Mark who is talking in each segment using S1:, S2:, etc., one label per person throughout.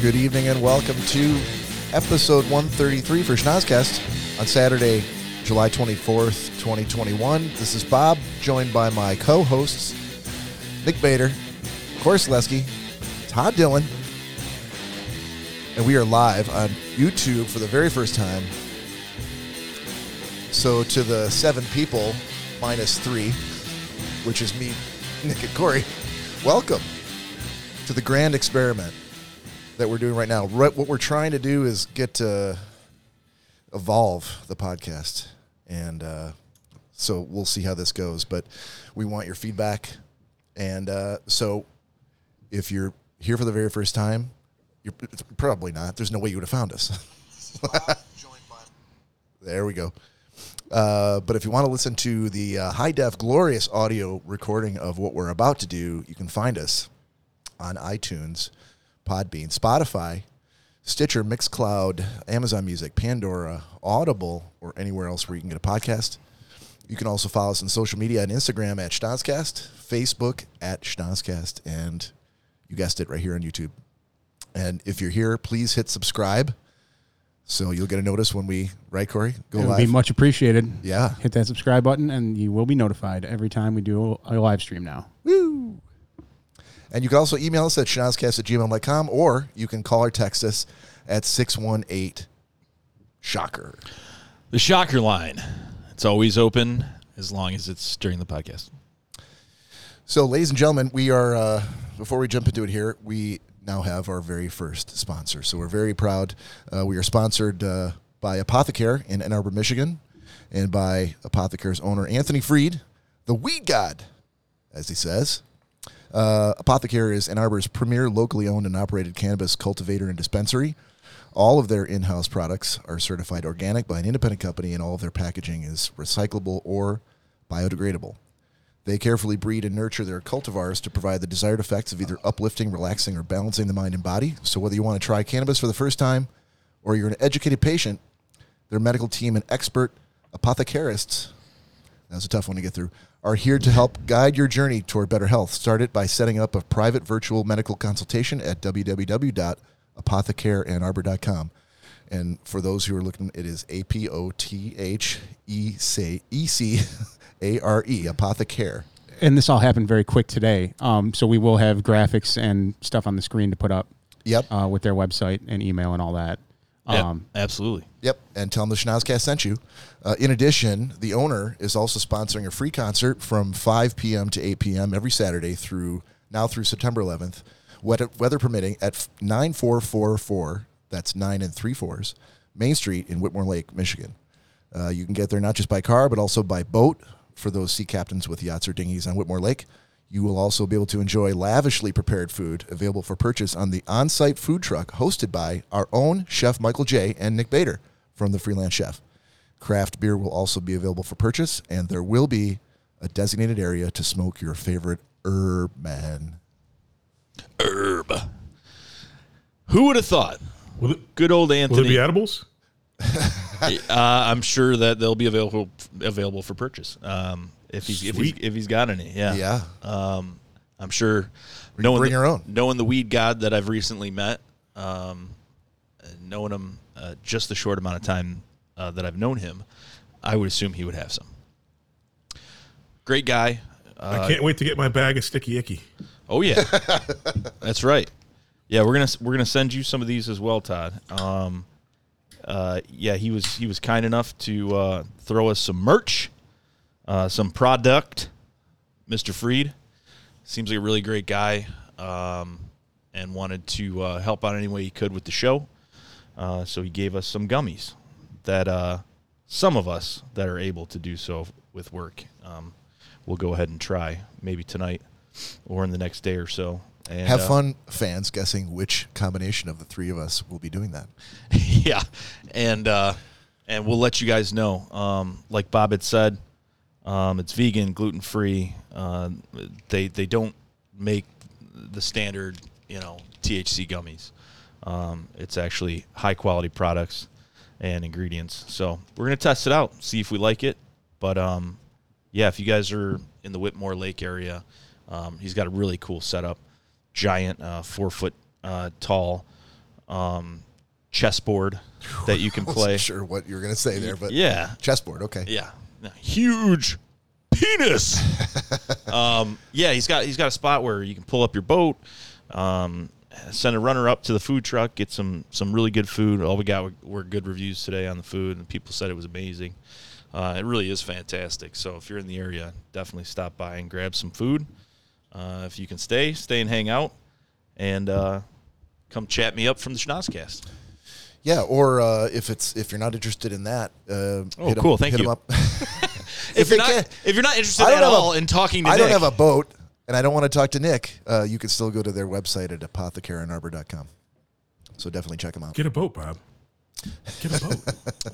S1: Good evening and welcome to episode 133 for Schnozcast on Saturday, July 24th, 2021. This is Bob, joined by my co hosts, Nick Bader, Corey Lesky, Todd Dillon, and we are live on YouTube for the very first time. So, to the seven people minus three, which is me, Nick, and Corey, welcome to the grand experiment that we're doing right now. Right, what we're trying to do is get to evolve the podcast, and uh, so we'll see how this goes. But we want your feedback, and uh, so if you're here for the very first time, you're it's probably not. There's no way you would have found us. there we go. Uh, but if you want to listen to the uh, high def, glorious audio recording of what we're about to do, you can find us on iTunes, Podbean, Spotify, Stitcher, Mixcloud, Amazon Music, Pandora, Audible, or anywhere else where you can get a podcast. You can also follow us on social media on Instagram at Schnozcast, Facebook at Schnozcast, and you guessed it right here on YouTube. And if you're here, please hit subscribe. So you'll get a notice when we, right, Corey? Go
S2: It would
S1: live.
S2: be much appreciated.
S1: Yeah.
S2: Hit that subscribe button and you will be notified every time we do a a live stream now.
S1: And you can also email us at shanazcast at gmail.com or you can call or text us at 618 Shocker.
S3: The Shocker line. It's always open as long as it's during the podcast.
S1: So, ladies and gentlemen, we are, uh, before we jump into it here, we now have our very first sponsor. So, we're very proud. Uh, we are sponsored uh, by Apothecare in Ann Arbor, Michigan, and by Apothecare's owner, Anthony Freed, the weed god, as he says. Uh, Apothecare is Ann Arbor's premier locally owned and operated cannabis cultivator and dispensary. All of their in house products are certified organic by an independent company, and all of their packaging is recyclable or biodegradable. They carefully breed and nurture their cultivars to provide the desired effects of either uplifting, relaxing, or balancing the mind and body. So, whether you want to try cannabis for the first time or you're an educated patient, their medical team and expert apothecarists that was a tough one to get through, are here to help guide your journey toward better health. Start it by setting up a private virtual medical consultation at www.apothecareannarbor.com. And for those who are looking, it is A P O T H E C E C A R E, Apothecare.
S2: And this all happened very quick today. Um, so we will have graphics and stuff on the screen to put up
S1: Yep.
S2: uh, with their website and email and all that.
S3: Yep,
S2: Um,
S3: absolutely.
S1: Yep, and tell them the Schnauzcast sent you. Uh, in addition, the owner is also sponsoring a free concert from 5 p.m. to 8 p.m. every Saturday through now through September 11th, weather, weather permitting, at f- 9444. That's nine and three fours Main Street in Whitmore Lake, Michigan. Uh, you can get there not just by car, but also by boat for those sea captains with yachts or dinghies on Whitmore Lake. You will also be able to enjoy lavishly prepared food available for purchase on the on site food truck hosted by our own chef Michael J. and Nick Bader from the Freelance Chef. Craft beer will also be available for purchase, and there will be a designated area to smoke your favorite herb, man.
S3: Herb. Who would have thought?
S4: Will, it,
S3: Good old
S4: will there
S3: Anthony.
S4: be edibles?
S3: uh, I'm sure that they'll be available available for purchase. Um, if he's if, he,
S4: Sweet.
S3: if he's got any, yeah,
S1: Yeah.
S3: Um, I'm sure. Knowing
S1: bring
S3: the,
S1: your own.
S3: Knowing the weed god that I've recently met, um, and knowing him uh, just the short amount of time uh, that I've known him, I would assume he would have some. Great guy. Uh,
S4: I can't wait to get my bag of sticky icky.
S3: Oh yeah, that's right. Yeah, we're gonna we're gonna send you some of these as well, Todd. Um, uh, yeah, he was he was kind enough to uh, throw us some merch, uh, some product. Mister Freed seems like a really great guy, um, and wanted to uh, help out any way he could with the show. Uh, so he gave us some gummies that uh, some of us that are able to do so with work um, will go ahead and try maybe tonight or in the next day or so. And,
S1: Have
S3: uh,
S1: fun, fans, guessing which combination of the three of us will be doing that.
S3: yeah, and uh, and we'll let you guys know. Um, like Bob had said, um, it's vegan, gluten free. Uh, they they don't make the standard you know THC gummies. Um, it's actually high quality products and ingredients. So we're gonna test it out, see if we like it. But um, yeah, if you guys are in the Whitmore Lake area, um, he's got a really cool setup, giant uh, four foot uh, tall um, chessboard that you can play.
S1: Wasn't sure what you were going to say there, but
S3: Yeah,
S1: chessboard. Okay.
S3: yeah, huge penis. um, yeah, he's got he's got a spot where you can pull up your boat, um, send a runner up to the food truck, get some some really good food. All we got were, were good reviews today on the food, and people said it was amazing. Uh, it really is fantastic. So if you're in the area, definitely stop by and grab some food. Uh, if you can stay, stay and hang out, and uh, come chat me up from the Schnozcast.
S1: Yeah, or uh, if it's if you're not interested in that, uh,
S3: Oh,
S1: hit 'em-
S3: cool, thank
S1: hit 'em
S3: you.
S1: up.
S3: If,
S1: they
S3: you're not
S1: can't-
S3: if you're not interested
S1: I don't
S3: at
S1: have a-
S3: all in talking to
S1: I don't
S3: Nick-
S1: have a boat, and I don't want to talk to Nick. Uh, you can still go to their website at apothecaryandarbor.com. So definitely check them out.
S4: Get a boat, Bob. Get a boat.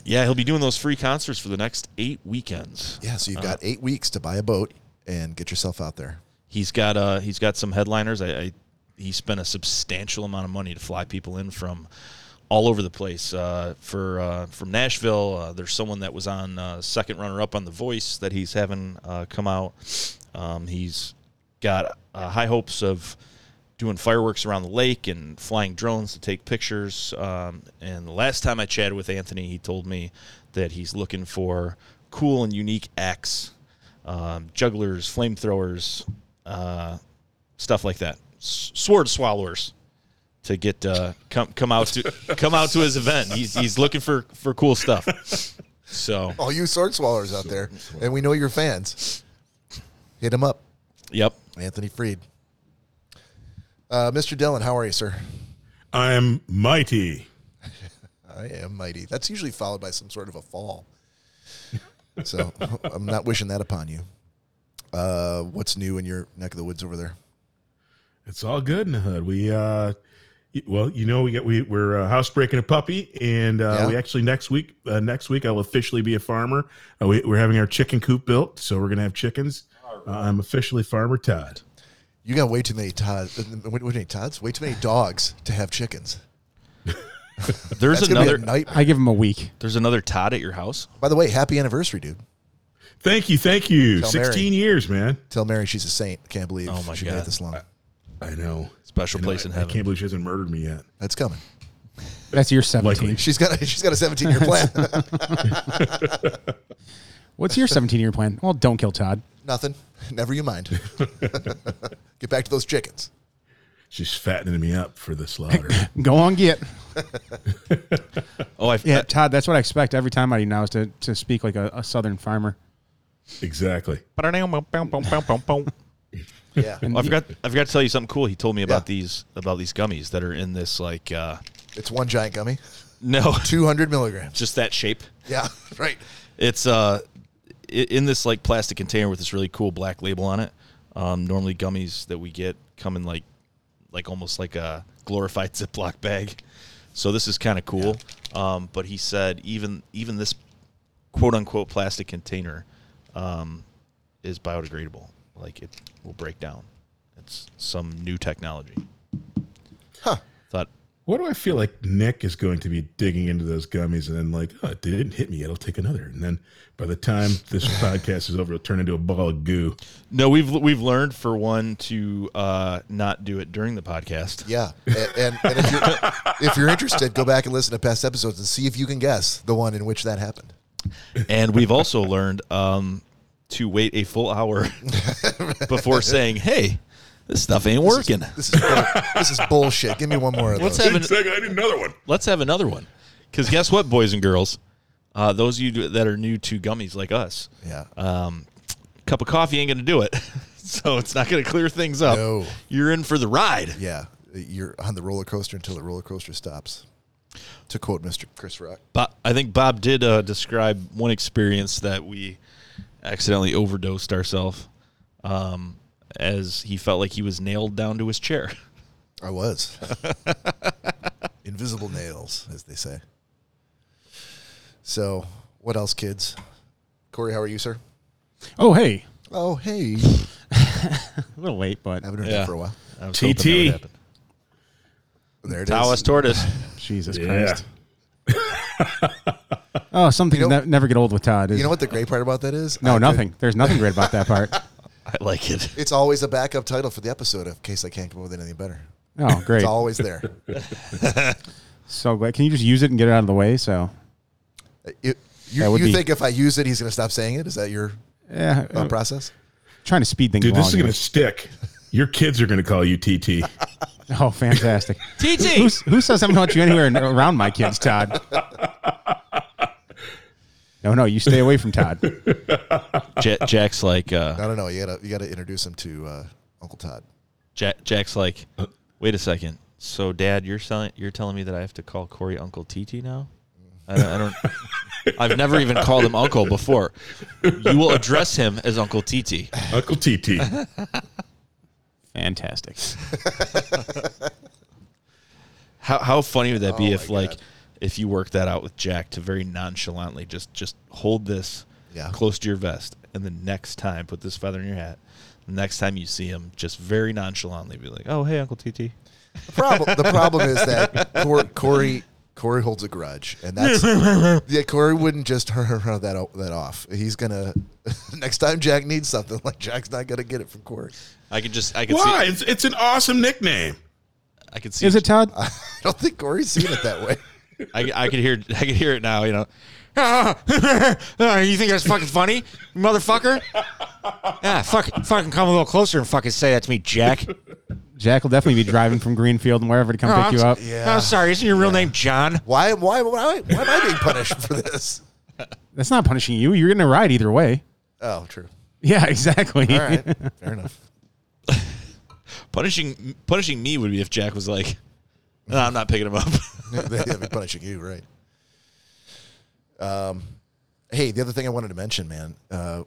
S3: Yeah, he'll be doing those free concerts for the next eight weekends.
S1: Yeah, so you've
S3: Uh-huh.
S1: got eight weeks to buy a boat and get yourself out there.
S3: He's got uh he's got some headliners. I, I he spent a substantial amount of money to fly people in from all over the place. Uh, for uh, from Nashville, uh, there's someone that was on uh, second runner up on The Voice that he's having uh, come out. Um, he's got uh, high hopes of doing fireworks around the lake and flying drones to take pictures. Um, and the last time I chatted with Anthony, he told me that he's looking for cool and unique acts, um, jugglers, flamethrowers, uh, stuff like that, S- sword swallowers. To get uh, come come out to come out to his event, he's, he's looking for, for cool stuff. So
S1: All you sword swallowers out there, and we know you're fans. Hit them up,
S3: yep,
S1: Anthony Freed. Uh, Mr. Dillon, how are you, sir?
S4: I'm mighty.
S1: I am mighty. That's usually followed by some sort of a fall. So I'm not wishing that upon you. Uh, what's new in your neck of the woods over there?
S4: It's all good in the hood. We, uh, y- well, you know, we get we we're uh, housebreaking a puppy, and uh,
S1: Yeah.
S4: we actually next week uh, next week I will officially be a farmer. Uh, we, we're having our chicken coop built, so we're gonna have chickens. Uh, I'm officially farmer Todd.
S1: You got way too many Tods. uh, Way too many Tods. Way too many dogs to have chickens.
S3: there's
S1: That's gonna
S3: another
S1: be a nightmare.
S2: I give him a week.
S3: there's another Todd at your house.
S1: By the way, happy anniversary, dude.
S4: Thank you, thank you.
S1: Tell Mary.
S4: Sixteen years, man.
S1: Tell Mary she's a saint. Can't believe
S3: Oh my
S1: she made it
S3: God.
S1: this long.
S4: I know.
S3: Special
S4: You know,
S3: place
S4: I-
S3: in
S4: I
S3: heaven.
S4: can't believe she hasn't murdered me yet.
S1: That's coming.
S2: That's your 17.
S4: Likely.
S1: She's got a, she's got a 17 year plan.
S2: What's your 17 year plan? Well, don't kill Todd.
S1: Nothing. Never you mind. Get back to those chickens.
S4: She's fattening me up for the slaughter.
S2: Go on, get.
S3: Oh, I,
S2: Yeah, Todd, that's what I expect every time I do now is to, to speak like a, a southern farmer.
S4: exactly.
S3: I
S1: Yeah,
S3: forgot. I forgot to tell you something cool. He told me about
S1: Yeah.
S3: these about these gummies that are in this like uh,
S1: it's one giant gummy,
S3: no,
S1: 200 milligrams.
S3: just that shape.
S1: Yeah, right.
S3: It's uh i- in this like plastic container with this really cool black label on it. Um, normally gummies that we get come in like like almost like a glorified Ziploc bag. So this is kind of cool. Um, but he said even even this quote unquote plastic container um, is biodegradable. Like it will break down. It's some new technology.
S1: Huh.
S3: Thought
S4: What do I feel like Nick is going to be digging into those gummies and then like, oh, it didn't hit me yet. I'll take another. And then by the time this podcast is over, it'll turn into a ball of goo.
S3: no, we've we've learned for one to uh, not do it during the podcast.
S1: Yeah, and, and, and if, you're, if you're interested, go back and listen to past episodes and see if you can guess the one in which that happened.
S3: And we've also learned um, to wait a full hour before saying, "Hey, this stuff ain't working.
S1: This is bull, this is bullshit. Give me one more of
S3: Let's
S1: those.
S3: have an,
S4: I need another one.
S3: let's have another one." Because guess what, boys and girls, uh, those of you that are new to gummies like us,
S1: yeah,
S3: um, cup of coffee ain't going to do it. so it's not going to clear things up.
S1: No.
S3: You're in for the ride.
S1: yeah. You're on the roller coaster until the roller coaster stops. To quote Mr. Chris Rock.
S3: Bob, I think Bob did uh, describe one experience that we accidentally overdosed ourselves um, as he felt like he was nailed down to his chair.
S1: I was. Invisible nails, as they say. So, what else, kids? Corey, how are you, sir?
S2: Oh, hey.
S1: Oh, hey.
S2: A little late, but
S1: I haven't heard
S3: Yeah.
S1: that for a while.
S3: I was
S4: TT.
S3: hoping that would happen.
S1: There it is.
S3: Taoist tortoise.
S2: Jesus
S4: Yeah.
S2: Christ. Oh, some things
S1: You know-
S2: ne- never get old with Todd. Is,
S1: You know what the great part about that is? I
S2: No,
S1: could-
S2: nothing. There's nothing great about that part.
S3: I like it.
S1: It's always a backup title for the episode in case I can't come up with anything better.
S2: Oh, great.
S1: It's always there.
S2: So glad. Can you just use it and get it out of the way? So
S1: It,
S2: That
S1: you
S2: would
S1: you
S2: be- Uh,
S1: think if I use it, he's going to stop saying it? Is that your
S2: yeah,
S1: thought
S2: I'm
S1: process?
S2: trying to speed things
S4: Dude,
S2: along.
S4: this is going to
S2: here.
S4: stick. Your kids are going to call you TT.
S2: oh, fantastic.
S3: TT.
S2: Who's, who says something about you anywhere in- around my kids, Todd? No, no, you stay away from Todd.
S3: Ja- Jack's like, uh,
S1: I don't know. You got to you got to introduce him to uh, Uncle Todd.
S3: Ja- Jack's like, wait a second. So, Dad, you're selling, you're telling me that I have to call Corey Uncle TT now? I don't. I don't I've never even called him Uncle before. You will address him as Uncle TT.
S4: Uncle TT.
S2: Fantastic.
S3: How how funny would that be
S1: Oh
S3: if
S1: my
S3: like
S1: God.
S3: if you worked that out with Jack to very nonchalantly just just hold this
S1: Yeah.
S3: close to your vest and the next time put this feather in your hat. Next time you see him, just very nonchalantly be like, "Oh, hey, Uncle TT."
S1: The problem the problem is that Cor- Corey Corey holds a grudge, and that's yeah. Corey wouldn't just turn around that o- that off. He's gonna next time Jack needs something, like Jack's not gonna get it from Corey.
S3: I could just I could
S4: Why?
S3: see
S4: It's, it's an awesome nickname.
S3: I could see
S2: Is it Todd?
S1: I don't think Corey's seen it that way.
S3: I, I could hear I could hear it now. You know, "Ah, you think that's fucking funny, motherfucker? Yeah, fuck, fucking come a little closer and fucking say that to me, Jack. Oh,
S2: Jack will definitely be driving from Greenfield and wherever to come pick you up.
S1: Yeah.
S5: I'm sorry. Isn't your real name John?
S1: Why why why why am I being punished for this?
S2: That's not punishing you. You're getting a ride either way.
S1: Oh, true.
S2: Yeah, exactly.
S1: All right, fair enough.
S3: Punishing punishing me would be if Jack was like, "No, I'm not picking him up.
S1: They'd be punishing you, right? Um, hey, the other thing I wanted to mention, man, uh,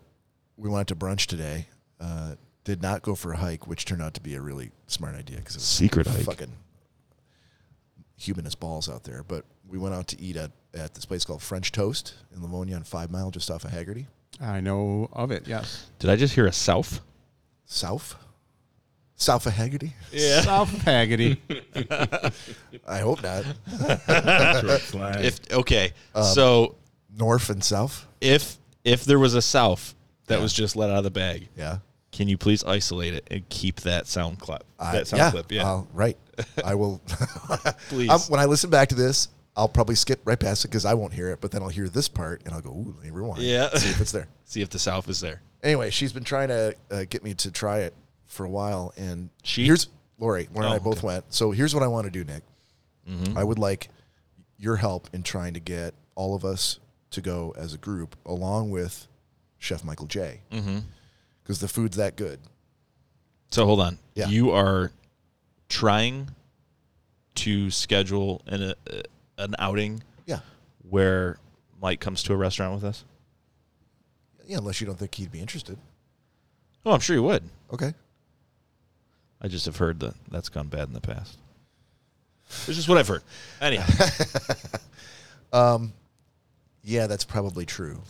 S1: we went out to brunch today. Uh, did not go for a hike, which turned out to be a really smart idea because it was
S3: Secret hike.
S1: fucking human as balls out there. But we went out to eat at, at this place called French Toast in Livonia on Five Mile, just off of Haggerty
S2: I know of it. Yes.
S3: Did I just hear a south?
S1: South, South of Haggerty.
S3: Yeah.
S2: South Haggerty.
S1: I hope not.
S4: That's right, Sly.
S3: If okay, so
S1: North and South.
S3: if if there was a south that was just let out of the bag,
S1: Yeah.
S3: can you please isolate it and keep that sound clip?
S1: I-
S3: that sound clip, yeah.
S1: I'll- right. I will.
S3: Please.
S1: I'm- when I listen back to this, I'll probably skip right past it because I won't hear it. But then I'll hear this part and I'll go, "Ooh, let me rewind."
S3: Yeah.
S1: See if it's there.
S3: See if the south is there.
S1: Anyway, she's been trying to uh, get me to try it for a while, and
S3: She?
S1: here's Lori. Lori and
S3: Oh,
S1: I both
S3: okay. Mm-hmm.
S1: went. So here's what I want to do, Nick. I would like your help in trying to get all of us to go as a group, along with Chef Michael J. Because
S3: Mm-hmm.
S1: the food's that good.
S3: So hold on.
S1: Yeah.
S3: You are trying to schedule an uh, an outing
S1: Yeah.
S3: where Mike comes to a restaurant with us.
S1: Yeah, unless you don't think he'd be interested.
S3: Oh, I'm sure you would.
S1: Okay.
S3: I just have heard that that's gone bad in the past. It's just what I've heard. Anyhow,
S1: Yeah, that's probably true.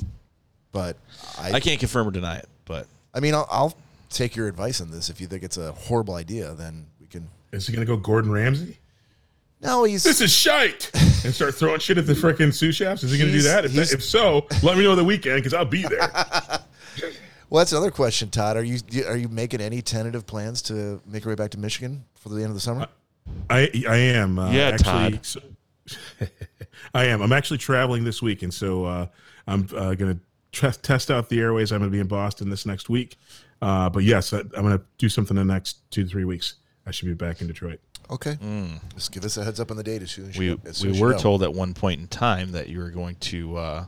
S1: But I,
S3: I can't confirm or deny it, but
S1: I mean, I'll, I'll take your advice on this. If you think it's a horrible idea, then we can.
S4: Is he going to go Gordon Ramsay?
S1: No,
S4: This
S1: he's
S4: is shite. And start throwing shit at the freaking sous chefs? Is he going to do
S1: He's-
S4: that? If,
S1: he's-
S4: that? if so, let me know the weekend because I'll be there.
S1: well. That's another question, Todd. Are you are you making any tentative plans to make your way back to Michigan for the end of the summer?
S4: I I am. Uh,
S3: Yeah, Todd.
S4: actually, so- I am. I'm actually traveling this week, and so uh, I'm uh, going to tra- test out the airways. I'm going to be in Boston this next week. Uh, but yes, I, I'm going to do something in the next two to three weeks. I should be back in Detroit.
S1: Okay, Mm. just give us a heads up on the date as soon as
S3: we
S1: you, as soon as
S3: we
S1: you
S3: were
S1: know.
S3: told at one point in time that you were going to uh,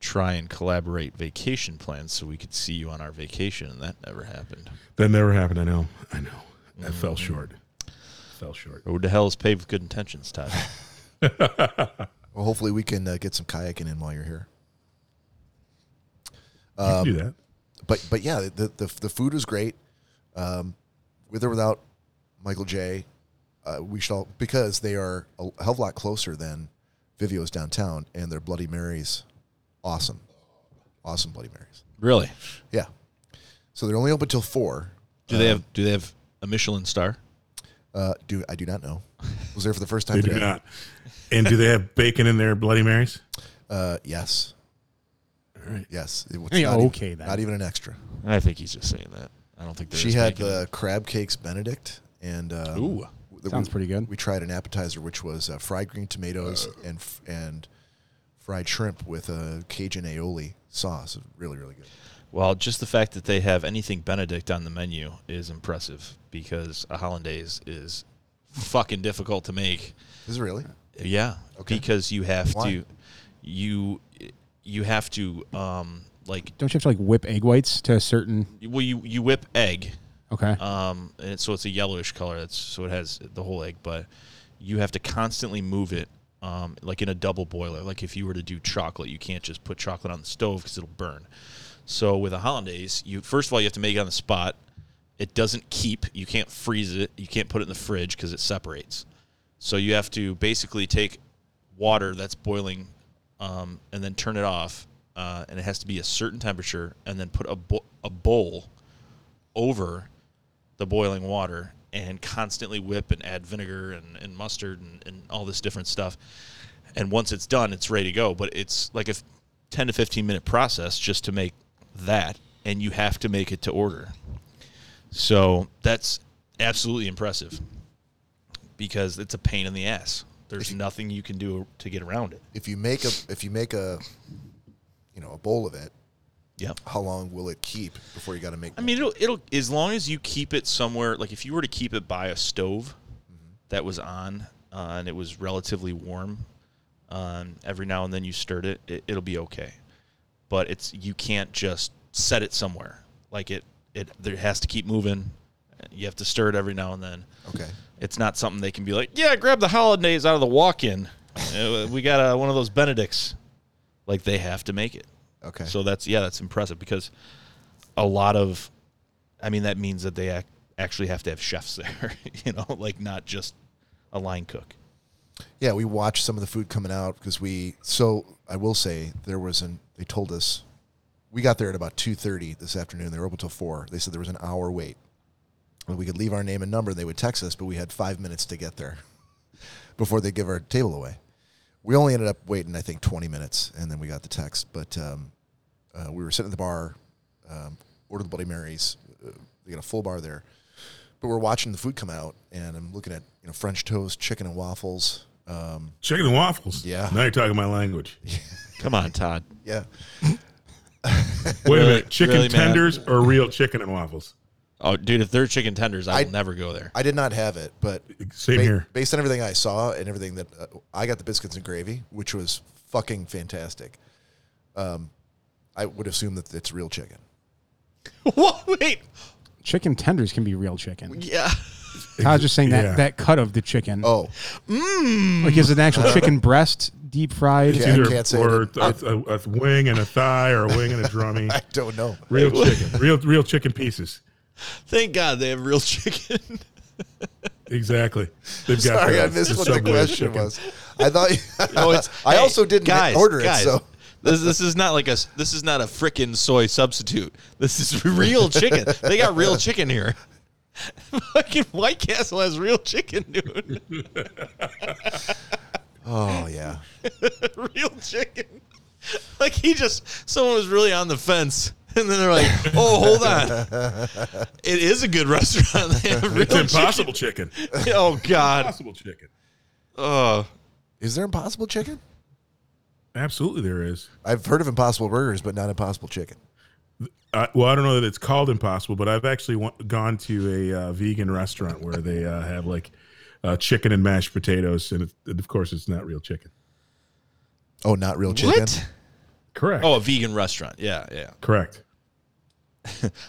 S3: try and collaborate vacation plans so we could see you on our vacation, and that never happened.
S4: That never happened. I know. Mm-hmm. I know. I fell short. Fell short.
S3: Road to hell is paved with good intentions, Todd.
S1: Well, hopefully, we can uh, get some kayaking in while you're here.
S4: you can do that.
S1: But but yeah, the the, the food was great, um, with or without Michael J. Uh, we should all because they are a hell of a lot closer than Vivio's downtown, and their Bloody Marys, awesome, awesome Bloody Marys.
S3: really?
S1: Yeah, so they're only open till four.
S3: Do they have Do they have a Michelin star?
S1: Uh, do I do not know. Was there for the first time
S4: They do
S1: today?
S4: not. And do they have bacon in their Bloody Marys?
S1: Uh, yes.
S4: right.
S1: Yes. It was
S2: Yeah,
S1: not even-
S2: okay, then.
S1: Not even an extra.
S3: I think he's just saying that. I don't think
S1: she had the crab cakes Benedict and uh,
S3: Ooh.
S1: that
S2: Sounds
S1: we,
S2: pretty good.
S1: We tried an appetizer, which was uh, fried green tomatoes
S3: Uh.
S1: and f- and fried shrimp with a Cajun aioli sauce. Really, really good.
S3: Well, just the fact that they have anything Benedict on the menu is impressive because a hollandaise is fucking difficult to make.
S1: Is it really?
S3: Yeah,
S1: Okay.
S3: because you have
S1: Why?
S3: to, you you have to um like
S2: Don't you have to like whip egg whites to a certain?
S3: well you you whip egg
S2: Okay.
S3: um and it, so it's a yellowish color that's so it has the whole egg but you have to constantly move it um like in a double boiler like if you were to do chocolate you can't just put chocolate on the stove because it'll burn so with a hollandaise you first of all you have to make it on the spot it doesn't keep you can't freeze it you can't put it in the fridge because it separates so you have to basically take water that's boiling um, and then turn it off uh, and it has to be a certain temperature and then put a, bo- a bowl over the boiling water and constantly whip and add vinegar and, and mustard and, and all this different stuff. And once it's done, it's ready to go. But it's like a f- 10 to 15 minute process just to make that. And you have to make it to order. So that's absolutely impressive because it's a pain in the ass. There's nothing you can do to get around it.
S1: If you make a if you make a you know a bowl of it,
S3: Yep.
S1: how long will it keep before you got to make?
S3: I mean, it'll it'll as long as you keep it somewhere. Like if you were to keep it by a stove that was on uh, and it was relatively warm, um, every now and then you stirred it, it, it'll be okay. But it's you can't just set it somewhere. Like it it there has to keep moving. You have to stir it every now and then.
S1: okay,
S3: It's not something they can be like, yeah, grab the holidays out of the walk-in. Uh, we got uh, one of those Benedicts. Like they have to make it.
S1: okay.
S3: So that's yeah, that's impressive because a lot of, I mean, that means that they ac- actually have to have chefs there, you know, like not just a line cook.
S1: Yeah, we watched some of the food coming out because we. So I will say there was an. They told us we got there at about two thirty this afternoon. They were open till four. They said there was an hour wait. And we could leave our name and number. They would text us, but we had five minutes to get there before they give our table away. We only ended up waiting, I think, twenty minutes, and then we got the text. But um, uh, we were sitting at the bar, um, ordered the Bloody Marys. Uh, they got a full bar there but we're watching the food come out, and I'm looking at you know French toast, chicken and waffles. Um,
S4: Chicken and waffles.
S1: Yeah.
S4: Now you're talking my language.
S3: Come on, Todd.
S1: yeah,
S4: Wait
S3: Really-
S4: a minute. Chicken
S3: really, man.
S4: tenders or real chicken and waffles?
S3: Oh, dude, if they're chicken tenders, I
S1: I-
S3: will never go there.
S1: I did not have it, but
S4: Same
S1: ba-
S4: here.
S1: based on everything I saw and everything that uh, I got the biscuits and gravy, which was fucking fantastic. Um, I would assume that it's real chicken.
S3: what? Wait.
S2: Chicken tenders can be real chicken.
S3: Yeah.
S2: Todd's just saying that
S4: Yeah.
S2: that cut of the chicken.
S1: Oh,
S2: Like is it an actual chicken breast deep fried?
S1: Yeah. I
S4: Either
S1: can't say
S4: or
S1: that.
S4: a, a, a wing and a thigh or a wing and a drummy.
S1: I don't know.
S4: Real chicken. Real real chicken pieces.
S3: Thank God they have real chicken.
S4: Exactly. They've got
S1: Sorry,
S4: the-
S1: I missed what the
S4: Subway
S1: question
S4: chicken.
S1: was. I thought
S3: No, Oh, it's,
S1: I
S3: hey,
S1: also didn't
S3: guys,
S1: order
S3: guys,
S1: it, so
S3: This, this is not like a s- this is not a frickin' soy substitute. This is real chicken. They got real chicken here. Fucking White Castle has real chicken, dude.
S1: oh yeah.
S3: real chicken. Like he just someone was really on the fence, and then they're like, "Oh, hold on, it is a good restaurant. They have real
S4: It's impossible chicken.
S3: chicken." Oh God,
S4: Impossible chicken.
S3: oh,
S1: Is there Impossible Chicken?
S4: Absolutely, there is.
S1: I've heard of Impossible Burgers, but not Impossible Chicken.
S4: Uh, well, I don't know that it's called impossible, but I've actually wa- gone to a uh, vegan restaurant where they uh, have like uh, chicken and mashed potatoes, and, it, and of course, it's not real chicken.
S1: Oh, not real chicken.
S4: Correct.
S3: Oh, a vegan restaurant. Yeah, yeah.
S4: correct.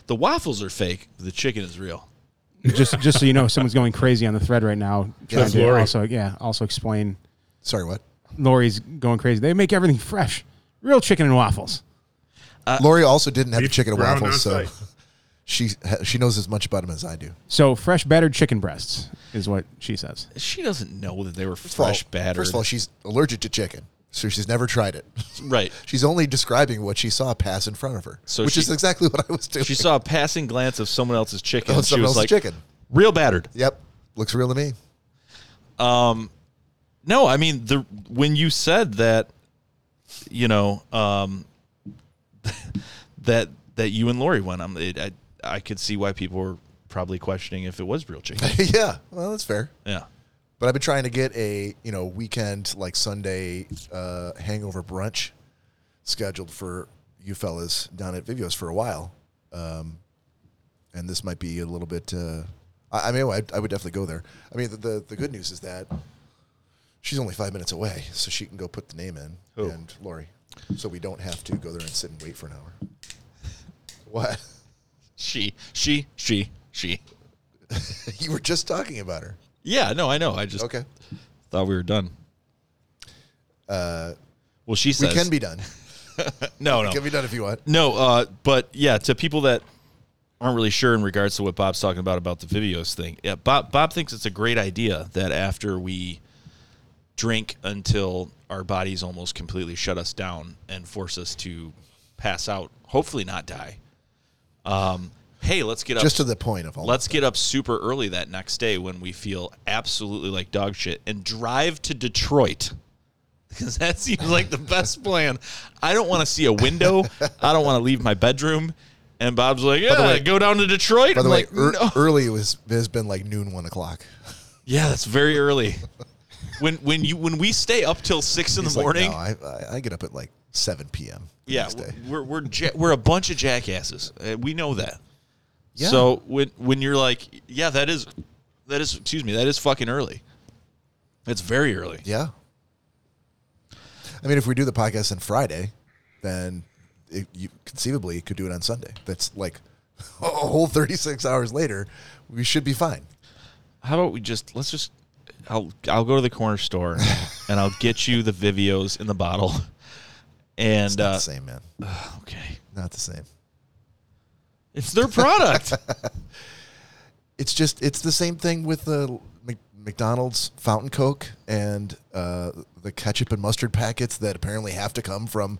S3: The waffles are fake. The chicken is real.
S2: Just just so you know, someone's going crazy on the thread right now. Trying
S4: That's
S2: to
S4: Lori.
S2: also yeah, also explain
S1: Sorry, what?
S2: Lori's going crazy. They make everything fresh. Real chicken and waffles.
S3: Uh,
S1: Lori also didn't have the chicken and
S4: Ground
S1: waffles, so
S4: on site.
S1: she she knows as much about them as I do.
S2: So fresh battered chicken breasts is what she says.
S3: She doesn't know that they were fresh
S1: Well,
S3: battered.
S1: First of all, she's allergic to chicken, so she's never tried it.
S3: right.
S1: She's only describing what she saw pass in front of her,
S3: So
S1: which
S3: she-
S1: is exactly what I was doing.
S3: She saw a passing glance of someone else's chicken.
S1: Oh,
S3: and she
S1: someone
S3: was
S1: else's
S3: like,
S1: chicken.
S3: real battered.
S1: Yep, looks real to me.
S3: No, I mean the when you said that, you know, um, that that you and Lori went. I'm, it, I I could see why people were probably questioning if it was real chicken.
S1: yeah, well, that's fair.
S3: Yeah.
S1: But I've been trying to get a you know weekend like Sunday uh, hangover brunch scheduled for you fellas down at Vivios for a while, um, and this might be a little bit. Uh, I, I mean, I, I would definitely go there. I mean, the, the the good news is that she's only five minutes away, so she can go put the name in
S3: Who?
S1: and Lori, so we don't have to go there and sit and wait for an hour. What
S3: She, she, she, she.
S1: you were just talking about her?
S3: Yeah, no, I know. I just
S1: Okay,
S3: thought we were done. well, she
S1: Uh, we
S3: says
S1: can be done.
S3: No, no,
S1: Can be done if you want.
S3: no. Uh, but yeah, to people that aren't really sure in regards to what Bob's talking about about the videos thing, yeah, Bob Bob thinks it's a great idea that after we drink until our bodies almost completely shut us down and force us to pass out, hopefully not die. Um, hey, let's get up.
S1: Just to the point of all.
S3: Let's get up super early that next day when we feel absolutely like dog shit and drive to Detroit. Because that seems like the best plan. I don't want to see a window. I don't want to leave my bedroom. And Bob's like, yeah,
S1: way-
S3: go down to Detroit.
S1: By the
S3: I'm
S1: way, er
S3: like,
S1: ear-
S3: "No."
S1: early was has been like noon, one o'clock.
S3: yeah, that's very early. When when you when we stay up till six in
S1: It's
S3: the
S1: like,
S3: morning,
S1: no, I, I I get up at like seven p.m. the
S3: yeah,
S1: next day.
S3: we're we're ja- we're a bunch of jackasses. Uh, We know that.
S1: Yeah.
S3: So when when you're like, yeah, that is that is excuse me, that is fucking early. It's very early.
S1: yeah. I mean, if we do the podcast on Friday, then it, you conceivably could do it on Sunday. That's like a whole thirty-six hours later. We should be fine.
S3: How about we just let's just I'll I'll go to the corner store and I'll get you the Vivios in the bottle.
S1: It's
S3: And
S1: not
S3: uh,
S1: the same, man.
S3: okay.
S1: Not the same.
S3: It's their product.
S1: It's just it's the same thing with the Mc- McDonald's fountain Coke and uh, the ketchup and mustard packets that apparently have to come from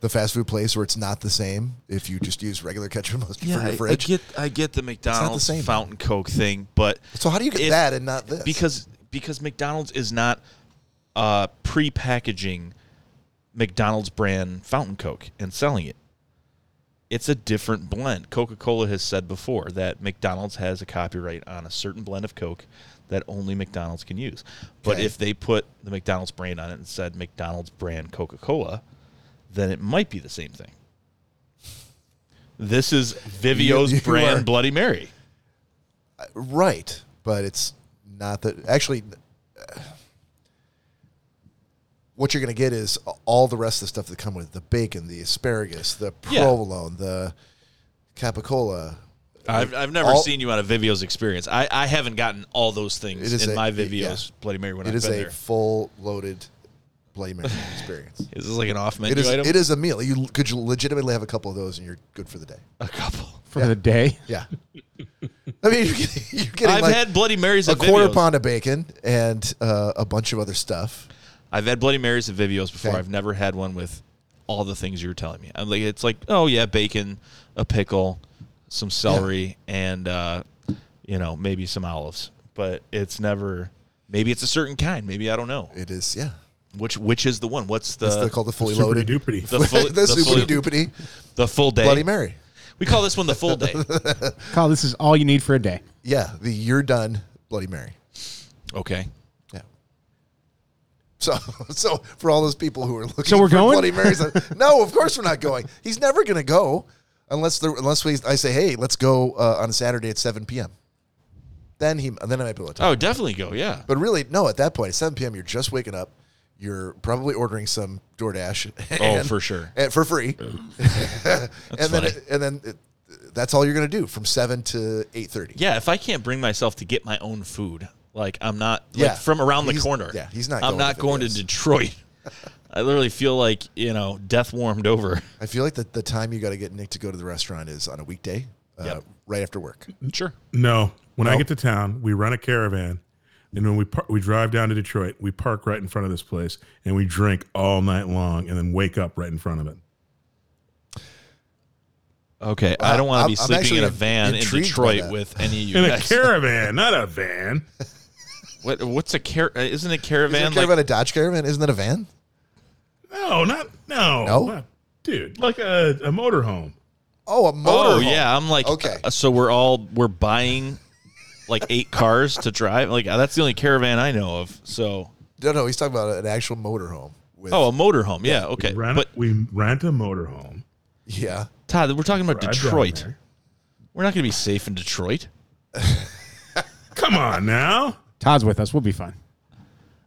S1: the fast food place where it's not the same if you just use regular ketchup and mustard from your fridge.
S3: get I get the McDonald's
S1: same.
S3: fountain coke thing, but
S1: so how do you get
S3: If-
S1: that and not this?
S3: because because McDonald's is not uh pre-packaging McDonald's brand fountain coke and selling it. It's a different blend. Coca-Cola has said before that McDonald's has a copyright on a certain blend of Coke that only McDonald's can use. But
S1: Okay.
S3: if they put the McDonald's brand on it and said McDonald's brand Coca-Cola, then it might be the same thing. This is Vivio's
S1: you are-
S3: brand Bloody Mary.
S1: right, but it's not that actually. uh, What you're going to get is a- all the rest of the stuff that come with it, the bacon, the asparagus, the
S3: Yeah.
S1: provolone, the capicola,
S3: I've, I've never
S1: all-
S3: seen you on a Vivio's experience. I, I haven't gotten all those things
S1: It is
S3: in
S1: a-
S3: my
S1: it-
S3: Vivio's
S1: yeah.
S3: Bloody Mary when
S1: It
S3: I've
S1: is
S3: been
S1: a
S3: there.
S1: full loaded Bloody Mary experience.
S3: Is this like an off menu
S1: It is.
S3: item?
S1: It is a meal. You could you legitimately have a couple of those, and you're good for the day.
S3: a couple.
S2: for the day.
S1: Yeah. I mean, you're getting, you're getting
S3: I've
S1: like
S3: had Bloody Marys
S1: a
S3: at
S1: quarter
S3: Vivio's.
S1: pound of bacon and uh, a bunch of other stuff.
S3: I've had Bloody Marys at Vivio's before.
S1: Okay.
S3: I've never had one with all the things you were telling me. I'm like, it's like, oh yeah, bacon, a pickle, some celery, and uh, you know maybe some olives. But it's never. Maybe it's a certain kind. Maybe I don't know
S1: It is. Yeah.
S3: which which is the one. What's the
S1: It's the, called the fully
S4: Super
S1: loaded.
S4: duper
S3: Uh, the full,
S1: the
S3: the,
S1: super
S3: full,
S1: duper
S3: the full day?
S1: Bloody Mary.
S3: We call this one the full day.
S2: Kyle, this is all you need for a day.
S1: Yeah. The you're done Bloody Mary.
S3: okay.
S1: Yeah. So, so for all those people who are looking,
S2: So we're
S1: for
S2: going?
S1: Bloody Marys, uh, no, of course we're not going. He's never going to go unless the unless we I say, hey, let's go uh, on a Saturday at seven p.m. Then he then I might be able to.
S3: Oh, definitely go. Yeah.
S1: But really, no. At that point, at seven p.m., you're just waking up. You're probably ordering some DoorDash. and-
S3: Oh, for sure.
S1: and for free. and then
S3: funny.
S1: it- and then it, that's all you're going to do from seven to eight thirty.
S3: Yeah. If I can't bring myself to get my own food, like I'm not
S1: Yeah.
S3: like from around the
S1: He's-
S3: corner.
S1: yeah, he's not
S3: I'm
S1: going
S3: not
S1: to
S3: going to
S1: Vivio's.
S3: Detroit. I literally feel like you know death warmed over.
S1: I feel like the, the time you got to get Nick to go to the restaurant is on a weekday, uh,
S3: Yep.
S1: right after work.
S3: Sure.
S4: No, when I get to town, we rent a caravan, and when we par- we drive down to Detroit, we park right in front of this place, and we drink all night long, and then wake up right in front of it.
S3: Okay. I don't want to
S1: I'm-
S3: be
S1: I'm
S3: sleeping
S1: actually
S3: in a van in
S1: intrigued by
S3: Detroit
S1: that.
S3: with any of you
S4: In a
S3: guys.
S4: caravan, not a van.
S3: what, what's a car? uh, Isn't a caravan
S1: Isn't a
S3: like?
S1: caravan a Dodge Caravan? Isn't that a van?
S4: No, not no,
S1: No?
S4: dude, like a, a motorhome.
S1: Oh, a motor.
S3: oh yeah. I'm like.
S1: Okay.
S3: uh, so we're all we're buying like eight cars to drive. Like that's the only caravan I know of. So
S1: No, no, he's talking about an actual motorhome. With,
S3: oh, a motorhome. Yeah, okay.
S4: Rent,
S3: But
S4: we rent a motorhome.
S1: yeah.
S3: Todd, we're talking about
S4: drive down
S3: Detroit.
S4: there.
S3: We're not going to be safe in Detroit.
S4: Come on now.
S2: Todd's with us. We'll be fine.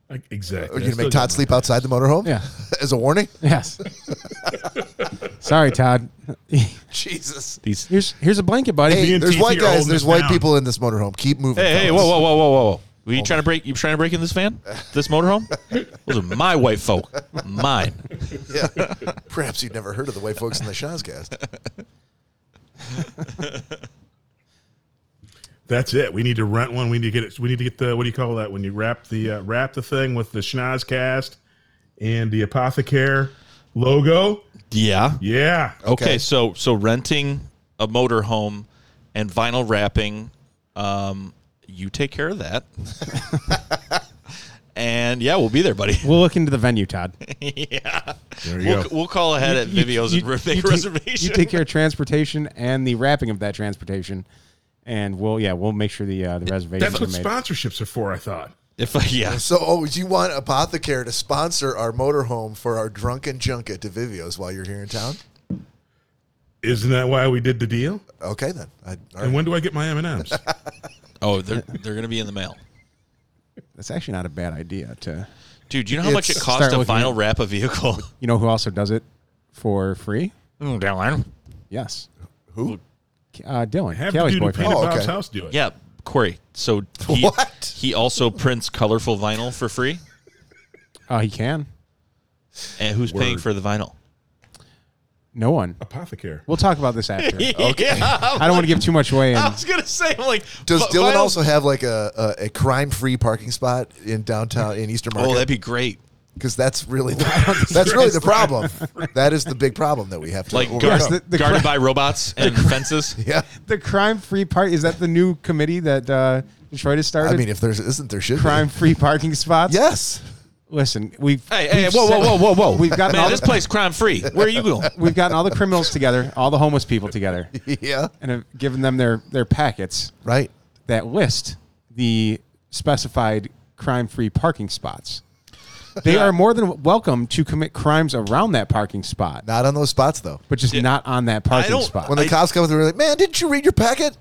S4: Like, exactly.
S1: Are you
S4: I
S1: going to
S4: still
S1: make Todd
S4: get
S1: sleep outside the motorhome?
S2: Yeah.
S1: As a warning?
S2: Yes. Sorry, Todd.
S1: Jesus.
S3: These.
S2: here's he's a blanket, buddy.
S1: Hey,
S4: and
S1: there's
S4: TT
S1: white
S4: are
S1: guys,
S4: holding
S1: there's
S4: us
S1: white
S4: down.
S1: people in this motorhome. Keep moving.
S3: Hey, hey,
S1: fellas.
S3: whoa, whoa, whoa, whoa, whoa, whoa! Were you trying to break? You trying to break in this van? This motorhome? Those are my white folk. Mine.
S1: Yeah. Perhaps you've never heard of the white folks in the Shazcast.
S4: That's it. We need to rent one. We need to get it. We need to get the what do you call that when you wrap the uh, wrap the thing with the Schnozcast and the Apothecare logo.
S3: Yeah.
S4: Yeah,
S3: Okay.
S1: Okay.
S3: So so renting a motorhome and vinyl wrapping, um, you take care of that. and yeah, we'll be there, buddy.
S2: We'll look into the venue, Todd.
S3: yeah.
S4: there you
S3: We'll,
S4: go.
S3: we'll call ahead at Vivio's and make
S2: take-
S3: reservation.
S2: You take care of transportation and the wrapping of that transportation, and we'll yeah we'll make sure the uh, the reservations
S4: That's what
S2: are made.
S4: sponsorships are for. I thought.
S3: if I, yeah.
S1: So, oh, you want Apothecare to sponsor our motorhome for our drunken junket to Vivio's while you're here in town?
S4: Isn't that why we did the deal?
S1: Okay, then. I, all right.
S4: And when do I get my M and M's?
S3: Oh, they're they're gonna be in the mail.
S2: That's actually not a bad idea. To
S3: Dude, do you know how much it
S1: It's-
S3: costs
S2: start
S3: to
S2: looking
S3: vinyl
S2: at-
S3: wrap a vehicle?
S2: you know who also does it for free?
S5: Mm, Dylan.
S2: Yes,
S1: Who?
S2: uh, Dylan
S4: Have the
S2: Kelly's
S4: dude who
S2: boyfriend.
S4: painted
S1: Oh,
S4: Bob's
S1: okay.
S4: house do it.
S3: yeah, Corey. So he,
S1: What?
S3: he also prints colorful vinyl for free.
S2: Uh, he can.
S3: And who's paying for the vinyl?
S2: No one.
S4: Apothecare.
S2: We'll talk about this after.
S3: Okay.
S2: I don't want to give too much away.
S3: I
S2: And
S3: was gonna say, I'm like,
S1: Does
S3: vi-
S1: Dylan
S3: vinyl-
S1: also have like a, a, a crime free parking spot in downtown in Eastern
S3: Oh, that'd
S1: Market?
S3: be great.
S1: Because that's really the, that's really the problem. That is the big problem that we have to
S3: Like
S1: overcome.
S3: guard,
S2: Yes, the- the
S3: guarded
S2: cra-
S3: by robots and fences.
S1: yeah,
S2: the crime-free part is that the new committee that uh, Detroit has started.
S1: I mean, if there's isn't there should be.
S2: crime-free parking spots.
S1: Yes,
S2: Listen, we've.
S3: Hey, hey,
S2: we've
S3: whoa, whoa,
S2: said-
S3: whoa, whoa, whoa!
S2: We've gotten
S3: Man,
S2: all
S3: this
S2: the,
S3: place crime free. Where are you going?
S2: we've gotten all the criminals together, all the homeless people together,
S1: yeah,
S2: and have given them their their packets
S1: right.
S2: that list the specified crime-free parking spots. They
S3: Yeah.
S2: are more than welcome to commit crimes around that parking spot,
S1: Not on those spots though.
S2: but just not on that parking
S3: don't-
S2: spot.
S1: When the
S3: I-
S1: cops come through, they're like, "Man, didn't you read your packet?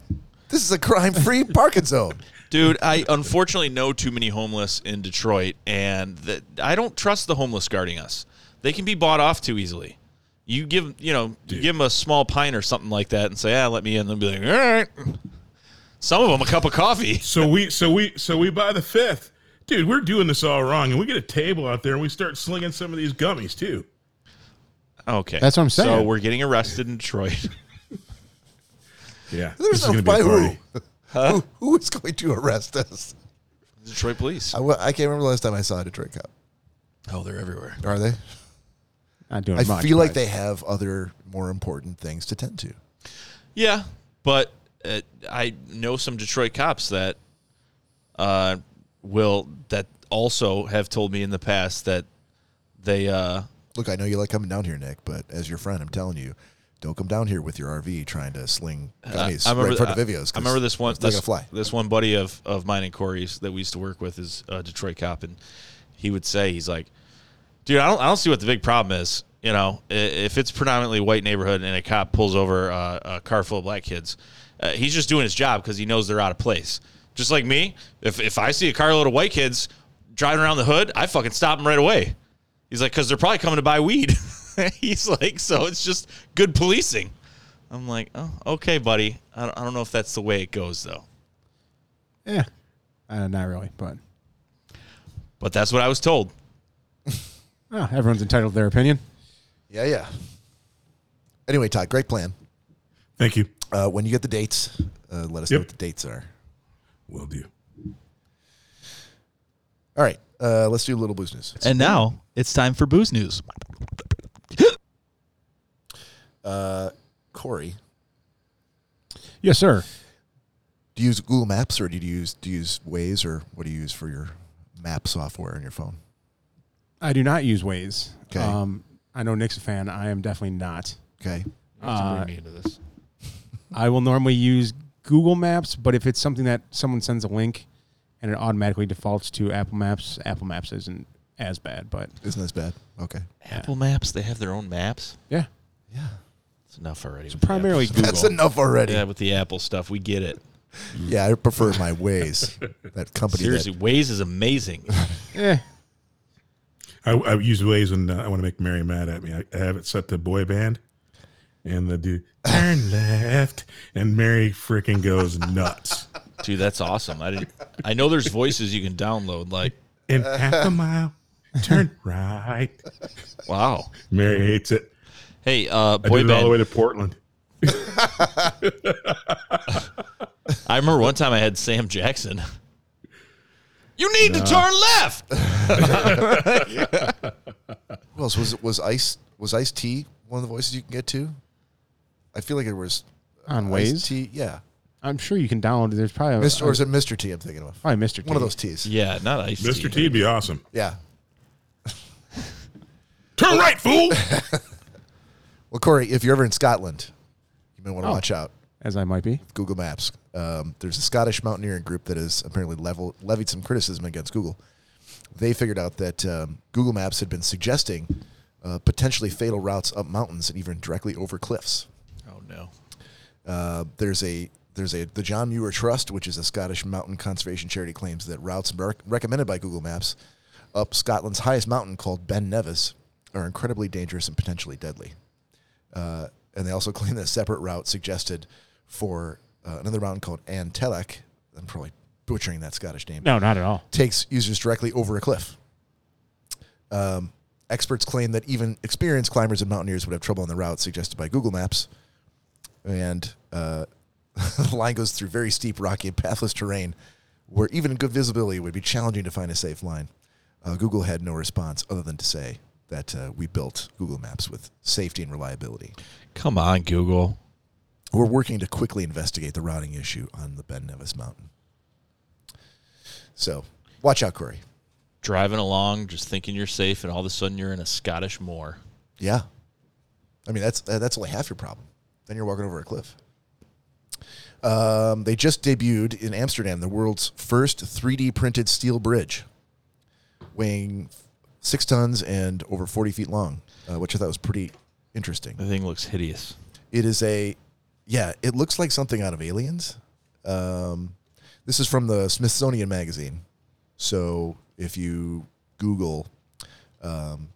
S1: This is a crime free parking zone."
S3: Dude, I unfortunately know too many homeless in Detroit, and that I don't trust the homeless guarding us. They can be bought off too easily. You give, you know, you give them a small pint or something like that, and say, "Ah, let me in." They'll be like, "All right." Some of them a cup of coffee.
S4: So we, so we, so we buy the fifth, dude. We're doing this all wrong, and we get a table out there, and we start slinging some of these gummies too.
S3: Okay,
S2: That's what I'm
S3: So
S2: saying.
S3: we're getting arrested in Detroit.
S4: Yeah, this
S1: There's
S4: is
S1: no
S4: gonna be
S1: by
S4: a
S1: who.
S4: party.
S1: who. Who is going to arrest us?
S3: Detroit police.
S2: Uh,
S1: I, wa- I can't remember the last time I saw a Detroit cop.
S3: Oh, they're everywhere.
S1: Are they?
S2: Not doing
S1: I
S2: much,
S1: feel like
S2: but-
S1: they have other more important things to tend to.
S3: Yeah, but uh, I know some Detroit cops that uh, will that also have told me in the past that they uh,
S1: Look, I know you like coming down here, Nick, but as your friend, I'm telling you, don't come down here with your RV trying to sling gummies right in front of Vivios.
S3: I, Uh, remember this one.
S1: Like
S3: This,
S1: a fly.
S3: this one buddy of of mine and Corey's that we used to work with is a Detroit cop, and he would say he's like, "Dude, I don't I don't see what the big problem is. You know, i- if it's predominantly white neighborhood and a cop pulls over uh, a car full of black kids, uh, he's just doing his job because he knows they're out of place. Just like me, if if I see a carload of white kids driving around the hood, I fucking stop them right away. He's like, because they're probably coming to buy weed. He's like, so it's just good policing. I'm like, oh, okay, buddy. I don't, I don't know if that's the way it goes though.
S2: yeah, uh, not really, but
S3: But that's what I was told.
S2: oh, everyone's entitled to their opinion.
S1: Yeah, yeah. Anyway, Todd, great plan.
S4: Thank you.
S1: Uh, when you get the dates, uh, let us know
S4: Yep.
S1: what the dates are.
S4: Will do.
S1: All right, uh, let's do a little blues news.
S3: And now it's time for booze news.
S1: Corey,
S2: Yes, sir.
S1: do you use Google Maps or do you use do you use Waze or what do you use for your map software on your phone?
S2: I do not use Waze.
S1: Okay.
S2: Um, I know Nick's a fan. I am definitely not.
S1: Okay,
S3: Uh, me into this.
S2: I will normally use Google Maps, but if it's something that someone sends a link and it automatically defaults to Apple Maps, Apple Maps isn't as bad, but
S1: Isn't this bad? Okay.
S3: Apple Maps, they have their own maps.
S2: yeah,
S1: Yeah.
S3: It's enough already. with the
S2: primarily
S3: Apple
S2: Google.
S1: That's enough already.
S3: stuff. Yeah, with the Apple stuff, we get it.
S1: Yeah, I prefer my ways. that company.
S3: Seriously,
S1: That,
S3: Waze is amazing.
S2: Eh,
S4: I, I use Waze when uh, I want to make Mary mad at me. I, I have it set to boy band, and the dude turn left, and Mary freaking goes nuts.
S3: Dude, that's awesome. I didn't. I know there's voices you can download. Like,
S4: In half a mile, turn right.
S3: wow.
S4: Mary hates it.
S3: Hey, uh,
S4: I
S3: boy
S4: did it all the way
S3: band.
S4: to Portland.
S3: I remember one time I had Sam Jackson. You need to turn left.
S1: who else was was Ice was Ice T one of the voices you can get to? I feel like it was
S2: on
S1: Ice
S2: Waze, Uh,
S1: T. Yeah,
S2: I'm sure you can download. There's probably a,
S1: Mr. or is it Mr. T? I'm thinking of
S2: probably Mr.
S1: one of
S2: T.
S1: those T's.
S3: Yeah, not Ice.
S4: Mr. T would be awesome.
S1: Yeah.
S4: Turn right, fool.
S1: Well, Corey, if you're ever in Scotland, you may want to watch out.
S2: as I might be.
S1: Google Maps. Um, there's a Scottish mountaineering group that has apparently level, levied some criticism against Google. They figured out that um, Google Maps had been suggesting uh, potentially fatal routes up mountains and even directly over cliffs.
S3: Oh no.
S1: Uh, there's a there's a the John Muir Trust, which is a Scottish mountain conservation charity, claims that routes mer- recommended by Google Maps up Scotland's highest mountain called Ben Nevis are incredibly dangerous and potentially deadly. Uh, and they also claim that a separate route suggested for uh, another mountain called Antelek, I'm probably butchering that Scottish name,
S2: No, not at all.
S1: takes users directly over a cliff. Um, experts claim that even experienced climbers and mountaineers would have trouble on the route suggested by Google Maps. And uh, the line goes through very steep, rocky, and pathless terrain where even good visibility would be challenging to find a safe line. Uh, Google had no response other than to say that uh, we built Google Maps with safety and reliability.
S3: Come on, Google.
S1: We're working to quickly investigate the routing issue on the Ben Nevis Mountain. So, watch out, Corey.
S3: Driving along, just thinking you're safe, and all of a sudden you're in a Scottish moor.
S1: Yeah, I mean that's uh, that's only half your problem. Then you're walking over a cliff. Um, they just debuted in Amsterdam the world's first 3D printed steel bridge, weighing six tons and over 40 feet long, uh, which I thought was pretty interesting.
S3: The thing looks hideous.
S1: It is a, yeah, it looks like something out of Aliens. Um, this is from the Smithsonian Magazine. So if you Google um,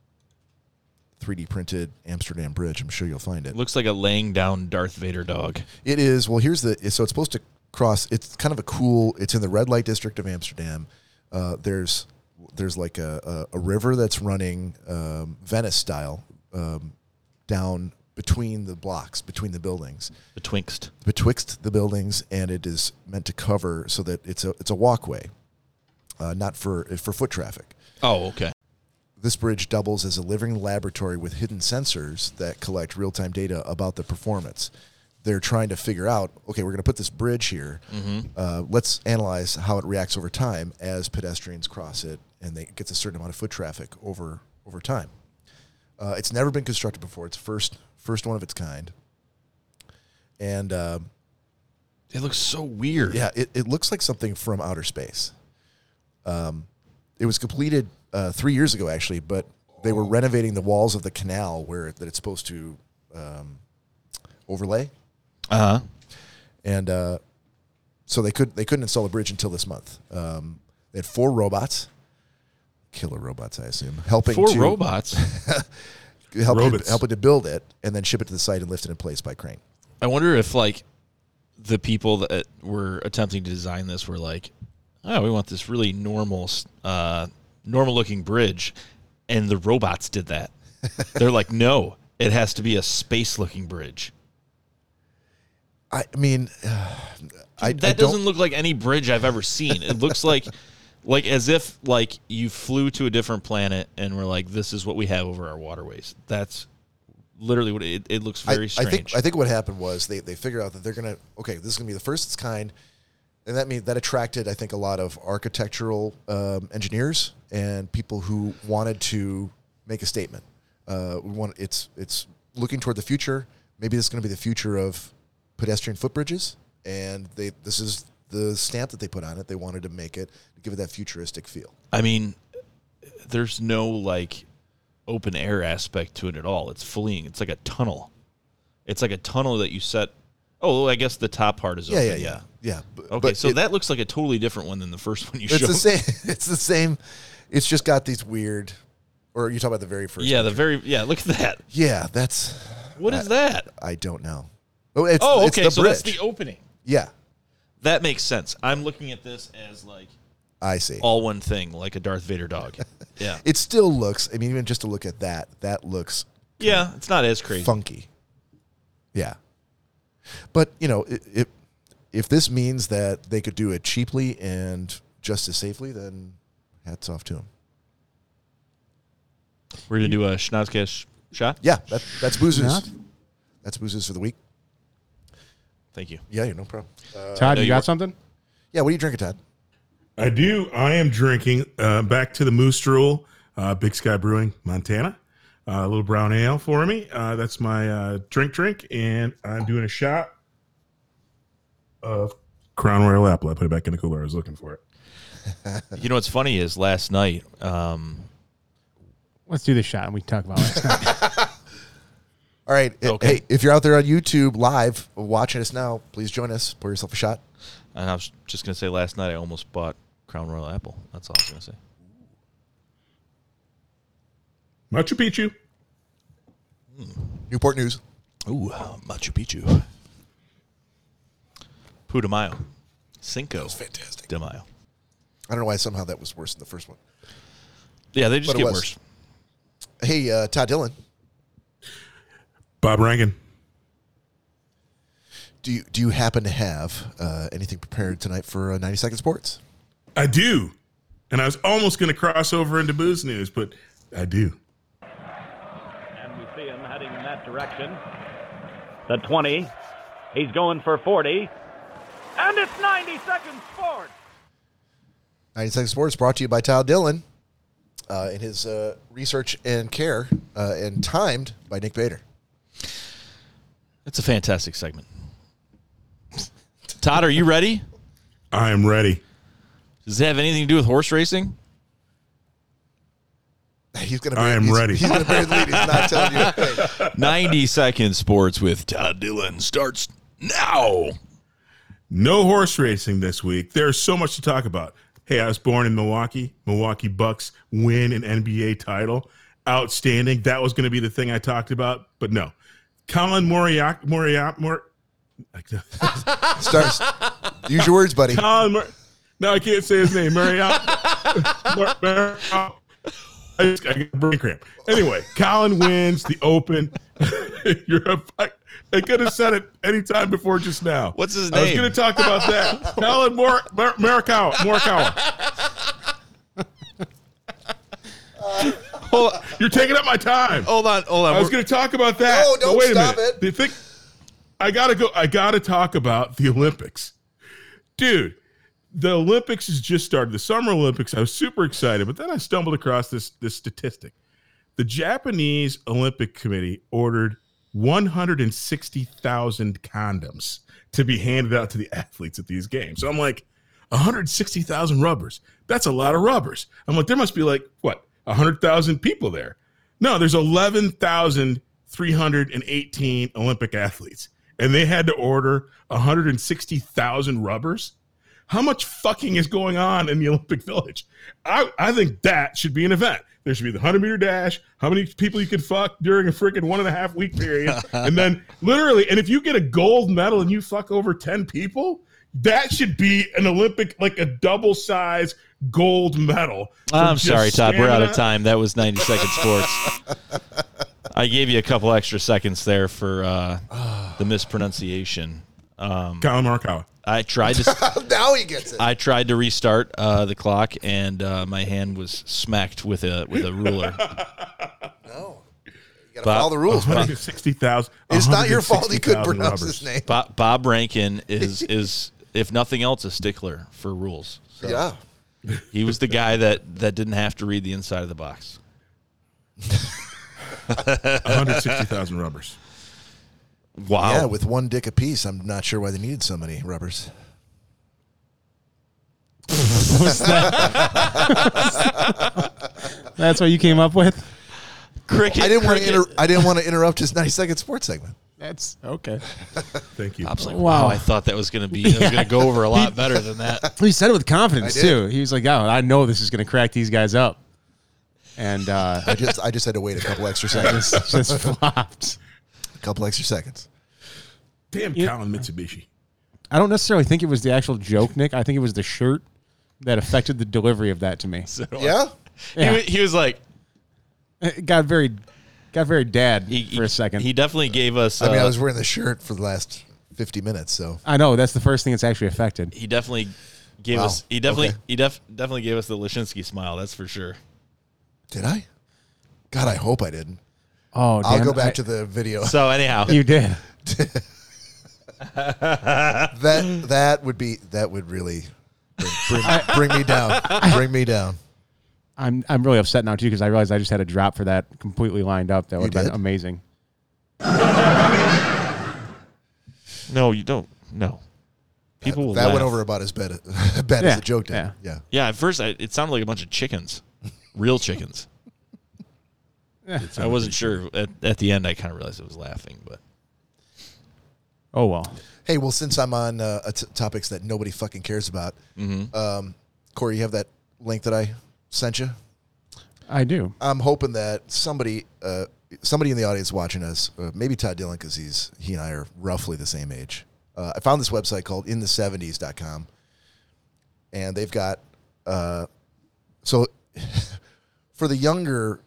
S1: 3D printed Amsterdam Bridge, I'm sure you'll find it.
S3: It looks like a laying down Darth Vader dog.
S1: It is. Well, here's the. So it's supposed to cross. It's kind of a cool. It's in the red light district of Amsterdam. Uh, there's there's like a, a, a river that's running um, Venice style um, down between the blocks, between the buildings,
S3: Betwixt.
S1: betwixt the buildings, and it is meant to cover so that it's a it's a walkway, uh, not for for foot traffic.
S3: Oh, okay.
S1: This bridge doubles as a living laboratory with hidden sensors that collect real time data about the performance. They're trying to figure out okay, we're going to put this bridge here. Uh, let's analyze how it reacts over time as pedestrians cross it and they it gets a certain amount of foot traffic over, over time. Uh, it's never been constructed before, it's first, first one of its kind. And um,
S3: It looks so weird.
S1: yeah, it, it looks like something from outer space. Um, it was completed uh, three years ago, actually, but they were renovating the walls of the canal where that it's supposed to um, overlay,
S3: Uh huh.
S1: and uh, so they could they couldn't install a bridge until this month. Um, they had four robots, killer robots, I assume, helping
S3: Four
S1: to,
S3: robots.
S1: helping, to,
S4: Robots.
S1: helping to build it and then ship it to the site and lift it in place by crane.
S3: I wonder if like the people that were attempting to design this were like, oh, we want this really normal, uh, normal looking bridge, and the robots did that. They're like, no, it has to be a space looking bridge.
S1: I, I mean, I, I
S3: That
S1: don't,
S3: doesn't look like any bridge I've ever seen. It looks like, like as if like you flew to a different planet and we're like, this is what we have over our waterways. That's literally what it, it looks.
S1: I-
S3: Very
S1: I,
S3: strange.
S1: think I think what happened was they they figured out that they're gonna okay, this is gonna be the first of its kind, and that mean that attracted I think a lot of architectural um, engineers and people who wanted to make a statement. Uh, we want it's it's looking toward the future. Maybe this is gonna be the future of pedestrian footbridges and they this is the stamp that they put on it. They wanted to make it to give it that futuristic feel.
S3: I mean, there's no like open air aspect to it at all. It's fleeing. It's like a tunnel. It's like a tunnel that you set. Oh, well, I guess the top part is
S1: Yeah,
S3: open.
S1: yeah, yeah, yeah. B-
S3: Okay,
S1: but
S3: so
S1: it-
S3: that looks like a totally different one than the first one you
S1: it's
S3: showed.
S1: the same. It's the same. It's just got these weird. Or you talk about the very first?
S3: Yeah, the very yeah. Look at that.
S1: yeah. That's
S3: What is that?
S1: I don't know. Oh, it's,
S3: Oh,
S1: it's
S3: okay.
S1: Uh, the
S3: so
S1: bridge.
S3: that's the opening.
S1: yeah,
S3: That makes sense. I'm looking at this as like
S1: I see.
S3: all one thing, like a Darth Vader dog. Yeah,
S1: It still looks. I mean, even just to look at that, that looks
S3: yeah. It's not as crazy.
S1: funky. Yeah. But, you know, it, it, if this means that they could do it cheaply and just as safely, then hats off to them.
S3: We're gonna do a Schnozcast shot.
S1: Yeah, that, that's boozes.
S2: Not?
S1: That's boozes for the week.
S3: Thank you.
S1: Yeah, you're no problem. Uh,
S2: Todd,
S3: no,
S2: you
S3: you
S2: got
S3: were-
S2: something?
S1: yeah, what are you drinking, Todd?
S4: I do. I am drinking uh, back to the Moose Drool, uh, Big Sky Brewing, Montana. Uh, a little brown ale for me. Uh, that's my uh, drink, drink, and I'm doing a shot of Crown Royal Apple. I put it back in the cooler. I was looking for it.
S3: You know what's funny is last night. Um,
S2: Let's do this shot and we can talk about it.
S1: All right. i-
S3: Okay.
S1: Hey, if you're out there on YouTube live watching us now, please join us. Pour yourself a shot.
S3: and I was just gonna say last night I almost bought Crown Royal Apple. That's all I was gonna say.
S4: Machu Picchu.
S1: Newport News.
S3: Ooh,
S1: uh,
S3: Machu Picchu. Putumayo. Cinco. That's
S1: fantastic.
S3: De Mayo.
S1: I don't know why somehow that was worse than the first one.
S3: Yeah, they just
S1: But it
S3: get
S1: was.
S3: worse.
S1: Hey, uh, Todd Dillon,
S4: Bob Rankin.
S1: do you, do you happen to have uh, anything prepared tonight for uh, 90 Second Sports?
S4: I do. And I was almost going to cross over into booze news, but I do.
S6: and we see him heading in that direction. The 20. He's going for 40. And it's 90 seconds forward.
S1: 90 Second Sports brought to you by Todd Dillon uh, in his uh, research and care uh, and timed by Nick Bader.
S3: It's a fantastic segment. Todd, are you ready?
S4: I am ready.
S3: Does it have anything to do with horse racing?
S1: He's going to.
S4: I am
S1: he's,
S4: ready.
S1: He's going to bury the lead. He's not telling you. a thing.
S3: 90 Second Sports with Todd Dillon starts now.
S4: No horse racing this week. There's so much to talk about. Hey, I was born in Milwaukee. Milwaukee Bucks win an NBA title. Outstanding. That was going to be the thing I talked about, but no. Colin Moriak Moriak Mor
S1: Starts. Use your words, buddy.
S4: Colin Mor- No, I can't say his name. Moriak Mor- Mor- I just I got a brain cramp. Anyway, Colin wins the Open. You're a, I, I could have said it any time before just now.
S3: What's his
S4: I was
S3: name?
S4: going to talk about that. Colin Mor- Mor- Morikawa. Morikawa.
S3: Hold,
S4: You're taking up my time.
S3: hold on, hold on.
S4: I was
S3: We're-
S4: going to talk about that.
S1: No,
S4: but
S1: don't
S4: wait
S1: stop
S4: a minute.
S1: it.
S4: The thing- I gotta go. I gotta talk about the Olympics, dude. The Olympics has just started. The Summer Olympics. I was super excited, but then I stumbled across this this statistic. The Japanese Olympic Committee ordered 160,000 condoms to be handed out to the athletes at these games. So I'm like, 160,000 rubbers. That's a lot of rubbers. I'm like, there must be like, what, 100,000 people there. No, there's 11,318 Olympic athletes, and they had to order 160,000 rubbers. How much fucking is going on in the Olympic Village? I, I think that should be an event. There should be the 100 meter dash, how many people you could fuck during a freaking one and a half week period. and then literally, and if you get a gold medal and you fuck over 10 people, that should be an Olympic, like a double size gold medal. for
S3: I'm
S4: just
S3: sorry, Todd. We're out of
S4: stamina.
S3: time. That was 90 Second Sports. I gave you a couple extra seconds there for uh, the mispronunciation.
S4: Colin Morikawa.
S3: I tried to.
S1: now he gets it.
S3: I tried to restart uh, the clock, and uh, my hand was smacked with a with a ruler.
S1: no. You got to
S3: Bob-
S1: follow the rules,
S4: uh-huh.
S1: buddy.
S4: 160,000.
S1: It's not your fault he couldn't
S4: 160,000
S1: pronounce
S4: rubbers.
S1: his name.
S3: Bob, Bob Rankin is is if nothing else a stickler for rules. So
S1: Yeah.
S3: he was the guy that that didn't have to read the inside of the box.
S4: 160,000 rubbers.
S3: Wow.
S1: Yeah, with one dick apiece. I'm not sure why they needed so many rubbers.
S2: That's what you came up with.
S3: cricket.
S1: I didn't want to.
S3: cricket.
S1: Inter- I didn't want to interrupt his 90 second sports segment.
S2: That's okay.
S4: Thank you.
S3: I was like,
S2: Wow.
S3: wow. I thought that was going to be. That was going to go over a lot better than that.
S2: He said it with confidence
S1: I did.
S2: too. He was like, "Oh, I know this is going to crack these guys up," and uh,
S1: I just. I just had to wait a couple extra seconds.
S2: just just flopped.
S1: A couple extra seconds.
S4: Damn, Colin Mitsubishi.
S2: I don't necessarily think it was the actual joke, Nick. I think it was the shirt that affected the delivery of that to me.
S1: Yeah.
S2: Yeah.
S3: He, wa- he was like,
S2: It got very, got very dad
S3: he,
S2: for a second.
S3: He definitely gave us.
S1: I mean, I
S3: uh,
S1: was wearing the shirt for the last 50 minutes, so
S2: I know that's the first thing that's actually affected.
S3: he definitely gave
S1: Wow.
S3: us. He definitely.
S1: Okay.
S3: He def, definitely gave us the Lashinsky smile. That's for sure.
S1: did I? God, I hope I didn't.
S2: Oh,
S1: I'll
S2: damn,
S1: go back
S2: I-
S1: to the video.
S3: So anyhow,
S2: you did.
S1: that that would be that would really bring, bring, bring me down. Bring me down.
S2: I'm I'm really upset now too because I realized I just had a drop for that completely lined up. That would have
S1: did?
S2: been amazing.
S3: no, you don't. No, people will.
S1: that
S3: laugh.
S1: went over about as bad as bad as
S2: Yeah,
S1: a joke did. Yeah.
S2: yeah.
S3: Yeah, at first I, it sounded like a bunch of chickens, real chickens. I wasn't sure. At, at the end, I kind of realized it was laughing, but
S2: Oh well.
S1: Hey, well, since I'm on uh, a t- topics that nobody fucking cares about, um, Corey, you have that link that I sent you.
S2: I do.
S1: I'm hoping that somebody, uh, somebody in the audience watching us, uh, maybe Todd Dillon, because he's he and I are roughly the same age. Uh, I found this website called inthe70s.com, and they've got uh, so for the younger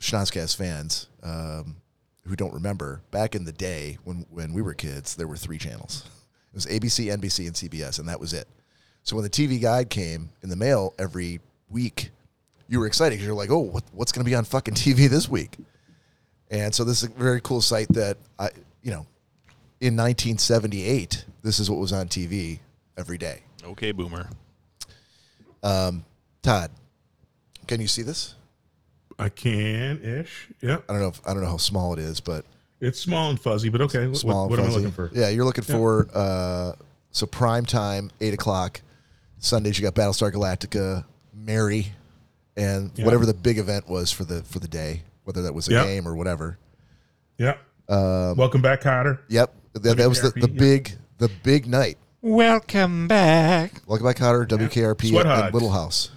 S1: Schnozcast fans um, who don't remember, back in the day when when we were kids, there were three channels. It was ABC, NBC, and CBS, and that was it. So when the TV guide came in the mail every week, you were excited because you're like, oh, what, what's going to be on fucking TV this week? And so this is a very cool site that I, you know, in 1978, this is what was on TV every day.
S3: okay, boomer.
S1: Todd, can you see this?
S4: I can ish. Yeah,
S1: I don't know. If, I don't know how small it is, but
S4: it's small and fuzzy, but okay. What-
S1: small.
S4: what
S1: and
S4: am I
S1: fuzzy.
S4: looking for?
S1: Yeah, you're looking for uh, so prime time, eight o'clock Sundays. You got Battlestar Galactica, Mary, and
S4: Yeah.
S1: whatever the big event was for the for the day, whether that was a
S4: Yeah.
S1: game or whatever.
S4: Yeah.
S1: Um,
S4: Welcome back, Cotter.
S1: Yep, that, that was the, the
S4: WKRP, yeah.
S1: big the big night.
S5: Welcome back.
S1: Welcome back, Cotter, WKRP
S4: Sweat
S1: and
S4: hogs.
S1: Little House.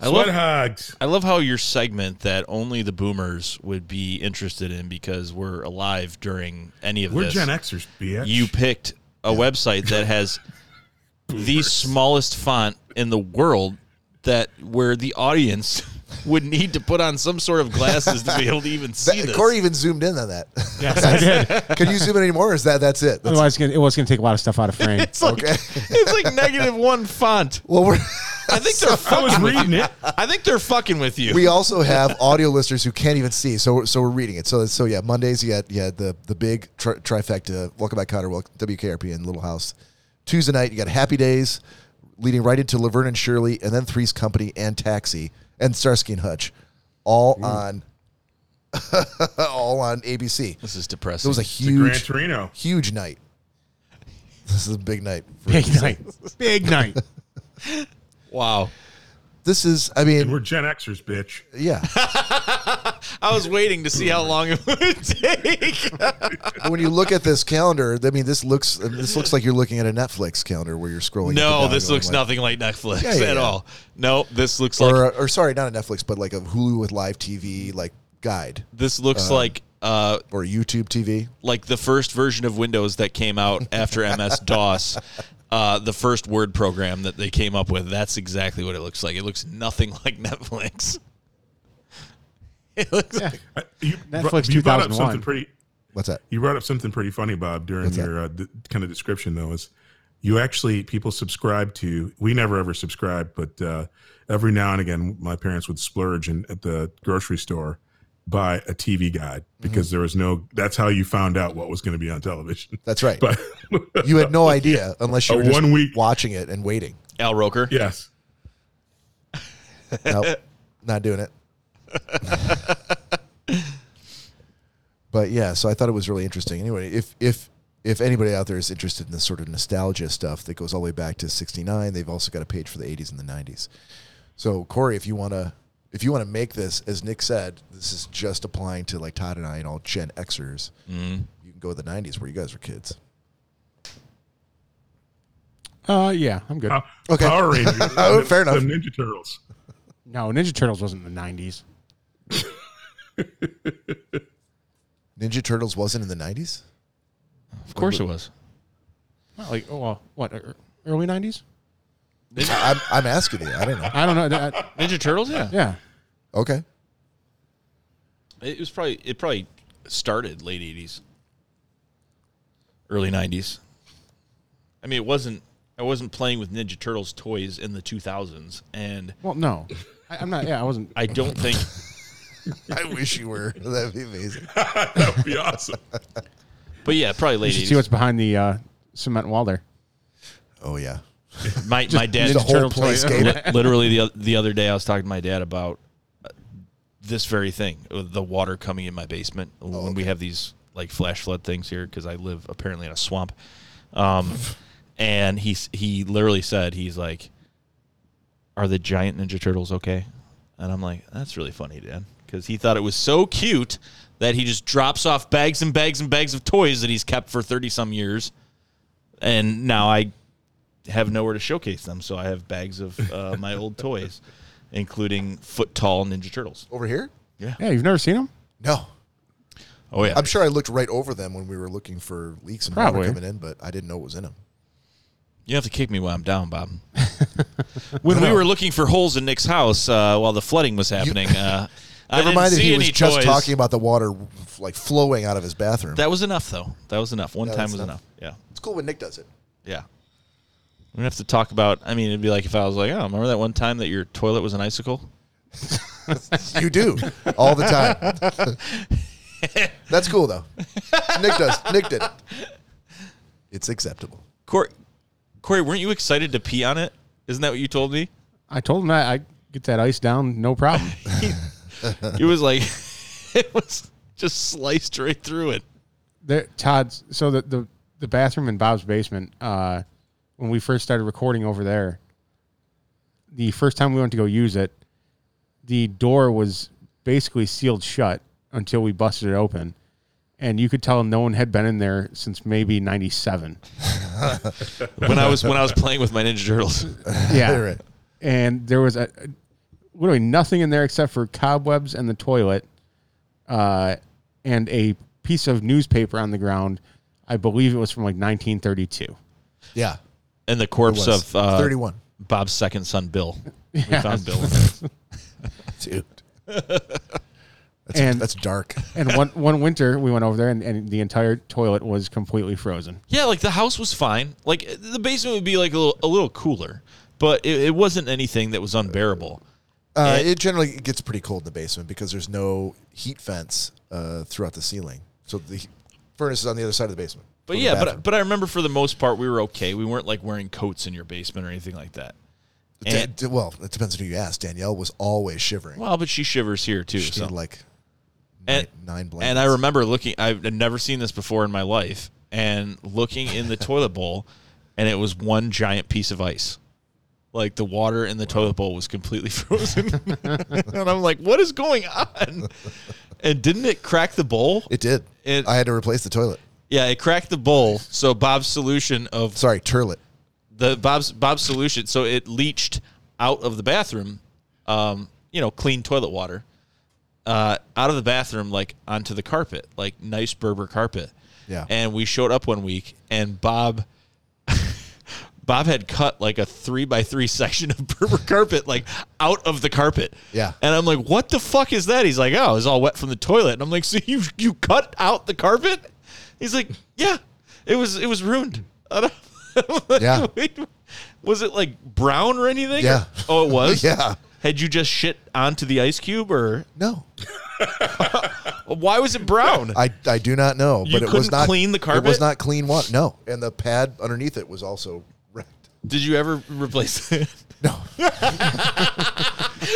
S3: I
S4: Sweat
S3: love
S4: hugs.
S3: I love how your segment that only the boomers would be interested in because we're alive during any of
S4: We're
S3: this.
S4: Gen Xers, bitch.
S3: You picked a website that has the smallest font in the world that where the audience would need to put on some sort of glasses to be able to even see
S1: That-
S3: this.
S1: Corey even zoomed in on that. Yes, I did. Can you zoom in anymore? Or is that that's it? That's,
S2: Otherwise, it's gonna- it was going to take a lot of stuff out of frame.
S3: It's like
S1: Okay.
S3: it's like negative one font.
S1: well, we're,
S3: I think they're
S4: I was
S3: fucking. With
S4: reading it.
S3: I think they're fucking with you.
S1: we also have audio listeners who can't even see, so so we're reading it. So so yeah, Mondays you had you had the the big tri- trifecta. Welcome back, Cotter. Welcome WKRP and Little House. Tuesday night you got Happy Days, leading right into Laverne and Shirley, and then Three's Company and Taxi and Starsky and Hutch, all on all on ABC.
S3: This is
S1: It
S3: depressing.
S1: was a
S4: Gran
S1: huge
S4: Torino.
S1: huge night. This is a big night. for-
S2: Big night. Big night.
S3: wow.
S1: This is, I mean,
S4: We're Gen Xers, bitch.
S1: yeah.
S3: I was waiting to see how long it would take.
S1: when you look at this calendar, I mean, this looks this looks like you're looking at a Netflix calendar where you're scrolling. up and
S3: No,
S1: down
S3: this
S1: going
S3: looks
S1: like-
S3: nothing like Netflix
S1: Yeah, yeah,
S3: at
S1: yeah.
S3: all. No, this looks like
S1: Or, or sorry, not a Netflix, but like a Hulu with live TV like guide
S3: this looks like uh
S1: or YouTube TV.
S3: like the first version of Windows that came out after MS DOS. Uh, the first word program that they came up with that's exactly what it looks like it looks nothing like netflix it looks like
S4: I- Uh, You,
S2: Netflix
S4: you brought up
S2: 2001.
S4: something pretty.
S1: What's that?
S4: You brought up something pretty funny, Bob, during
S1: What's that?
S4: your uh, d- kind of description, though, is you actually people subscribe to. We never ever subscribed, but uh, every now and again, my parents would splurge and at the grocery store buy a TV guide because
S1: Mm-hmm.
S4: there was no. That's how you found out what was going to be on television.
S1: That's right.
S4: But
S1: you had no idea unless you
S4: A
S1: were just
S4: one week-
S1: watching it and waiting.
S3: al roker
S4: yes,
S1: Nope, not doing it. but yeah, so I thought it was really interesting. Anyway, if if if anybody out there is interested in this sort of nostalgia stuff that goes all the way back to '69, they've also got a page for the '80s and the '90s. So Corey, if you wanna if you wanna make this, as Nick said, this is just applying to like Todd and I and all Gen Xers. You can go to the '90s where you guys were kids.
S2: Uh, yeah, I'm good.
S4: Pow-
S1: Okay.
S4: Power Rangers.
S1: Oh, fair
S4: The
S1: enough.
S4: Ninja Turtles.
S2: No, Ninja Turtles wasn't in the '90s.
S1: Ninja Turtles wasn't in the '90s.
S3: Of course it was.
S2: Well, like, oh, well, what? er- Early '90s?
S1: I'm I'm asking you. I don't know.
S2: I don't know. that-
S3: Ninja Turtles, yeah.
S2: yeah,
S1: Okay.
S3: It was probably it probably started late eighties, early nineties. I mean, it wasn't. I wasn't playing with Ninja Turtles toys in the two thousands, and
S2: Well, no, I, I'm not. Yeah, I wasn't.
S3: I don't think.
S1: I wish you were. That'd be amazing.
S4: That would be awesome.
S3: But yeah, probably
S2: You
S3: late
S2: should see what's
S3: eighties.
S2: behind the uh, cement wall there.
S1: Oh yeah.
S3: My my dad
S1: Just the whole place gave it.
S3: Li- literally the oth- the other day I was talking to my dad about uh, this very thing, uh, the water coming in my basement when
S2: Oh,
S3: we have these like flash flood things here because I live apparently in a swamp. Um, and he s- he literally said he's like, "Are the giant Ninja Turtles okay?" And I'm like, "That's really funny, Dad," because he thought it was so cute that he just drops off bags and bags and bags of toys that he's kept for thirty some years, and now I have nowhere to showcase them, so I have bags of uh, my old toys, including foot tall Ninja Turtles.
S1: Over here?
S2: Yeah, you've never seen them?
S1: No.
S3: Oh yeah,
S1: I'm sure I looked right over them when we were looking for leaks and
S2: Probably.
S1: water coming in, but I didn't know what was in them.
S3: you have to kick me while I'm down, Bob. when we were looking for holes in Nick's house uh, while the flooding was happening, uh, I
S1: Never
S3: didn't
S1: mind if
S3: see
S1: he
S3: any
S1: was just
S3: toys.
S1: talking about the water like flowing out of his bathroom.
S3: That was enough, though. That was enough. One
S1: Yeah,
S3: time
S1: that's
S3: was
S1: enough.
S3: enough. Yeah,
S1: it's cool when Nick does it.
S3: yeah. We don't have to talk about. I mean, it'd be like if I was like, "Oh, remember that one time that your toilet was an icicle?"
S1: You do all the time. That's cool though. Nick does. Nick did it. It's acceptable.
S3: Corey, Corey, weren't you excited to pee on it? Isn't that what you told me?
S2: I told him that I get that ice down, no problem.
S3: It was like it was just sliced right through it.
S2: there, Todd's so the, the the bathroom in Bob's basement. Uh, when we first started recording over there, the first time we went to go use it, the door was basically sealed shut until we busted it open, and you could tell no one had been in there since maybe '97.
S3: when I was when I was playing with my Ninja Turtles.
S2: Yeah,
S1: Right.
S2: and there was a, a- literally nothing in there except for cobwebs and the toilet, uh, and a piece of newspaper on the ground. I believe it was from like 1932.
S1: Yeah.
S3: And the
S1: it
S3: corpse
S1: was.
S3: of uh,
S1: 31.
S3: Bob's second son, Bill. We found Bill. in there.
S1: Dude. That's,
S2: And-
S1: that's dark.
S2: And one one winter we went over there, and, and the entire toilet was completely frozen.
S3: Yeah, like the house was fine. Like the basement would be like a little a little cooler, but it, it wasn't anything that was unbearable.
S1: Uh,
S3: It-
S1: it, generally gets pretty cold in the basement because there's no heat fence uh, throughout the ceiling. So the he- furnace is on the other side of the basement.
S3: But uh,
S1: Or the
S3: yeah,
S1: bathroom.
S3: but but I remember for the most part we were okay. We weren't like wearing coats in your basement or anything like that.
S1: Da-
S3: And,
S1: d- well, it depends on who you ask. Danielle was always shivering.
S3: well, but she shivers here too.
S1: she
S3: so.
S1: had like
S3: And-
S1: nine, nine blankets.
S3: And I remember looking, I've never seen this before in my life, and looking in the toilet bowl, and it was one giant piece of ice. Like the water in the toilet bowl was completely frozen. and I'm like, what is going on? And didn't it crack the bowl?
S1: it did.
S3: It-
S1: I had to replace the toilet.
S3: yeah, it cracked the bowl. So Bob's solution of
S1: Sorry, turlet.
S3: the Bob's Bob's solution. So it leached out of the bathroom, um, you know, clean toilet water, uh, out of the bathroom like onto the carpet, like nice Berber carpet.
S1: Yeah.
S3: And we showed up one week, and Bob. Bob had cut like a three by three section of Berber carpet, like out of the carpet.
S1: Yeah.
S3: And I'm like, what the fuck is that? He's like, oh, it's all wet from the toilet. And I'm like, so you you cut out the carpet? He's like, yeah, it was it was ruined. And I'm- I'm like,
S1: Yeah.
S3: "Wait, was it like brown or anything?
S1: Yeah.
S3: Oh, it was.
S1: Yeah.
S3: Had you just shit onto the ice cube, or
S1: No,
S3: why was it brown?
S1: I, I do not know.
S3: You
S1: but it was
S3: couldn't
S1: not
S3: clean the
S1: It was
S3: carpet?
S1: not clean water. No, and the pad underneath it was also wrecked.
S3: Did you ever replace it?
S1: No,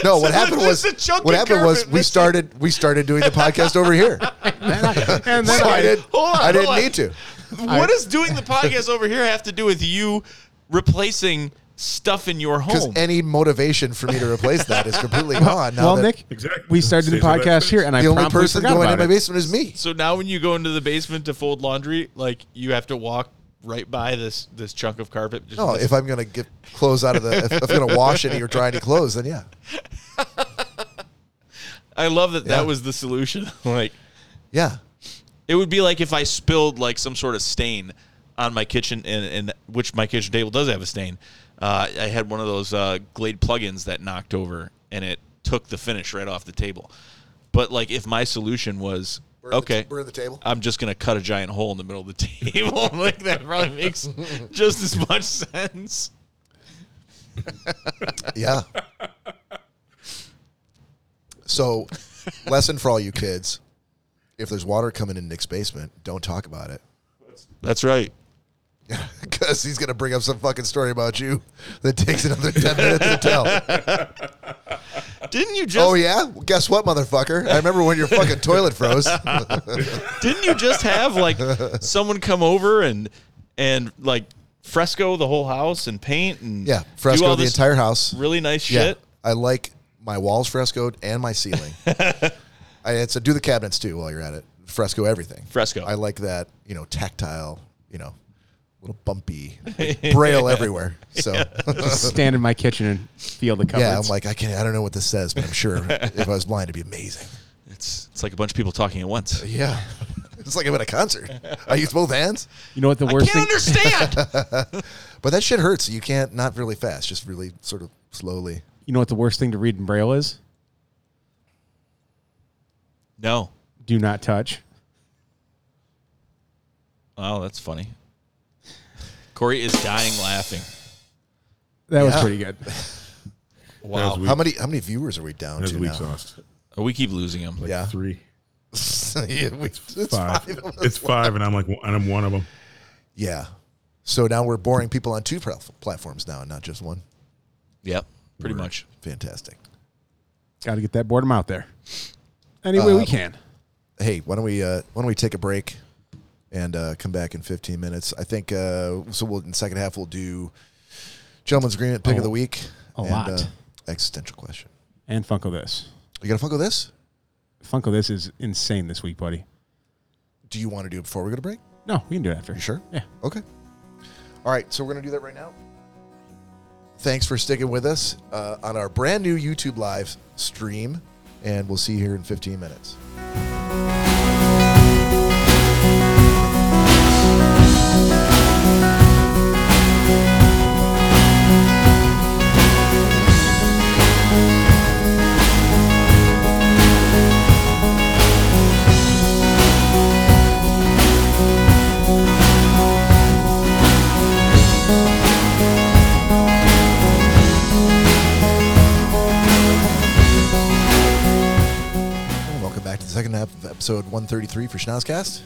S1: No, what happened was
S3: There's a chunk
S1: what
S3: of
S1: happened
S3: curve
S1: was
S3: in
S1: we
S3: this.
S1: started we started doing the podcast over here.
S2: and then
S1: So I
S2: I,
S1: did
S3: Hold on,
S1: I didn't
S3: hold on.
S1: need to.
S3: What does doing the podcast over here have to do with you replacing stuff in your
S1: Because
S3: home?
S1: any motivation for me to replace that is completely gone. Now
S2: well,
S1: that
S2: Nick,
S4: Exactly.
S2: we started the
S4: Stays in that
S2: podcast
S4: space.
S2: here, and I
S1: the only
S2: promptly
S1: person
S2: forgot
S1: going in
S2: about
S1: my
S2: it.
S1: basement is me.
S3: so now when you go into the basement to fold laundry, like you have to walk right by this this chunk of carpet. Just
S1: No, if I'm gonna get clothes out of the if, if I'm gonna wash any or dry any clothes, then yeah,
S3: I love that
S1: Yeah.
S3: that was the solution. like
S1: yeah.
S3: It would be like if I spilled like some sort of stain on my kitchen, and, and which my kitchen table does have a stain. Uh, I had one of those uh, Glade plugins that knocked over, and it took the finish right off the table. But like, if my solution was
S1: Burn the-
S3: okay,
S1: burn the table.
S3: I'm just gonna cut a giant hole in the middle of the table. like that probably makes just as much sense.
S1: Yeah. So, lesson for all you kids: if there's water coming in Nick's basement, don't talk about it,
S3: That's right.
S1: because he's gonna bring up some fucking story about you that takes another ten minutes to tell.
S3: Didn't you just?
S1: Oh yeah, well, guess what, motherfucker? I remember when your fucking toilet froze.
S3: Didn't you just have like someone come over and and like fresco the whole house and paint and
S1: yeah,
S3: do all
S1: fresco the
S3: this
S1: entire house.
S3: really nice
S1: Yeah,
S3: shit.
S1: I like my walls frescoed and my ceiling. I had to do the cabinets too while you're at it. Fresco everything.
S3: Fresco.
S1: I like that, you know, tactile, you know, little bumpy, like, braille everywhere. So yeah.
S2: Just stand in my kitchen and feel the cupboards.
S1: I'm like, I can't, I don't know what this says, but I'm sure if I was blind, it'd be amazing.
S3: It's it's like a bunch of people talking at once.
S1: Yeah. It's like I'm at a concert. I use both hands,
S2: you know what the
S3: I
S2: worst
S3: can't
S2: thing?
S3: understand.
S1: but that shit hurts. You can't, not really fast, just really sort of slowly.
S2: You know what the worst thing to read in braille is?
S3: no.
S2: Do not touch.
S3: Oh, that's funny. Corey is dying laughing.
S2: That was
S1: Yeah.
S2: pretty good.
S4: That
S3: Wow.
S4: was weak.
S1: How many, how many viewers are we down
S4: That was
S1: to
S4: weak
S1: now?
S4: sauce.
S3: Oh, We keep losing him.
S4: Like
S1: Yeah.
S4: three,
S1: yeah, we, it's
S4: five.
S1: five of us.
S4: It's five, and I'm like, and I'm one of them.
S1: Yeah. So now we're boring people on two pl- platforms now and not just one.
S3: Yep. Pretty much.
S1: Fantastic.
S2: Got to get that boredom out there. Any way we can.
S1: Hey, why don't we uh, why don't we take a break and uh, come back in 15 minutes? I think uh, so. We'll in second half we'll do gentleman's agreement pick of the week. uh,
S2: a lot.
S1: existential question.
S2: And Funko this.
S1: You got to fuck with this?
S2: Funko this is insane this week, buddy.
S1: Do you want to do it before we go to break?
S2: No, we can do it after.
S1: You sure?
S2: Yeah.
S1: Okay. All right, so we're going to do that right now. Thanks for sticking with us uh, on our brand new YouTube live stream, and we'll see you here in 15 minutes. And welcome back to the second half of episode 133 for Schnauzcast.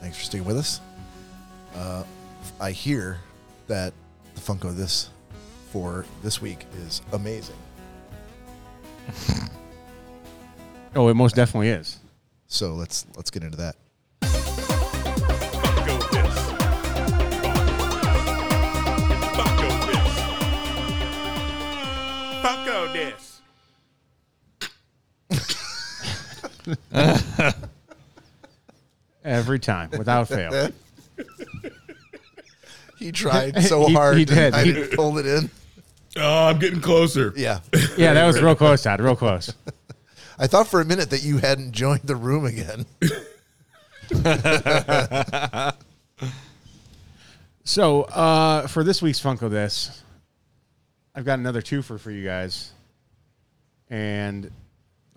S1: Thanks for sticking with us. Uh, I hear that the Funko this for this week is amazing.
S2: Oh, it most definitely is.
S1: So let's let's get into that.
S4: Go this. Fucko this. Fucko this.
S2: Every time, without fail.
S1: He tried so
S2: He-
S1: hard.
S2: he
S1: and
S2: did.
S1: I
S2: He-
S1: didn't hold it in.
S4: Oh, I'm getting closer.
S1: Yeah.
S2: Yeah, that was real close, Todd. Real close.
S1: I thought for a minute that you hadn't joined the room again.
S2: So uh, for this week's Funko This, I've got another twofer for you guys, and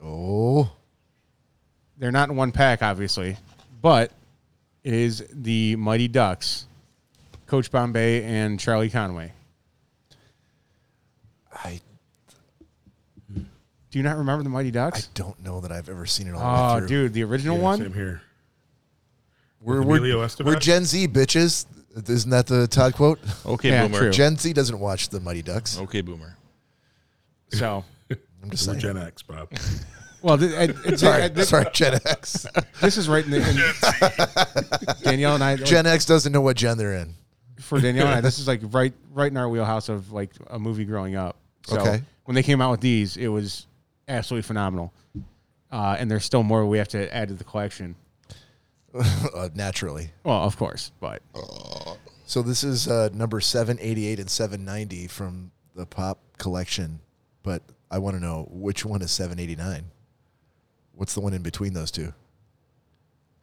S1: Oh.
S2: they're not in one pack, obviously, but it is the Mighty Ducks, Coach Bombay and Charlie Conway.
S1: I
S2: Do you not remember the Mighty
S1: I
S2: Ducks?
S1: don't know that I've ever seen it all the
S2: Oh,
S1: way through.
S2: dude, the original
S4: Yeah,
S2: one.
S4: Same here.
S1: We're,
S4: With Emilio
S1: we're,
S4: Estevez?
S1: we're Gen Z bitches. Isn't that the Todd quote?
S3: Okay,
S2: Yeah,
S3: boomer.
S2: true.
S1: Gen Z doesn't watch the Mighty Ducks.
S3: Okay, boomer.
S2: So
S1: I'm just
S4: We're
S1: saying.
S4: Gen X, Bob.
S2: Well, th- I- I-
S1: Sorry,
S2: I- this,
S1: sorry, Gen X.
S2: this is right in the in, Danielle and I.
S1: Gen X doesn't know what gen they're in.
S2: for Danielle and I, this is like right right in our wheelhouse of like a movie growing up. So
S1: Okay.
S2: when they came out with these, it was absolutely phenomenal. Uh, and there's still more we have to add to the collection.
S1: uh, naturally.
S2: Well, of course, but
S1: So this is uh, number 788 and 790 from the pop collection, but I want to know which one is 789. What's the one in between those two?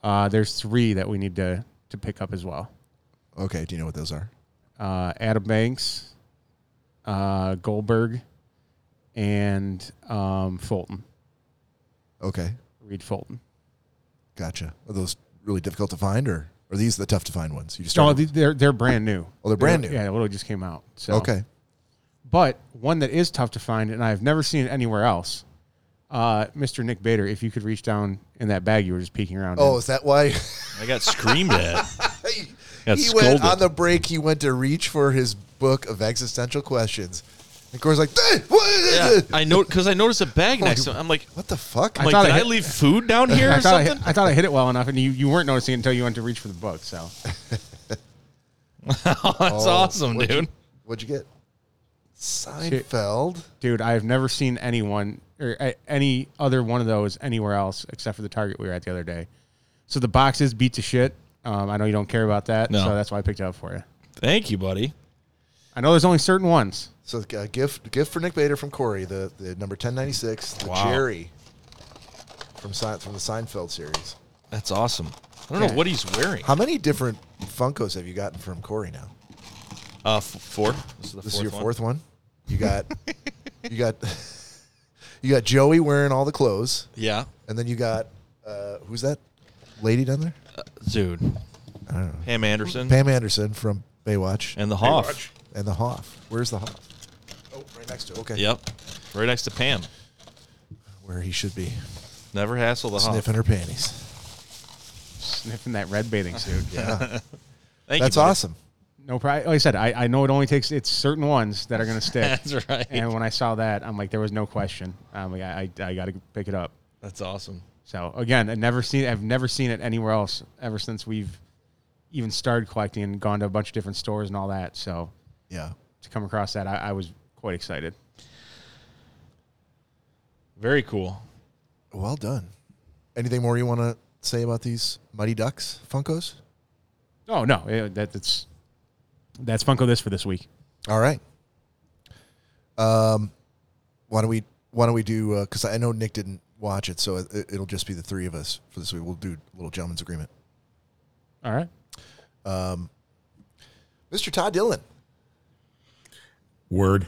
S2: uh, there's three that we need to to pick up as well.
S1: Okay, do you know what those are?
S2: Uh, Adam Banks, uh, Goldberg, and um, Fulton.
S1: Okay,
S2: Reed Fulton.
S1: gotcha. Are those really difficult to find, or are these the tough to find ones? You just
S2: No,
S1: started-
S2: Oh, the- they're they're brand new.
S1: Oh, they're brand new.
S2: Yeah, it literally just came out. So
S1: okay.
S2: but one that is tough to find and I've never seen it anywhere else. Uh, Mr. Nick Bader, if you could reach down in that bag you were just peeking around.
S1: Oh,
S2: in.
S1: is that why
S3: I got screamed at.
S1: he,
S3: Got
S1: he went
S3: scolded.
S1: on the break? He went to reach for his book of existential questions. And Corey's like, "Hey, what is
S3: Yeah,
S1: it?
S3: I know because I noticed a bag next to him. I'm like,
S1: What the fuck?
S3: I'm like
S2: thought
S3: did
S2: I
S3: I,
S2: hit-
S3: leave food down here
S2: I
S3: or
S2: thought I, hit,
S3: something?
S2: I thought I hit it well enough, and you, you weren't noticing it until you went to reach for the book. So
S3: Oh, that's awesome,
S1: what'd
S3: dude.
S1: You, what'd you get? Seinfeld.
S2: dude, I have never seen anyone or a- any other one of those anywhere else except for the Target we were at the other day. So the box is beat to shit. Um, I know you don't care about that,
S3: No.
S2: so that's why I picked it up for you.
S3: Thank you, buddy.
S2: I know there's only certain ones.
S1: So uh, gift gift for Nick Bader from Corey, the, the number ten ninety six, the
S3: Wow.
S1: Jerry from Se- from the Seinfeld series.
S3: That's awesome. I don't know what he's wearing.
S1: How many different Funkos have you gotten from Corey now?
S3: Uh, f- four. This is, the
S1: This is your fourth one. You got you got you got Joey wearing all the clothes,
S3: Yeah,
S1: and then you got uh, who's that lady down there?
S3: dude. Pam Anderson
S1: Pam Anderson from Baywatch
S3: and the Hoff.
S4: Watch.
S1: and the Hoff. Where's the Hoff? Oh, right next to. Okay,
S3: Yep, right next to Pam.
S1: where he should be
S3: Never hassle the Hoff.
S1: sniffing her panties.
S2: Sniffing that red bathing suit.
S3: Thank
S1: That's
S3: you, buddy.
S1: awesome.
S2: No, pri- like I said, I, I know it only takes it's certain ones that are going to stick.
S3: That's right.
S2: And when I saw that, I'm like, there was no question. I'm like, I, I, got to pick it up.
S3: That's awesome.
S2: So again, I never seen I've never seen it anywhere else ever since we've even started collecting and gone to a bunch of different stores and all that. So
S1: Yeah.
S2: to come across that, I, I was quite excited.
S3: Very cool.
S1: Well done. Anything more you want to say about these Mighty Ducks Funkos?
S2: Oh no, eh, that, that's that's Funko this for this week.
S1: All right. Um, why don't we why don't we do because I know Nick didn't watch it, so it, it'll just be the three of us for this week. We'll do a little gentleman's agreement.
S2: All right.
S1: Mr. Todd Dillon,
S4: Word.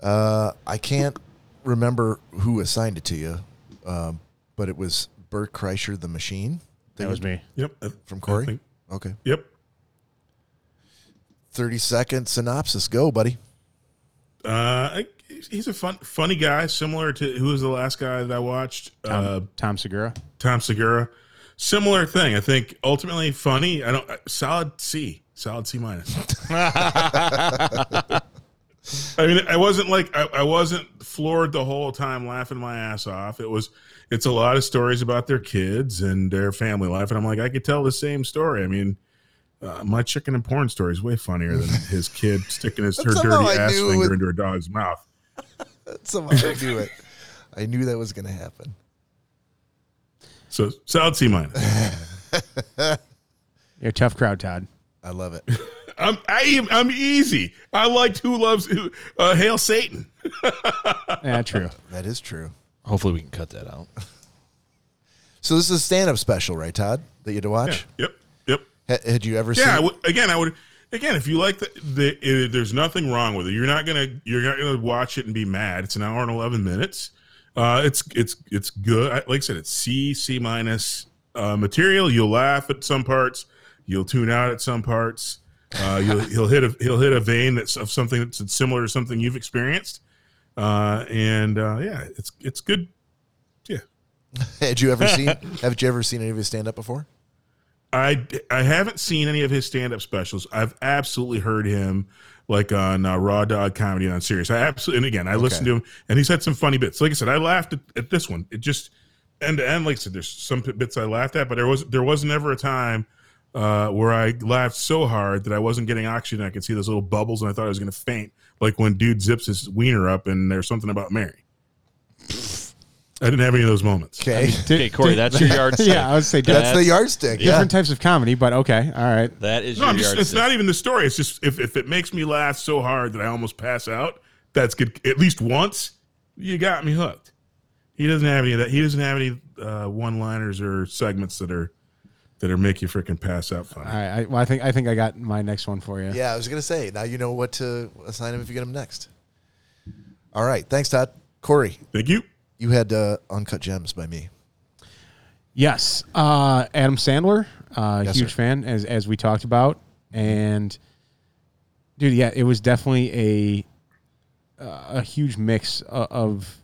S1: uh, I can't remember who assigned it to you, um, but it was Bert Kreischer, the Machine.
S2: That was me.
S4: Yep. I-
S1: from
S4: I
S1: Corey.
S4: think-
S1: Okay,
S4: Yep.
S1: thirty second synopsis. Go, buddy.
S4: Uh, I- he's a fun, funny guy, similar to who was the last guy that I watched?
S2: Tom,
S4: Uh,
S2: Tom Segura.
S4: Tom Segura. Similar thing. I think ultimately funny. I don't uh, solid C. Solid C minus. I mean, I wasn't like I, I wasn't floored the whole time, laughing my ass off. It was, it's a lot of stories about their kids and their family life, and I'm like, I could tell the same story. I mean, uh, my chicken and porn story is way funnier than his kid sticking his her dirty
S1: Somehow I
S4: ass
S1: knew it
S4: finger
S1: would-
S4: into a dog's mouth.
S1: Somehow I knew it. I knew that was going to happen.
S4: So solid C minus.
S2: You're a tough crowd, Todd.
S1: I love it.
S4: I'm I am, I'm easy. I liked who loves who. Uh, Hail Satan.
S2: Yeah, true.
S1: That is true.
S3: Hopefully, we can cut that out.
S1: So this is a stand-up special, right, Todd? That you had to watch.
S4: Yep. Yep.
S1: Ha- had you ever
S4: Yeah. I
S1: seen?
S4: would- again, I would. Again, if you like the, the it, there's nothing wrong with it. You're not gonna you're not gonna watch it and be mad. It's an hour and eleven minutes. Uh, it's it's it's good. I- Like I said, it's C C minus uh, material. You'll laugh at some parts. You'll tune out at some parts. Uh, you'll, he'll hit a he'll hit a vein that's of something that's similar to something you've experienced. Uh, and uh, yeah, it's it's good. Yeah,
S1: Had you ever seen? have you ever seen any of his stand-up before?
S4: I I haven't seen any of his stand up specials. I've absolutely heard him like on uh, Raw Dog Comedy and on Sirius. I absolutely and again I listened to him and he's had some funny bits. Like I said, I laughed at, at this one. It just end to end. Like I said, there's some bits I laughed at, but there was there was never a time uh, where I laughed so hard that I wasn't getting oxygen. I could see those little bubbles and I thought I was going to faint. Like when dude zips his wiener up and there's something about Mary. I didn't have any of those moments.
S1: Okay.
S3: Okay, Corey, that's your yardstick.
S2: yeah, I would say
S1: That's, the
S3: that's-
S1: yardstick. Yeah.
S2: different types of comedy, but okay, all right.
S3: That is
S4: No,
S3: your
S4: I'm just,
S3: yardstick.
S4: it's not even the story. It's just if, if it makes me laugh so hard that I almost pass out, that's good. At least once, you got me hooked. He doesn't have any of that. He doesn't have any uh, one-liners or segments that are that are make you freaking pass out. Funny.
S2: All right, I, well, I think I think I got my next one for you.
S1: Yeah, I was gonna say. Now you know what to assign him if you get him next. All right, thanks, Todd. Corey,
S4: Thank you.
S1: you had uh, uncut gems by me.
S2: Yes, uh, Adam Sandler, uh,
S1: Yes,
S2: huge
S1: sir.
S2: fan as as we talked about, and dude, yeah, it was definitely a uh, a huge mix of. of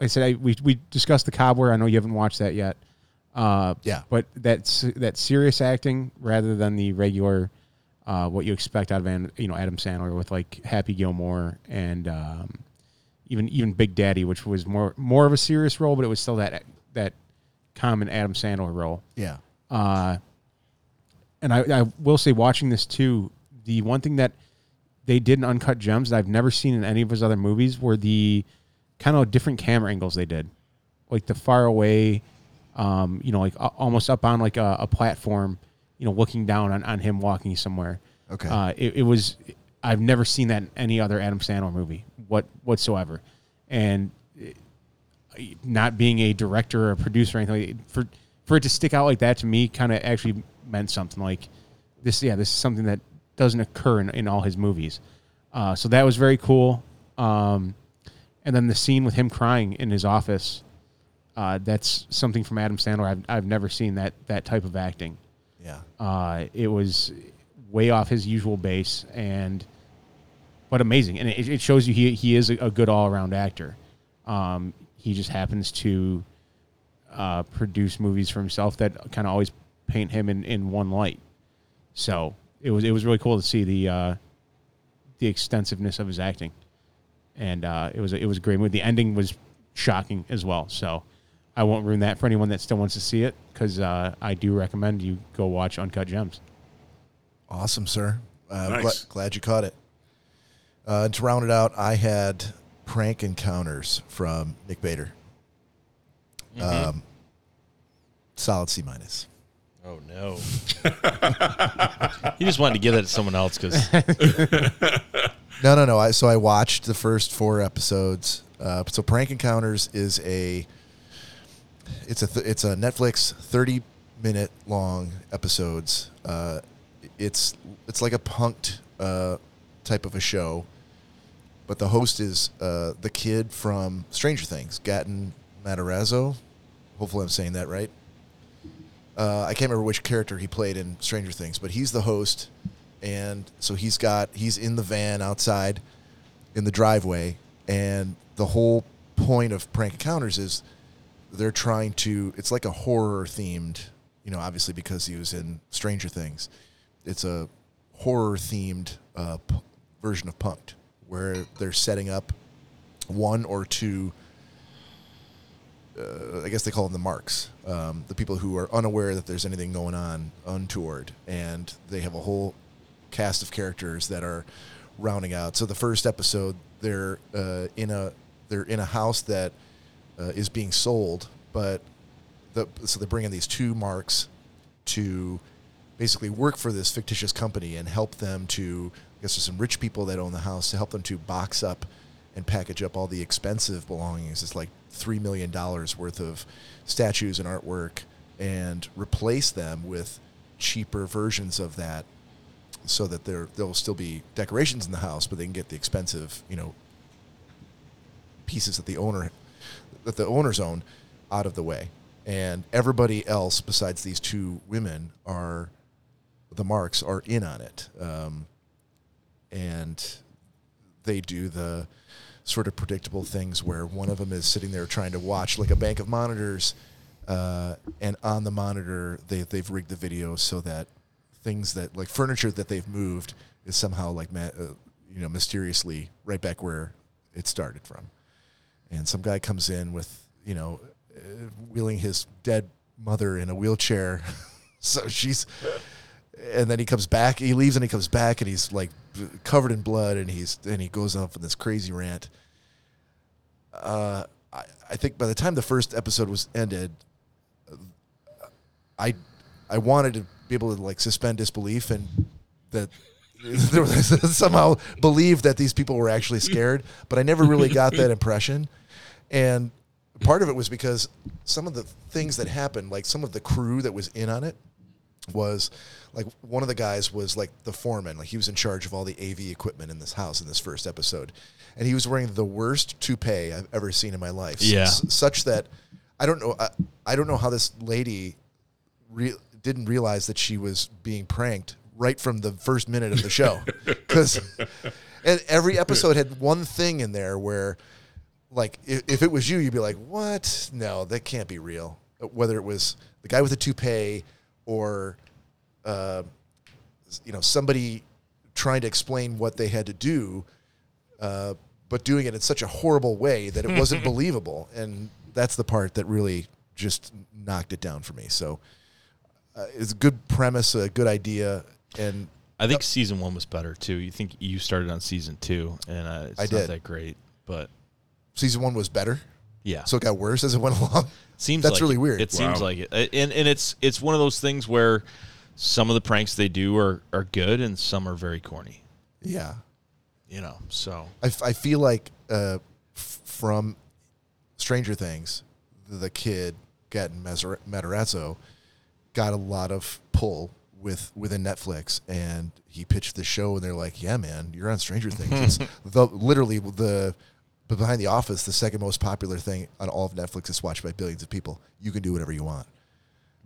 S2: like I said I, we we discussed the cobbler. I know you haven't watched that yet. Uh,
S1: Yeah.
S2: but that's that serious acting rather than the regular, uh, what you expect out of an, you know Adam Sandler with like Happy Gilmore and um, even even Big Daddy, which was more more of a serious role, but it was still that that common Adam Sandler role.
S1: Yeah,
S2: Uh, and I, I will say, watching this too, the one thing that they did in Uncut Gems that I've never seen in any of his other movies were the kind of different camera angles they did, like the far away, um, you know, like a- almost up on like a, a platform, you know, looking down on, on him walking somewhere.
S1: Okay.
S2: Uh, it, it was I've never seen that in any other Adam Sandler movie, what whatsoever, and not being a director or a producer or anything like, for for it to stick out like that to me kind of actually meant something like this yeah this is something that doesn't occur in, in all his movies uh, so that was very cool um, and then the scene with him crying in his office uh, that's something from Adam Sandler I've, I've never seen that that type of acting
S1: yeah.
S2: uh, it was way off his usual base and but amazing and it, it shows you he, he is a, a good all-around actor um, he just happens to uh, produce movies for himself that kind of always paint him in, in one light so it was it was really cool to see the uh, the extensiveness of his acting and uh, it was it was a great movie the ending was shocking as well so I won't ruin that for anyone that still wants to see it because uh, I do recommend you go watch Uncut Gems.
S1: Awesome, sir. Uh,
S4: Nice.
S1: gla- glad you caught it. Uh, to round it out, I had prank encounters from Nick Bader. Um, solid C minus.
S3: Oh no. he just wanted to give that to someone else because
S1: No, no, no. I, so I watched the first four episodes. Uh, so Prank Encounters is a it's a th- it's a Netflix thirty minute long episodes. Uh, it's it's like a punked uh, type of a show, but the host is uh, the kid from Stranger Things, Gatton Matarazzo. Hopefully, I'm saying that right. Uh, I can't remember which character he played in Stranger Things, but he's the host, and so he's got he's in the van outside, in the driveway, and the whole point of prank encounters is they're trying to it's like a horror themed, you know, obviously because he was in Stranger Things, it's a horror themed uh, p- version of Punked where they're setting up one or two I guess they call them the marks, um, the people who are unaware that there's anything going on untoward, and they have a whole cast of characters that are rounding out. So the first episode, they're uh, in a they're in a house that uh, is being sold, but the so they bring in these two marks to basically work for this fictitious company and help them to I guess there's some rich people that own the house to help them to box up and package up all the expensive belongings. It's like three million dollars worth of statues and artwork and replace them with cheaper versions of that so that there there'll still be decorations in the house, but they can get the expensive, you know, pieces that the owner that the owners own out of the way. And everybody else besides these two women are the marks are in on it. Um, and they do the sort of predictable things where one of them is sitting there trying to watch like a bank of monitors uh, and on the monitor they they've rigged the video so that things that like furniture that they've moved is somehow like ma- uh, you know mysteriously right back where it started from and some guy comes in with you know uh, wheeling his dead mother in a wheelchair so she's and then he comes back he leaves and he comes back and he's like b- covered in blood and he's and he goes off on this crazy rant uh I, I think by the time the first episode was ended I I wanted to be able to like suspend disbelief and that there was somehow believe that these people were actually scared, but I never really got that impression. And part of it was because some of the things that happened, like some of the crew that was in on it, was like one of the guys was like the foreman, like he was in charge of all the AV equipment in this house in this first episode, and he was wearing the worst toupee I've ever seen in my life.
S3: Yeah.
S1: S- such that I don't know. I, I don't know how this lady re- didn't realize that she was being pranked right from the first minute of the show because and every episode had one thing in there where like if, if it was you you'd be like what no that can't be real Uh, whether it was the guy with the toupee or uh, you know somebody trying to explain what they had to do uh, but doing it in such a horrible way that it wasn't believable and that's the part that really just knocked it down for me so uh, it's a good premise a good idea and
S3: I think season one was better too. You think you started on season two, and uh, it's
S1: I
S3: not
S1: did.
S3: that great, but
S1: season one was better
S3: yeah.
S1: so it got worse as it went along
S3: Seems
S1: that's
S3: like
S1: really
S3: it.
S1: weird
S3: It seems
S4: Wow.
S3: like it, Uh, and and it's it's one of those things where some of the pranks they do are are good, and some are very corny.
S1: yeah
S3: You know, so
S1: I, f- I feel like uh, f- from Stranger Things, the kid getting Meser- Matarazzo got a lot of pull with within Netflix, and he pitched the show, and they're like, "Yeah, man, you're on Stranger Things." it's the literally the but behind the office, the second most popular thing on all of Netflix is watched by billions of people. You can do whatever you want,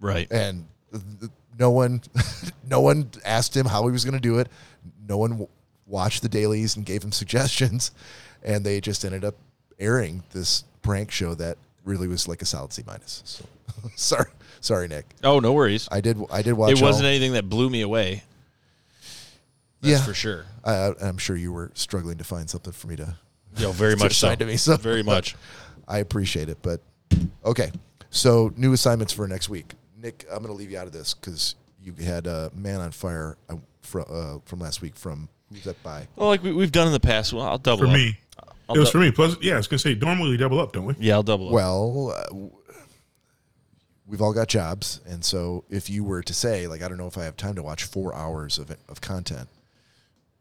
S3: right.
S1: and th- th- no one, no one asked him how he was going to do it. No one w- watched the dailies and gave him suggestions, and they just ended up airing this prank show that really was like a solid C minus. So, sorry, sorry, Nick.
S3: Oh, no worries.
S1: I did. I did watch.
S3: It wasn't
S1: All,
S3: anything that blew me away. That's
S1: yeah,
S3: for sure.
S1: I, I'm sure you were struggling to find something for me to.
S3: Yo, very much so.
S1: assigned to me, so-
S3: Very much.
S1: I appreciate it, but okay. So new assignments for next week. Nick, I'm going to leave you out of this because you had a man on fire uh, from uh, from last week from who's that by?
S3: Well, like we, we've done in the past. Well, I'll double
S4: for
S3: up.
S4: me.
S3: I'll
S4: it was
S3: dou-
S4: for me. Plus, yeah, I was gonna say normally we double up, don't we?
S3: Yeah, I'll double up.
S1: Well, uh, w- we've all got jobs, and so if you were to say like, I don't know if I have time to watch four hours of of content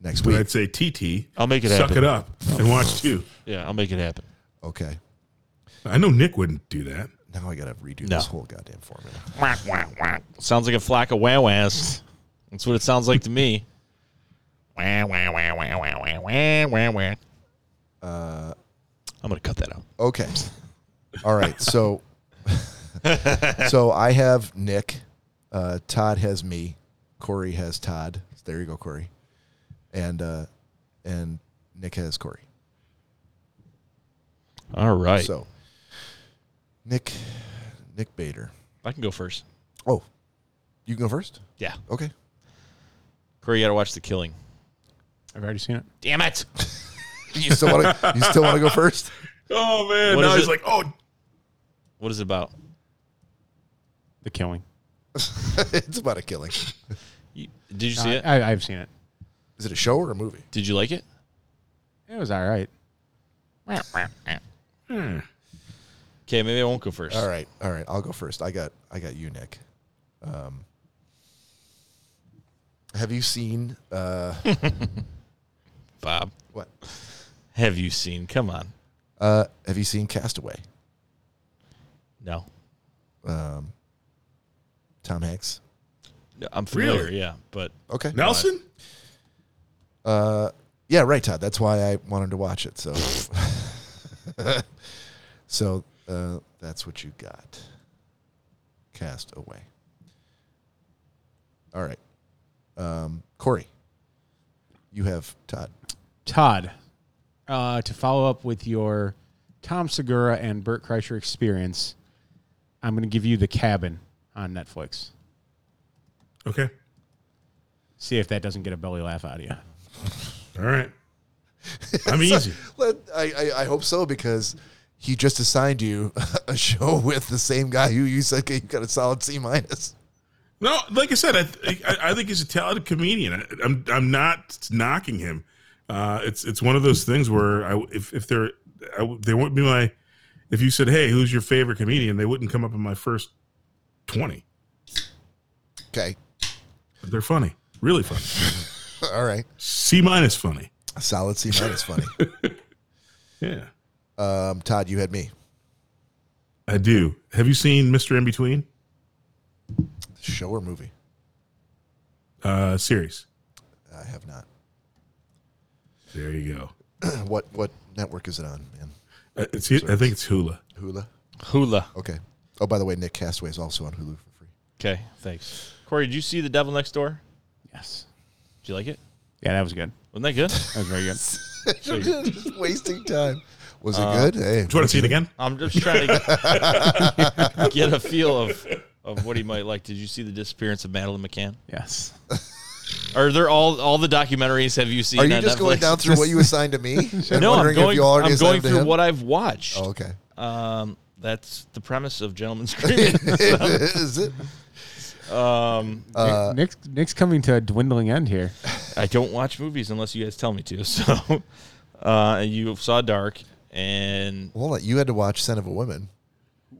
S1: next
S4: But
S1: week.
S4: I'd say TT.
S3: I'll make it
S4: Suck
S3: happen.
S4: it up and watch two.
S3: yeah, I'll make it happen.
S1: Okay,
S4: I know Nick wouldn't do that.
S1: now I got to redo
S3: No.
S1: this whole goddamn formula.
S3: Sounds like a flock of wow ass. That's what it sounds like to me. Uh, I'm gonna cut that out.
S1: Okay. All right. So, so I have Nick. Uh, Todd has me. Corey has Todd. There you go, Corey. And uh, and Nick has Corey.
S3: All right.
S1: So, Nick, Nick Bader.
S3: I can go first.
S1: Oh, you can go first.
S3: Yeah.
S1: Okay.
S3: Corey, you gotta watch The Killing.
S2: I've already seen it.
S3: Damn it!
S1: You still want to? You still want to go first?
S4: Oh man!
S3: What
S4: now
S3: is
S4: he's
S3: it?
S4: like, oh,
S3: What is it about?
S2: The Killing.
S1: it's about a killing.
S3: You, did you see
S2: I,
S3: it?
S2: I, I've seen it.
S1: Is it a show or a movie?
S3: Did you like it?
S2: It was all right.
S4: hmm.
S3: Okay, maybe I won't go first.
S1: All right. All right. I'll go first. I got. I got you, Nick. Um, have you seen? Uh,
S3: Bob.
S1: What?
S3: Have you seen? Come on.
S1: Uh, have you seen Castaway?
S3: No.
S1: Um, Tom Hanks.
S3: No, I'm familiar.
S4: Really?
S3: Yeah, but
S1: Okay.
S4: Nelson.
S1: Uh, yeah, right, Todd. That's why I wanted to watch it. So, so uh, that's what you got. Castaway. All right, um, Corey. You have Todd.
S2: Todd, uh, to follow up with your Tom Segura and Burt Kreischer experience, I'm going to give you The Cabin on Netflix.
S4: Okay.
S2: See if that doesn't get a belly laugh out of you.
S4: All right. I'm easy.
S1: Let- I, I, I hope so because he just assigned you a show with the same guy who you said you got a solid C minus.
S4: No, like I said, I th- I, I think he's a talented comedian. I, I'm I'm not knocking him. Uh, it's it's one of those things where I if if they're I, w- they wouldn't be my if you said hey who's your favorite comedian they wouldn't come up in my first twenty.
S1: Okay,
S4: But they're funny, really funny.
S1: all right,
S4: C minus funny.
S1: a solid C minus. Funny,
S4: Yeah,
S1: um, Todd, you had me.
S4: I do. Have you seen Mister In Between
S1: Show or movie?
S4: uh, series?
S1: I have not.
S4: There you go.
S1: what what network is it on, man?
S4: Uh, It's, I think it's Hula.
S1: Hula.
S3: Hula.
S1: Okay. Oh, by the way, Nick Castaway is also on Hulu for free.
S3: Okay, thanks. Corey, did you see The Devil Next Door?
S2: Yes.
S3: Did you like it?
S2: Yeah, that was good.
S3: Wasn't that good?
S2: That was very good.
S1: Just wasting time. Was it
S3: Uh,
S1: good? Hey,
S4: Do you want to see it again?
S3: I'm just trying to get a feel of, of what he might like. Did you see the disappearance of Madeline McCann?
S2: yes.
S3: Are there all all the documentaries have you seen?
S1: are you
S3: on
S1: just going
S3: Netflix?
S1: down through what you assigned to me? and
S3: No, I'm
S1: wondering
S3: going. I'm
S1: assigned
S3: going
S1: to
S3: through
S1: him?
S3: what I've watched.
S1: Oh, okay.
S3: Um, that's the premise of Gentlemen Screaming.
S1: is it?
S3: um,
S2: Nick, Nick's, Nick's coming to a dwindling end here.
S3: I don't watch movies unless you guys tell me to. So, uh, you saw Dark, and
S1: Well, you had to watch Son of a Woman.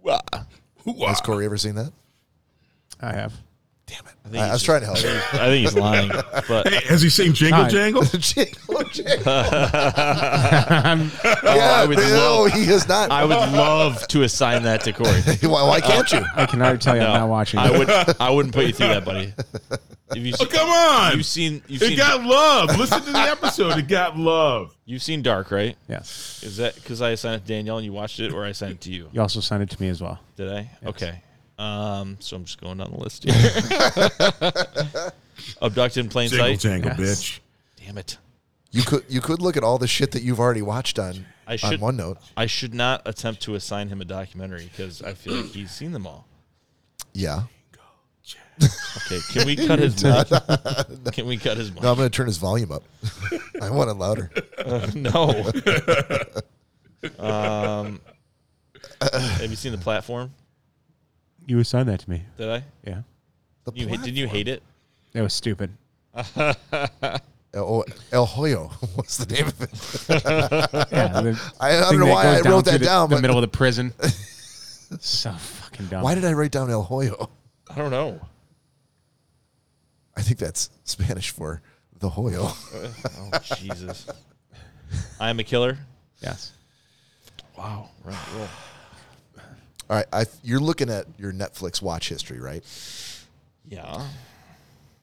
S1: Has Corey ever seen that?
S2: I have.
S3: I think
S1: I, I was
S3: he's-
S1: trying to help.
S3: I think he's lying, but
S4: Hey, has he seen Jingle
S2: Hi.
S4: Jangle?
S1: Jingle jangle.
S2: I'm,
S1: oh, yeah,
S3: would
S1: no,
S3: love-
S1: he has not.
S3: I would Uh, love to assign that to Corey.
S1: why, why can't you?
S2: I can already tell you I'm
S3: No,
S2: not watching.
S3: I would. I wouldn't put you through that, buddy. If you
S4: Oh, come on!
S3: you've seen you've
S4: It
S3: seen,
S4: got love. Listen to the episode. It got love.
S3: you've seen Dark, right?
S2: yes.
S3: Is that because I assigned it to Danielle and you watched it, or I assigned it to you?
S2: You also sent it to me as well.
S3: Did I? Okay. Um, so I'm just going down the list here. Abducted in plain
S4: Jingle
S3: sight.
S4: Jangle,
S2: Yes.
S4: bitch.
S3: Damn it!
S1: You could you could look at all the shit that you've already watched on
S3: I
S1: on
S3: should-
S1: OneNote.
S3: I should not attempt to assign him a documentary because I feel like he's seen them all.
S1: Yeah.
S3: Okay, can we cut his mic? Can we cut his mic?
S1: No, I'm going to turn his volume up. I want it louder.
S3: No. um, have you seen the platform?
S2: You assigned that to me.
S3: Did I?
S2: Yeah.
S1: The
S3: You hate, did you hate it?
S2: That was stupid.
S1: Oh, El Hoyo What's the name of it.
S2: Yeah, the
S1: I don't
S2: thing
S1: know
S2: that
S1: why
S2: goes
S1: I
S2: down
S1: wrote
S2: through
S1: that
S2: the,
S1: down,
S2: The
S1: but
S2: middle of the prison. so fucking dumb.
S1: why did I write down El Hoyo?
S3: I don't know.
S1: I think that's Spanish for the Hoyo.
S3: Oh Jesus! I am a killer.
S2: yes.
S3: Wow. Right. Roll.
S1: All right, I, you're looking at your Netflix watch history, right?
S3: Yeah.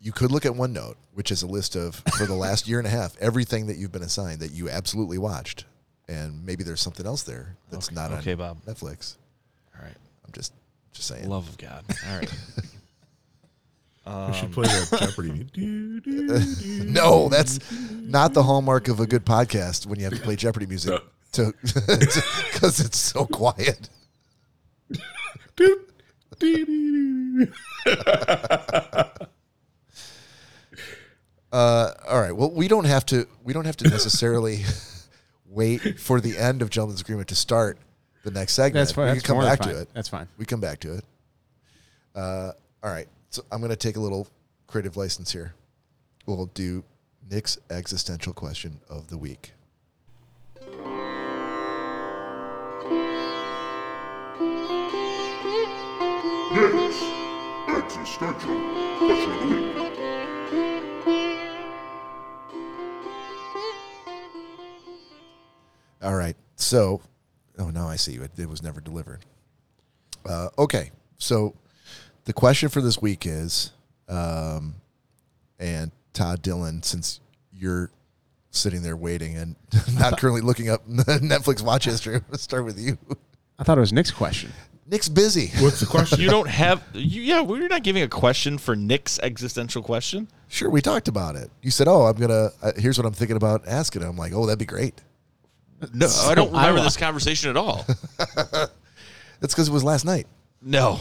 S1: You could look at OneNote, which is a list of for the last year and a half everything that you've been assigned that you absolutely watched, and maybe there's something else there that's
S3: Okay-
S1: not on
S3: okay, Bob.
S1: Netflix.
S3: All right.
S1: I'm just just saying.
S3: Love of God. All right.
S4: We should play that Jeopardy. Do, do, do.
S1: No, that's not the hallmark of a good podcast when you have to play Jeopardy music to because it's so quiet.
S4: Do, do, do, do.
S1: Uh, all right. Well, we don't have to. We don't have to necessarily wait for the end of Gentleman's Agreement to start the next segment.
S2: That's fine.
S1: We
S2: That's
S1: can come
S2: more than
S1: back
S2: fine.
S1: to it.
S2: That's fine.
S1: We come back to it. Uh, all right. So I'm going to take a little creative license here. We'll do Nick's existential question of the week.
S7: Nick's existential question of the week.
S1: All right. So, oh, now I see. It, it was never delivered. Uh, okay. So, the question for this week is, um, and Todd Dillon, since you're sitting there waiting and not currently looking up Netflix watch history, I'm going to start with you.
S2: I thought it was Nick's question.
S1: Nick's busy.
S4: What's the question?
S3: You don't have. You, yeah, we're not giving a question for Nick's existential question.
S1: Sure, we talked about it. You said, "Oh, I'm gonna. Uh, here's what I'm thinking about asking." I'm like, "Oh, that'd be great."
S3: No, I don't
S2: I
S3: remember
S2: wa-
S3: this conversation at all.
S1: That's because it was last night.
S3: No.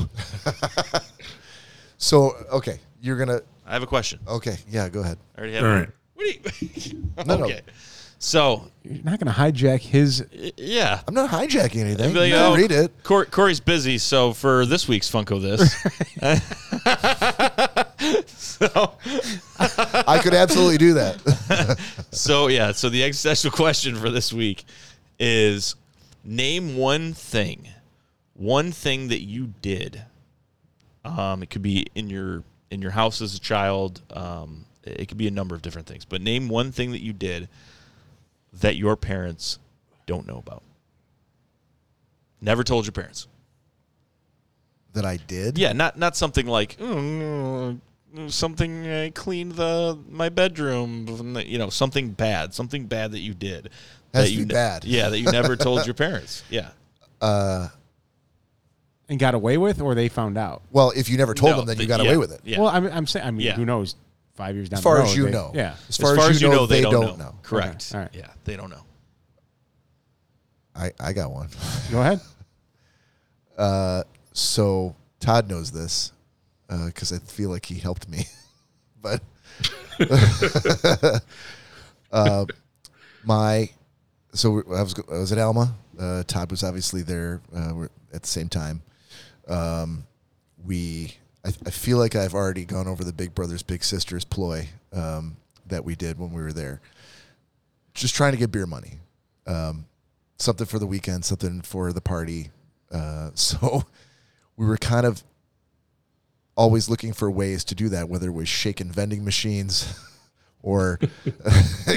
S1: So okay, you're gonna
S3: I have a question.
S1: okay. Yeah, go ahead.
S3: I already have
S4: Oh. All
S3: one.
S4: right.
S3: What do you,
S1: No, no.
S3: okay. So,
S2: You're not going to hijack his.
S3: y- yeah.
S1: I'm not hijacking anything.
S3: Be like,
S1: you can
S3: oh,
S1: read it.
S3: Cor- Corey's busy, so for this week's Funko This. so,
S1: I could absolutely do that.
S3: so, yeah. So the existential question for this week is name one thing, one thing that you did. Um, it could be in your in your house as a child. Um, it could be a number of different things, but name one thing that you did that your parents don't know about. Never told your parents.
S1: that I did.
S3: Yeah, not not something like "Mm, uh, something I cleaned the my bedroom, you know, something bad, something bad that you did.
S1: Has
S3: that
S1: to
S3: you
S1: be
S3: ne-
S1: bad.
S3: Yeah, that you never told your parents. Yeah.
S2: And got away with, or they found out.
S1: Well, if you never told
S3: No,
S1: them, then
S3: but
S1: you got
S3: yeah,
S1: away with it.
S3: Yeah.
S2: Well, I'm, I'm saying, I mean,
S3: Yeah.
S2: who knows? Five years down
S1: As far
S2: the road,
S1: as you
S2: they-
S1: know.
S2: Yeah.
S1: As far, as, you know, they, don't, know.
S3: Correct.
S2: Okay, all right.
S3: Yeah, they don't know.
S1: I, I got one.
S2: Go ahead.
S1: So Todd knows this because I feel like he helped me. but uh, my so we- I was I was at Alma. Uh, Todd was obviously there. Uh, we're at the same time. Um, we I, I feel like I've already gone over the Big Brothers Big Sisters ploy um, that we did when we were there. Just trying to get beer money, um, something for the weekend, something for the party. Uh, so we were kind of always looking for ways to do that, whether it was shaking vending machines or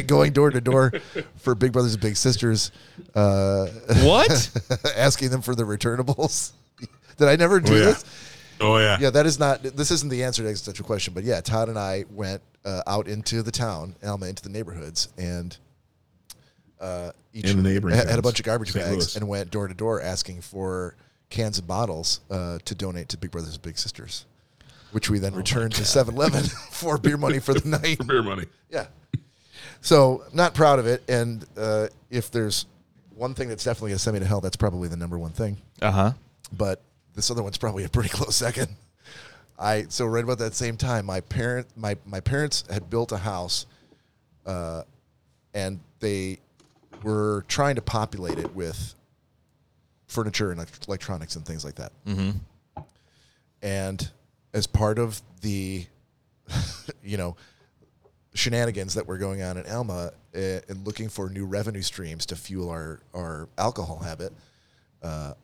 S1: going door to door for Big Brothers and Big Sisters, uh,
S3: What?
S1: asking them for the returnables. Did I never do
S4: Oh, yeah.
S1: this?
S4: Oh yeah.
S1: Yeah, that is not. This isn't the answer to the existential question, but yeah, Todd and I went uh, out into the town, Alma, into the neighborhoods, and uh, each
S4: And the neighboring
S1: had, had a
S4: towns,
S1: bunch of garbage
S4: St.
S1: bags
S4: Louis.
S1: and went door to door asking for cans and bottles uh, to donate to Big Brothers and Big Sisters, which we then returned to 7-Eleven for beer money for the night.
S4: Oh For beer money.
S1: Yeah. So not proud of it, and uh, if there's one thing that's definitely gonna send me to hell, that's probably the number one thing
S3: Uh huh.
S1: but this other one's probably a pretty close second. I so right about that same time, my parent my my parents had built a house, uh, and they were trying to populate it with furniture and elect- electronics and things like that. Mm-hmm. And as part of the, you know, shenanigans that were going on in Elma uh, and looking for new revenue streams to fuel our our alcohol habit, uh,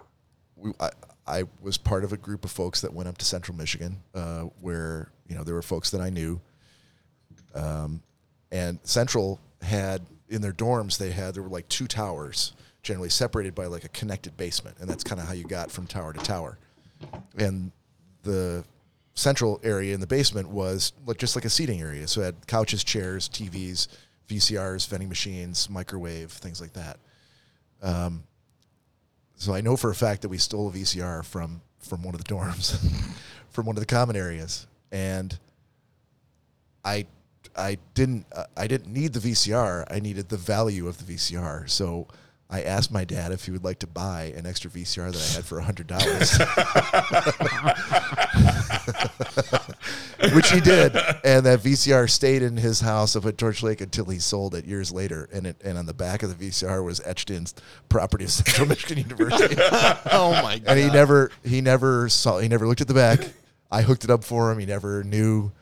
S1: we, I, I was part of a group of folks that went up to Central Michigan, uh, where you know there were folks that I knew. Um, and Central had in their dorms they had there were like two towers, generally separated by like a connected basement, and that's kind of how you got from tower to tower. And the central area in the basement was like just like a seating area, so it had couches, chairs, TVs, VCRs, vending machines, microwave, things like that Um, so I know for a fact that we stole a VCR from from one of the dorms, from one of the common areas, and I I didn't uh, I didn't need the VCR. I needed the value of the VCR. So I asked my dad if he would like to buy an extra VCR that I had for hundred dollars, which he did, and that VCR stayed in his house up at Torch Lake until he sold it years later. And it and on the back of the VCR was etched in property of Central Michigan University
S3: Oh my god.
S1: and he never he never saw he never looked at the back. I hooked it up for him. He never knew,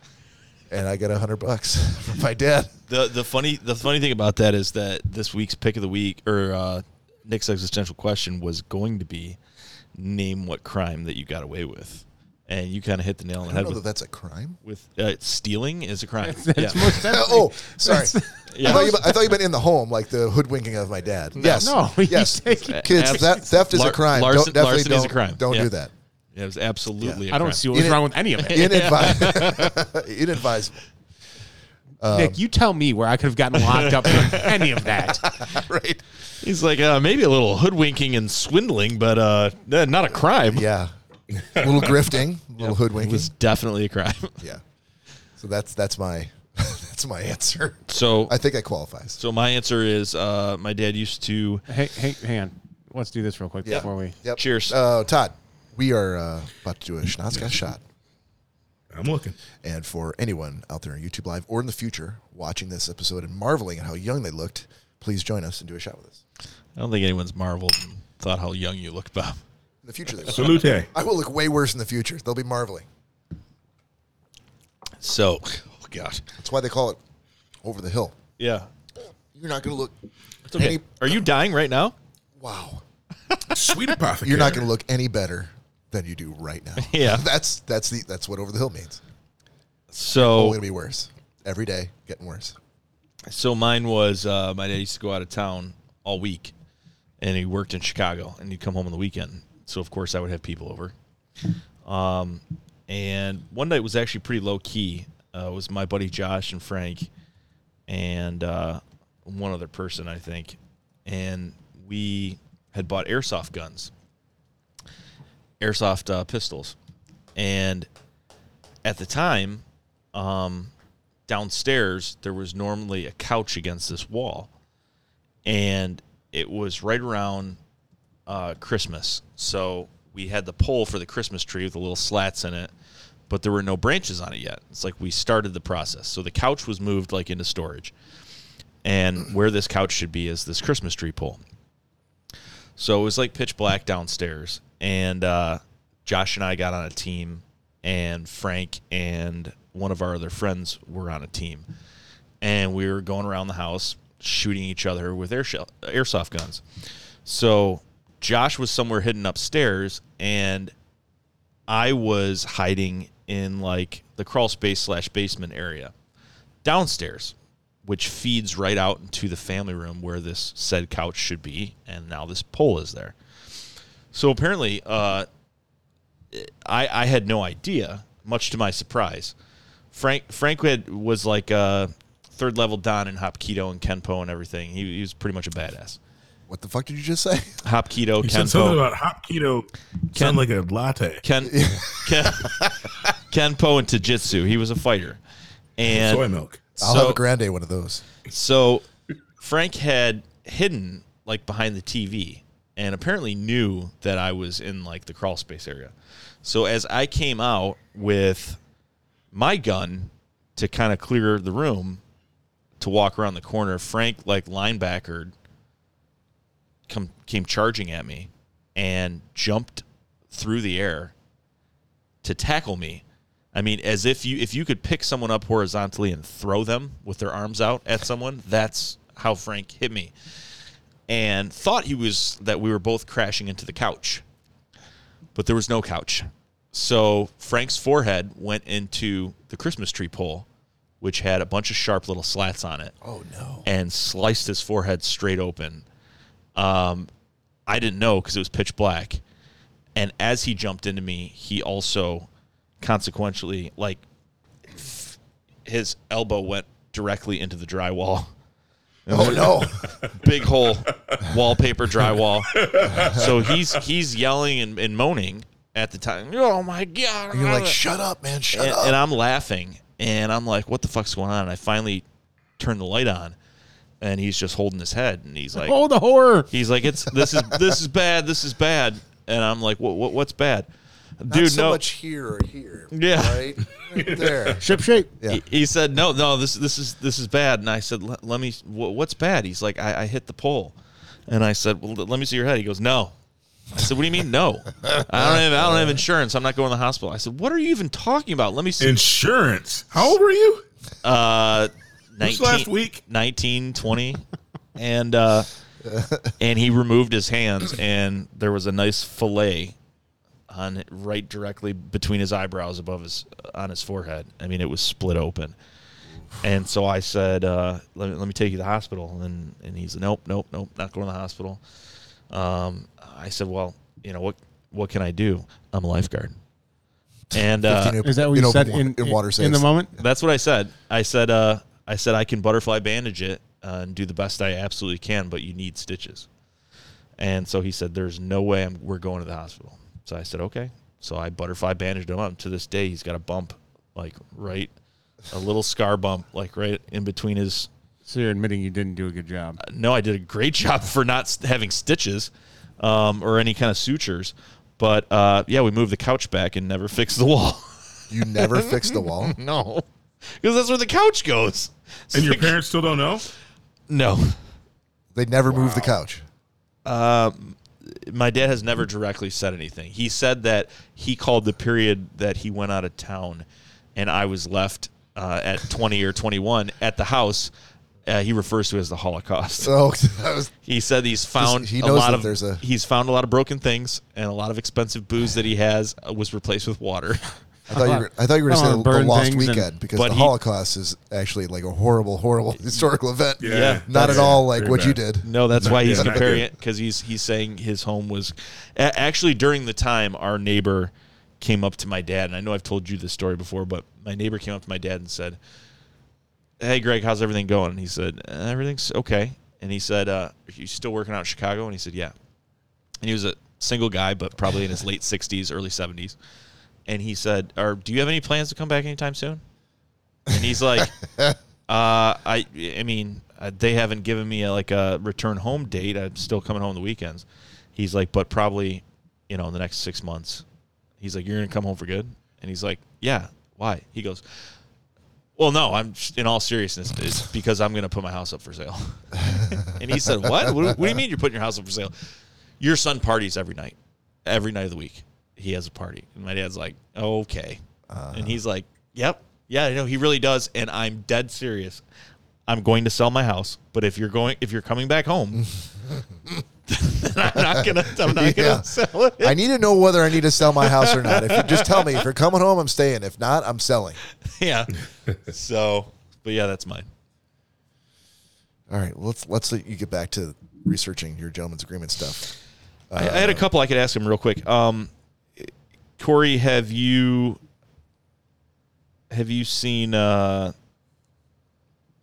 S1: and I got a hundred bucks from my dad.
S3: the the funny the funny thing about that is that this week's pick of the week or uh, Nick's existential question was going to be name what crime that you got away with, and you kind of hit the nail on the
S1: I
S3: head
S1: don't know that
S3: with
S1: that's a crime.
S3: with uh, stealing is a crime.
S2: That's most definitely-
S1: Oh, sorry.
S3: Yeah.
S1: I, thought you, I thought you meant in the home, like the hoodwinking of my dad. yes,
S2: no, you
S1: yes.
S2: take-
S1: Kids,
S3: Abs-
S1: that, theft is
S3: lar-
S1: a crime. don't,
S3: larcen-
S1: definitely
S3: larceny
S1: don't,
S3: is a crime.
S1: Don't
S3: Yeah.
S1: do that.
S3: It was absolutely. I
S2: I don't see what's
S1: In it-
S2: wrong with any of it.
S1: Inadvisable. Inadvisable. Um,
S2: Nick, you tell me where I could have gotten locked up for any of that.
S1: right.
S3: He's like uh, maybe a little hoodwinking and swindling, but uh, eh, not a crime.
S1: Yeah. A little grifting, a little
S3: It
S1: hoodwinking.
S3: was definitely a crime.
S1: yeah. So that's that's my that's my answer.
S3: So
S1: I think that qualifies.
S3: so my answer is uh, my dad used to.
S2: Hey, hey, hang on. Let's do this real quick
S1: Yeah.
S2: before we.
S1: Yep.
S3: Cheers.
S1: Uh, Todd. we are uh, about to do a Schnotzcast shot.
S4: I'm looking.
S1: And for anyone out there on YouTube Live or in the future watching this episode and marveling at how young they looked, please join us and do a shot with us.
S3: I don't think anyone's marveled and thought how young you look, Bob.
S1: In the future, they will.
S4: Salute.
S1: I will look way worse in the future. They'll be marveling.
S3: So, oh god,
S1: That's why they call it over the hill.
S3: yeah.
S1: You're not going to look.
S3: It's okay.
S1: Any,
S3: Are you dying right now?
S1: wow.
S4: Sweet apothecary.
S1: You're not going to look any better than you do right now.
S3: Yeah.
S1: that's that's the that's what over the hill means. Only
S3: So,
S1: going to be worse every day, getting worse.
S3: so mine was uh, my dad used to go out of town all week, and he worked in Chicago, and he'd come home on the weekend. So of course I would have people over. Um, and one night was actually pretty low key. Uh, it was my buddy Josh and Frank, and uh, one other person I think, and we had bought airsoft guns, airsoft uh, pistols, and at the time, um, downstairs there was normally a couch against this wall, and it was right around uh, Christmas. So we had the pole for the Christmas tree with the little slats in it, but there were no branches on it yet. It's like we started the process. So the couch was moved like into storage. And where this couch should be is this Christmas tree pole. So it was like pitch black downstairs. And uh, Josh and I got on a team, and Frank and one of our other friends were on a team. And we were going around the house shooting each other with air shell, airsoft guns. So Josh was somewhere hidden upstairs, and I was hiding in like the crawl space slash basement area downstairs, which feeds right out into the family room where this said couch should be, and now this pole is there. So apparently, uh, I I had no idea, much to my surprise. Frank Frank had, was like a third level Don in Hopkido and Kenpo and everything. He, he was pretty much a badass.
S1: What the fuck did you just say?
S3: Hopkido,
S4: You said
S3: Kenpo,
S4: something about hot keto.
S3: Ken-
S4: Sound like a latte.
S3: Ken, Ken, Kenpo, and Tajitsu. He was a fighter, and
S4: Soy milk.
S1: I'll
S3: so-
S1: have a grande one of those.
S3: So Frank had hidden like behind the TV and apparently knew that I was in like the crawl space area. So as I came out with my gun to kind of clear the room to walk around the corner, Frank like linebackered come came charging at me and jumped through the air to tackle me. I mean, as if you if you could pick someone up horizontally and throw them with their arms out at someone, that's how Frank hit me. And thought he was that we were both crashing into the couch. But there was no couch. So Frank's forehead went into the Christmas tree pole, which had a bunch of sharp little slats on it. Oh no. And sliced his forehead straight open. Um, I didn't know because it was pitch black. And as he jumped into me, he also consequentially, like, f- his elbow went directly into the drywall.
S1: Oh no!
S3: Big hole, wallpaper drywall. so he's he's yelling and, and moaning at the time. Oh my god!
S1: You're like, shut up, man, shut
S3: and,
S1: up.
S3: and I'm laughing, and I'm like, "What the fuck's going on?" And I finally turn the light on, and he's just holding his head, and he's like,
S2: Oh, the horror!
S3: He's like, it's this is this is bad. This is bad. And I'm like, what what what's bad, dude?
S1: Not so
S3: no.
S1: much here or here.
S3: Yeah.
S1: Right, Right there.
S2: Ship shape.
S1: Yeah.
S3: He, he said, no, no. This this is this is bad. And I said, let, let me. Wh- what's bad? He's like, I, I hit the pole. And I said, well, let me see your head. He goes, no. I said, what do you mean, no? I don't have I don't have insurance. I'm not going to the hospital. I said, what are you even talking about? Let me see.
S4: Insurance. How old were you?
S3: Uh, 19,
S4: This last week.
S3: 19, 20. and uh, and he removed his hands, and there was a nice fillet on right directly between his eyebrows, above his on his forehead. I mean, it was split open. And so I said, uh, let, me, "Let me take you to the hospital." And and he's, "Nope, nope, nope, not going to the hospital." Um, I said, "Well, you know what? What can I do? I'm a lifeguard." And uh,
S1: In op-
S2: Is that what you
S1: in
S2: said
S1: open
S2: in,
S1: wa- in water
S2: in the
S1: saves.
S2: moment?
S3: that's what I said. I said, uh, I said I can butterfly bandage it uh, and do the best I absolutely can, but you need stitches. And so he said, "There's no way I'm, we're going to the hospital." So I said, "Okay." So I butterfly bandaged him up. To this day, he's got a bump, like right, a little scar bump, like right in between his.
S2: So you're admitting you didn't do a good job.
S3: No, I did a great job for not s- having stitches um, or any kind of sutures, But uh, yeah, we moved the couch back and never fixed the wall.
S1: You never fixed the wall.
S3: no, because that's where the couch goes. It's
S4: And your
S3: like-
S4: parents still don't know?
S3: No,
S1: They never moved the couch.
S3: my dad has never directly said anything. He said that he called the period that he went out of town, and I was left uh, at 20 or 21 at the house. Uh, he refers to as the Holocaust.
S1: So that was
S3: He said he's found
S1: he
S3: a
S1: knows
S3: lot
S1: that
S3: of
S1: there's a-
S3: he's found a lot of broken things and a lot of expensive booze that he has uh, was replaced with water.
S1: I thought you were, I thought you were going
S2: I
S1: to say
S2: wanna
S1: the,
S2: burn
S1: Lost
S2: things and-
S1: Weekend because
S3: but
S1: the
S3: he-
S1: Holocaust is actually like a horrible, horrible historical event.
S3: Yeah.
S1: not at
S4: that's
S1: all like
S4: very
S1: what you
S4: bad.
S1: did.
S3: No, that's why he's
S4: Yeah.
S3: comparing it because he's he's saying his home was a- actually during the time our neighbor came up to my dad, and I know I've told you this story before, but my neighbor came up to my dad and said, "Hey, Greg, how's everything going?" And he said, "Uh, "Everything's okay." And he said, uh, "Are you still working out in Chicago?" And he said, "Yeah." And he was a single guy, but probably in his late sixties, early seventies. And he said, "Or do you have any plans to come back anytime soon?" And he's like. Uh, I I mean, uh, they haven't given me a, like a return home date. I'm still coming home the weekends. He's like, but probably, you know, in the next six months. He's like, you're gonna come home for good. And he's like, yeah. Why? He goes, well, no. I'm just- in all seriousness, it's because I'm gonna put my house up for sale. and he said, what? what? do- What do you mean you're putting your house up for sale? Your son parties every night, every night of the week. He has a party. And my dad's like, okay. and he's like, yep. Yeah, I know he really does. And I'm dead serious. I'm going to sell my house. But if you're going, if you're coming back home, then I'm not gonna, I'm not
S1: Yeah.
S3: gonna sell it.
S1: I need to know whether I need to sell my house or not. If you just tell me if you're coming home, I'm staying. If not, I'm selling.
S3: yeah. So, but yeah, that's mine.
S1: All right, well, let's let's let you get back to researching your gentleman's agreement stuff.
S3: I, I had a couple I could ask him real quick. Um, Corey, have you have you seen? Uh,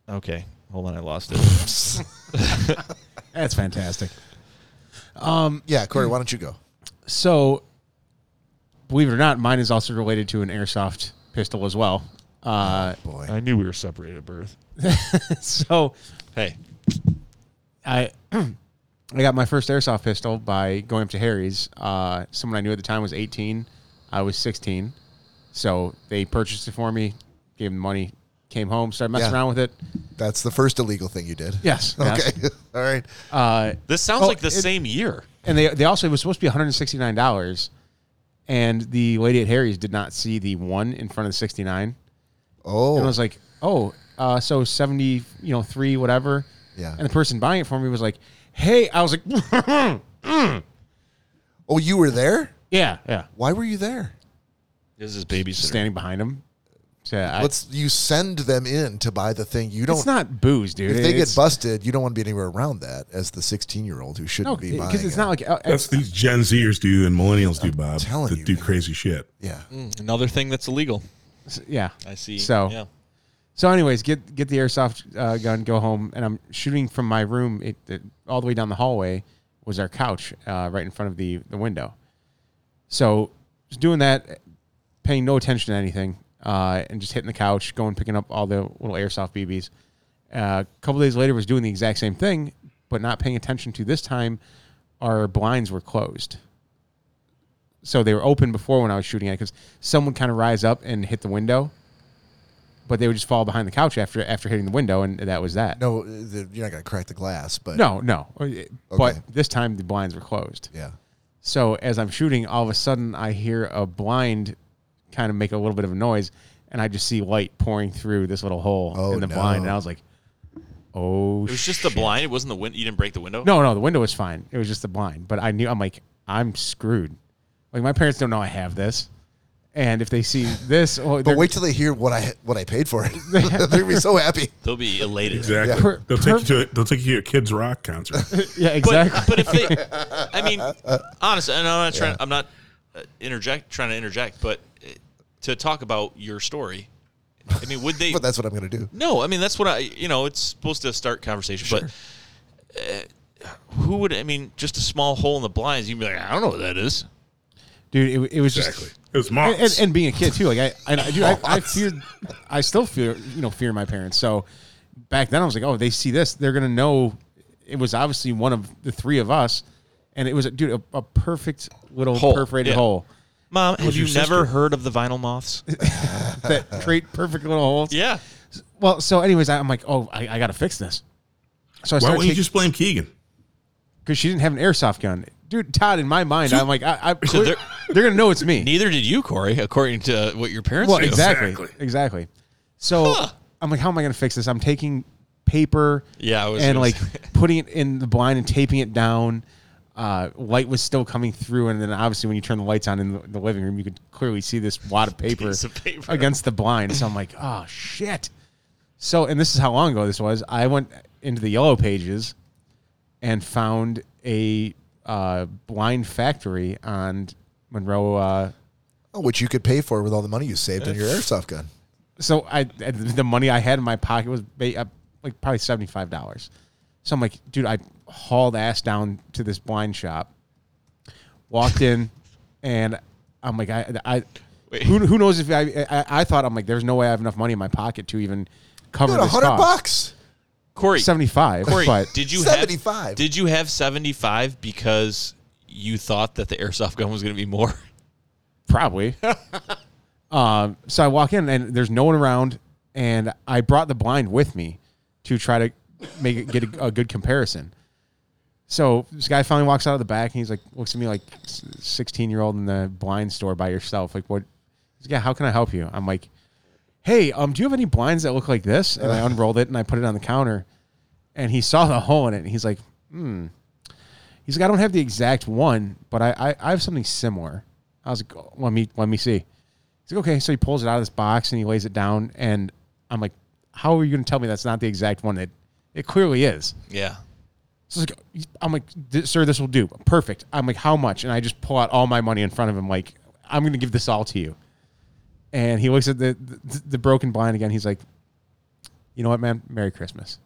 S3: okay, hold on, I lost it.
S2: That's fantastic.
S1: Yeah, Corey, why don't you go?
S2: So, believe it or not, mine is also related to an airsoft pistol as well. Uh,
S1: Boy,
S3: I knew we were separated at birth.
S2: so
S3: Hey,
S2: I I got my first airsoft pistol by going up to Harry's. Uh, someone I knew at the time was 18. I was 16. So they purchased it for me, gave them money, came home, started messing
S1: Yeah.
S2: around with it.
S1: that's the first illegal thing you did.
S2: Yes. yes.
S1: Okay. All right.
S2: Uh,
S3: this sounds
S2: Oh,
S3: like the
S2: it-
S3: same year.
S2: and they, they also, it was supposed to be $169. And the lady at Harry's did not see the one in front of the 69.
S1: Oh,
S2: And I was like, oh, uh, so 70, you know, three, whatever.
S1: Yeah.
S2: And the person buying it for me was like, hey, I was like,
S1: oh, you were there.
S2: yeah, yeah.
S1: Why were you there?
S3: This is babysitter.
S2: Standing behind him. So I,
S1: Let's you send them in to buy the thing you don't.
S2: it's not booze, dude.
S1: if they get
S2: It's-
S1: busted, you don't want to be anywhere around that as the 16 year old who
S2: no,
S1: shouldn't be buying.
S2: because it's
S1: it.
S2: not like uh,
S4: That's these Gen Zers do and millennials do, Bob.
S1: telling
S4: That
S1: you,
S4: do
S1: man.
S4: crazy shit.
S1: Yeah.
S3: Another thing that's illegal.
S2: it's- yeah.
S3: I see.
S2: So,
S3: yeah.
S2: so anyways, get get the airsoft uh, gun, go home, and I'm shooting from my room. It, it all the way down the hallway was our couch, uh, right in front of the the window. So, just doing that, paying no attention to anything, uh, and just hitting the couch, going picking up all the little airsoft BBs. Uh, a couple days later, was doing the exact same thing, but not paying attention to this time. Our blinds were closed, so they were open before when I was shooting at because someone kind of rise up and hit the window, but they would just fall behind the couch after after hitting the window, and that was that.
S1: No, the, you're not going to crack the glass, but
S2: no, no.
S1: Okay.
S2: But this time the blinds were closed.
S1: Yeah.
S2: So as I'm shooting, all of a sudden I hear a blind kind of make a little bit of a noise, and I just see light pouring through this little hole
S1: Oh,
S2: in the
S1: no.
S2: blind, and I was like, "Oh!"
S3: It was just the blind. It wasn't the window. You didn't break the window.
S2: No, no, the window was fine. It was just the blind. But I knew I'm like, I'm screwed. Like my parents don't know I have this, and if they see this, oh,
S1: But wait till they hear what I what I paid for it. They're going to be so happy.
S3: They'll be elated.
S4: Exactly.
S1: Yeah.
S2: Per-
S4: they'll take
S2: per-
S4: you to a, they'll take you to a kids rock concert.
S2: yeah,
S3: But
S2: exactly.
S3: but if they, I mean, honestly, and I'm not trying. I'm not uh, interject trying to interject, but uh, to talk about your story. I mean, would they?
S1: But that's what I'm going to do.
S3: No, I mean that's what I. You know, it's supposed to start conversation, but uh, who would? I mean, just a small hole in the blinds. You'd be like, I don't know what that is.
S2: dude, it, it was just
S4: exactly. It was
S2: and,
S4: Mott's.
S2: and, and being a kid too. Like I, and I, dude, I, I feared, I still fear, you know, fear my parents. So back then I was like, oh, they see this, they're gonna know. It was obviously one of the three of us, and it was, dude, a, a perfect little
S3: Hole,
S2: perforated
S3: yeah.
S2: hole.
S3: Mom, have you
S4: your
S3: never
S4: sister.
S3: heard of the vinyl moths?
S2: that create perfect little holes.
S3: yeah.
S2: Well, so anyways, I, I'm like, oh, I, I got to fix this. So I
S4: Why
S2: started
S4: wouldn't you
S2: because
S4: just blame Keegan?
S2: she didn't have an airsoft gun, dude. Todd, in my mind, I'm like, I, I
S3: So
S2: they're,
S3: they're-
S2: gonna know it's me.
S3: Neither did you, Corey, according to what your parents
S2: Well,
S3: do.
S2: exactly, exactly,
S4: Exactly.
S2: So
S3: Huh.
S2: I'm like, how am I gonna fix this? I'm taking paper,
S3: Yeah, I was
S2: and
S3: gonna
S2: like
S3: say.
S2: putting it in the blind and taping it down. Uh, light was still coming through, and then obviously when you turn the lights on in the, the living room, you could clearly see this wad of paper,
S3: Piece of paper.
S2: against the blind. So I'm like, oh shit. So, and this is how long ago this was. I went into the yellow pages and found a uh, blind factory on Monroe. Uh,
S1: Oh, which you could pay for with all the money you saved on your airsoft gun.
S2: so I the money I had in my pocket was ba- uh, like probably seventy five dollars. So I'm like, dude, I hauled ass down to this blind shop, walked in, and I'm like, I, I
S3: Wait.
S2: who, who knows if I, I I thought I'm like, there's no way I have enough money in my pocket to even cover
S1: Dude, a
S2: this
S1: hundred
S2: cost.
S1: bucks.
S3: Corey,
S2: seventy five.
S3: Corey,
S2: But
S3: did you
S1: 75.
S3: have Did you have seventy five because you thought that the airsoft gun was going to be more?
S2: Probably. um, so I walk in and there's no one around, and I brought the blind with me to try to make it get a, a good comparison. So this guy finally walks out of the back and he's like, looks at me like, sixteen year old in the blind store by yourself. Like, what? He's like, yeah, how can I help you? I'm like, hey, um, do you have any blinds that look like this? And I unrolled it and I put it on the counter, and he saw the hole in it and he's like, hmm. He's like, I don't have the exact one, but I, I, I have something similar. I was like, "Oh, let me let me see. He's like, okay. So he pulls it out of this box and he lays it down, and I'm like, how are you going to tell me that's not the exact one? It it clearly is.
S3: Yeah.
S2: So it's like, I'm like, "Th- sir, this will do. Perfect. I'm like, how much? And I just pull out all my money in front of him, like, I'm going to give this all to you. And he looks at the, the the broken blind again. He's like, you know what, man? Merry Christmas.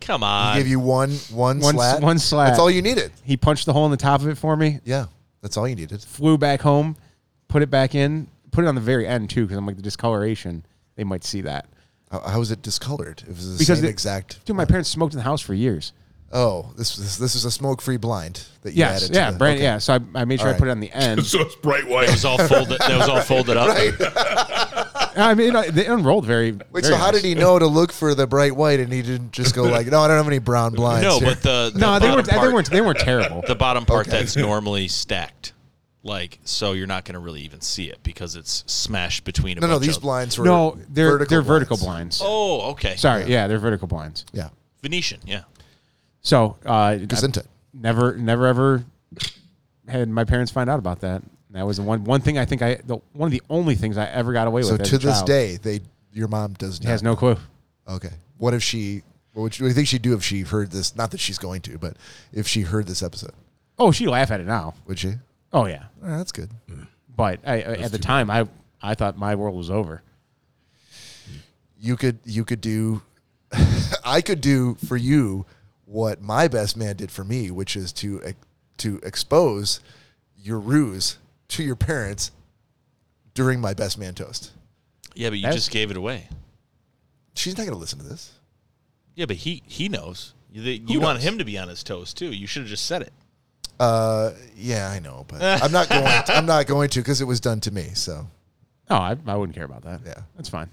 S3: Come
S1: He
S3: on.
S1: gave you one one
S2: One s-
S1: slat.
S2: one slat.
S1: That's all you needed.
S2: He punched the hole in the top of it for me.
S1: Yeah, that's all you needed.
S2: flew back home, put it back in, put it on the very end too, because I'm like the discoloration. They might see that
S1: How, how was it discolored? It was the
S2: because
S1: same
S2: it-
S1: exact.
S2: Dude, my parents smoked in the house for years.
S1: Oh, this this, this is a smoke-free blind that you
S2: Yes,
S1: added.
S2: yeah,
S1: to the,
S2: brand,
S1: okay.
S2: yeah. So I, I made sure
S1: All
S2: I put
S1: right.
S2: it on the end.
S4: So it's bright white.
S3: It was all folded. That was all folded up.
S2: I mean, I- they unrolled very.
S1: Wait,
S2: very
S1: so how
S2: nice.
S1: did he know to look for the bright white, and he didn't just go like, "No, I don't have any brown blinds."
S3: No,
S1: here."
S3: but the, the
S2: No, they
S3: bottom
S2: weren't. They
S3: part-
S2: weren't. They weren't terrible.
S3: the bottom part that's normally stacked. Like so, you're not going to really even see it because it's smashed between. A
S1: no, no,
S3: bunch
S1: these
S3: of-
S1: blinds were
S2: No, they're
S1: vertical
S2: they're vertical
S1: blinds.
S2: blinds.
S3: Oh, okay.
S2: Sorry, yeah. they're vertical blinds.
S1: Yeah,
S3: Venetian. Yeah.
S2: So uh,
S1: Gesundheit.
S2: never, never, ever had my parents find out about that. That was the one one thing I think I the one of the only things I ever got away
S1: So
S2: with. as
S1: to
S2: a
S1: this
S2: child.
S1: day, they your mom does not.
S2: has no clue.
S1: Okay. What if she? What would you, what do you think she'd do if she heard this? Not that she's going to, but if she heard this episode,
S2: Oh, she laugh at it now.
S1: would she?
S2: Oh yeah,
S1: All right, that's good.
S2: but I, I- at the time, I I thought my world was over.
S1: You could you could do. I could do for you what my best man did for me, which is to to expose your ruse to your parents during my best man toast.
S3: Yeah, but you
S2: That's-
S3: just gave it away.
S1: She's not going to listen to this.
S3: Yeah, but he he knows. You, the, you want him to be on his toes too. You should have just said it.
S1: Uh, yeah, I know, but I'm not going. To, I'm not going to because it was done to me. So
S2: No, I, I wouldn't care about that.
S1: Yeah.
S2: that's fine.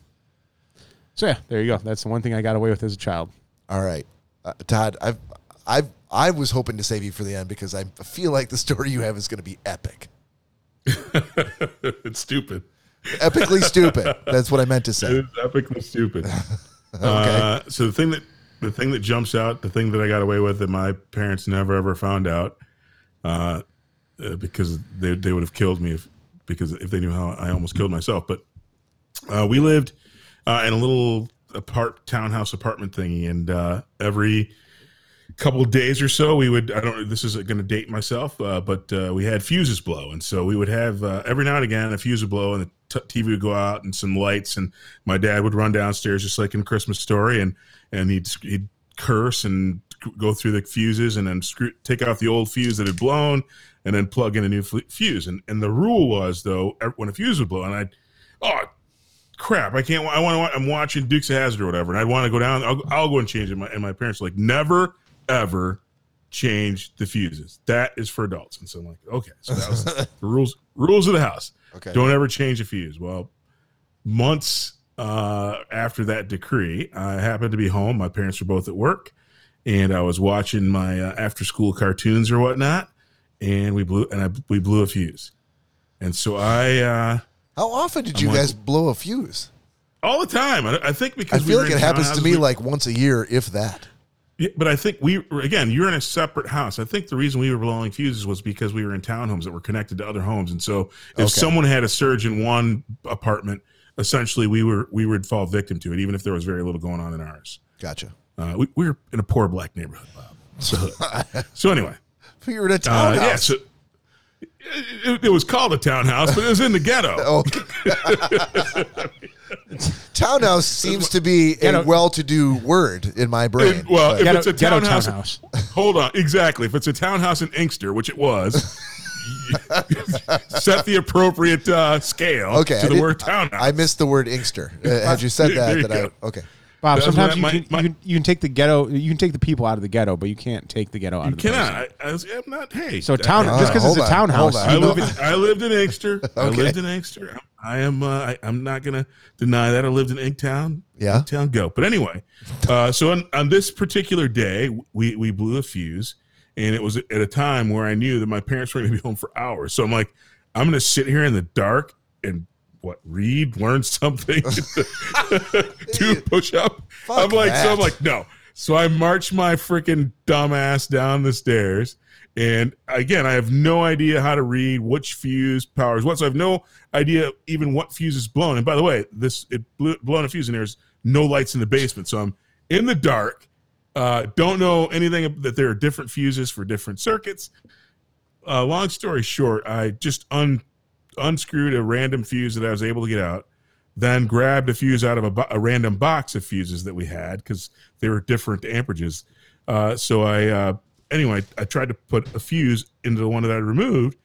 S2: So yeah, there you go. That's the one thing I got away with as a child.
S1: All right, uh, Todd. I've, I've, I was hoping to save you for the end because I feel like the story you have is going to be epic,
S4: it's stupid.
S1: epically stupid. That's what I meant to say.
S4: It is epically stupid. uh, so the thing that the thing that jumps out, the thing that I got away with that my parents never ever found out, uh, uh, because they they would have killed me if because if they knew how I almost killed myself. But uh, we lived uh, in a little apart townhouse apartment thingy, and uh, every couple days or so we would i don't know this is going to date myself uh, but uh, we had fuses blow and so we would have uh, every now and again a fuse would blow and the t- tv would go out and some lights and my dad would run downstairs just like in christmas story and and he'd, he'd curse and go through the fuses and then screw, take out the old fuse that had blown and then plug in a new fl- fuse and and the rule was though ev- when a fuse would blow and i'd oh crap i can't i want to i'm watching dukes of hazard or whatever and i'd want to go down I'll, I'll go and change it my, and my parents were like never ever change the fuses. That is for adults. And so I'm like, okay, so that was the rules rules of the house.
S1: Okay.
S4: Don't ever change a fuse. Well, months uh, after that decree, I happened to be home. My parents were both at work, and I was watching my uh, after school cartoons or whatnot. And we blew and I, we blew a fuse, and so I uh,
S1: How often did you
S4: like-
S1: guys blow a fuse?
S4: all the time. I, I
S1: I
S4: think because we
S1: feel
S4: were
S1: like
S4: in
S1: it happens to
S4: townhouses,
S1: me
S4: we-
S1: like once a year, if that.
S4: Yeah, but I think we again, you're in a separate house. I think the reason we were blowing fuses was because we were in townhomes that were connected to other homes, and so if someone had a surge in one apartment, essentially we were we would fall victim to it, even if there was very little going on in ours.
S1: Gotcha.
S4: Uh, we, we were in a poor black neighborhood, Bob. So, so anyway,
S1: You're in a
S4: uh,
S1: townhouse.
S4: yeah, so it, it- it was called a townhouse, but it was in the ghetto.
S1: Okay. townhouse seems to be a
S2: Ghetto-
S1: well-to-do word in my brain.
S4: It- well,
S1: but-
S4: if
S2: Ghetto-
S4: it's a
S2: ghetto
S4: townhouse,
S2: townhouse.
S4: hold on, exactly. If it's a townhouse in Inkster, which it was, set the appropriate uh, scale
S1: okay, I
S4: to the
S1: didn't-
S4: word townhouse.
S1: I missed the word inkster. Uh, had you said
S4: There
S1: that,
S4: you
S1: that I
S4: go.
S1: okay.
S2: Bob,
S4: That's
S2: sometimes
S4: what
S2: you,
S4: my-
S2: can,
S4: my-
S2: you, can, you can take the ghetto, you can take the people out of the ghetto, but you can't take the ghetto out
S4: you
S2: of the person.
S4: cannot. I, I was, I'm not. Hey,
S2: So town,
S4: I,
S1: Uh,
S2: just because it's
S1: hold
S2: a
S1: on,
S2: townhouse,
S1: hold on.
S4: I,
S2: you know-
S4: live in, I lived in Inkster. I
S1: Okay.
S4: lived in Inkster. I am. Uh, I, I'm not going to deny that I lived in Inktown.
S1: Yeah.
S4: Inktown go. But anyway, uh, so on, on this particular day, we we blew a fuse, and it was at a time where I knew that my parents were going to be home for hours. So I'm like, I'm going to sit here in the dark and what read, learn something, do push up. I'm like, so I'm
S1: that.
S4: like, no. So I march my freaking dumbass down the stairs. And again, I have no idea how to read which fuse powers what. So I have no idea even what fuse is blown. And by the way, this it blew, blown a fuse, and there's no lights in the basement, so I'm in the dark. Uh, don't know anything that there are different fuses for different circuits. Uh, long story short, I just un, unscrewed a random fuse that I was able to get out, then grabbed a fuse out of a, bo- a random box of fuses that we had because they were different amperages. Uh, so I, uh, anyway, I tried to put a fuse into the one that I removed,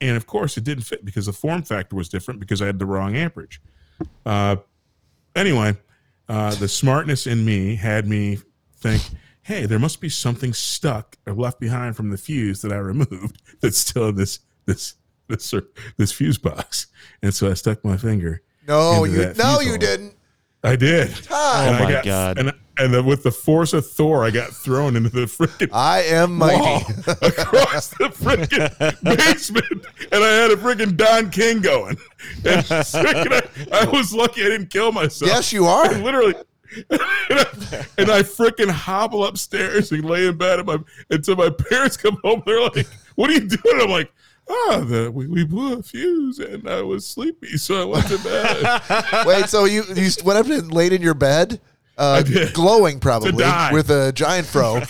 S4: and of course it didn't fit because the form factor was different because I had the wrong amperage. Uh, anyway, uh, the smartness in me had me think, hey, there must be something stuck or left behind from the fuse that I removed that's still in this this this cir- this fuse box. And so I stuck my finger.
S1: No,
S4: Into
S1: you
S4: that
S1: no,
S4: fuse
S1: you
S4: hole.
S1: didn't.
S4: I did.
S1: Ah,
S4: And I
S3: Oh my
S4: got-
S3: God.
S4: And and then with the force of Thor, I got thrown into the freaking
S1: I am mighty.
S4: wall across the freaking basement, and I had a freaking Don King going. And freaking I, I was lucky I didn't kill myself.
S1: Yes, you are.
S4: I literally. and I, and I freaking hobble upstairs and lay in bed, and my until my parents come home. They're like, "What are you doing?" I'm like, "Ah, the, we, we blew a fuse, and I was sleepy, so I went to bed."
S1: Wait, so you you st- went up and laid in your bed, uh,
S4: did.
S1: glowing probably
S4: die.
S1: with a giant fro.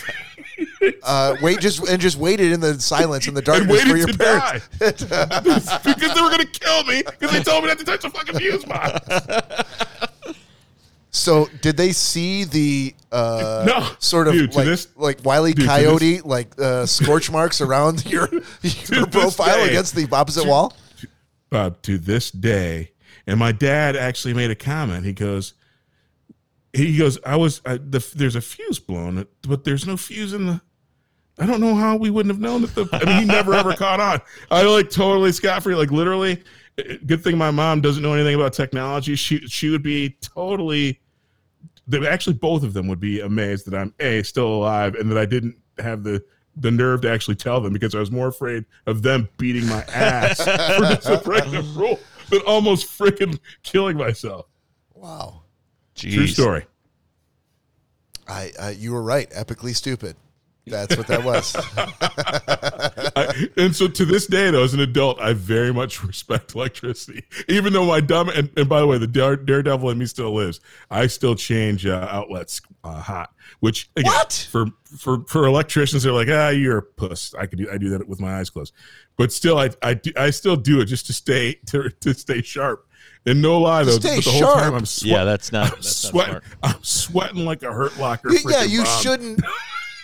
S1: Uh, wait, just and just waited in the silence in the
S4: and
S1: darkness
S4: waited
S1: for your
S4: to
S1: parents.
S4: die because they were gonna kill me because they told me not to touch the fucking fuse box.
S1: Uh, So did they see the uh,
S4: No.
S1: sort of
S4: Dude, to
S1: like
S4: this-
S1: like Wiley
S4: Dude, to
S1: Coyote like uh, scorch marks around your your
S4: this
S1: profile
S4: day.
S1: against the opposite wall?
S4: Bob, uh, to this day. And my dad actually made a comment. He goes, he goes, I was, I, the, there's a fuse blown, but there's no fuse in the, I don't know how we wouldn't have known that the, I mean, he never ever caught on. I like totally scot free, like literally. eh, Good thing my mom doesn't know anything about technology. She, she would be totally, they, actually, both of them would be amazed that I'm A, still alive and that I didn't have the, the nerve to actually tell them because I was more afraid of them beating my ass for disobeying the rule than almost freaking killing myself.
S1: Wow,
S4: True
S3: Jeez.
S4: story.
S1: I uh, you were right, epically stupid. That's what that was.
S4: I, and so to this day, though, as an adult, I very much respect electricity. Even though my dumb and, and by the way, the dare, daredevil in me still lives. I still change uh, outlets uh, hot, which again,
S1: What?
S4: for for for electricians, they're like, ah, you're a puss. I could do I do that with my eyes closed, but still, I I, do, I still do it just to stay to, to stay sharp. And no lie, though,
S1: stay
S4: but the whole
S1: sharp.
S4: time I'm sweating.
S3: Yeah, that's not.
S4: I'm
S3: That's
S4: sweating.
S3: Not smart.
S4: I'm sweating like a hurt locker.
S1: Y- yeah,
S4: freaking
S1: you
S4: bomb.
S1: shouldn't.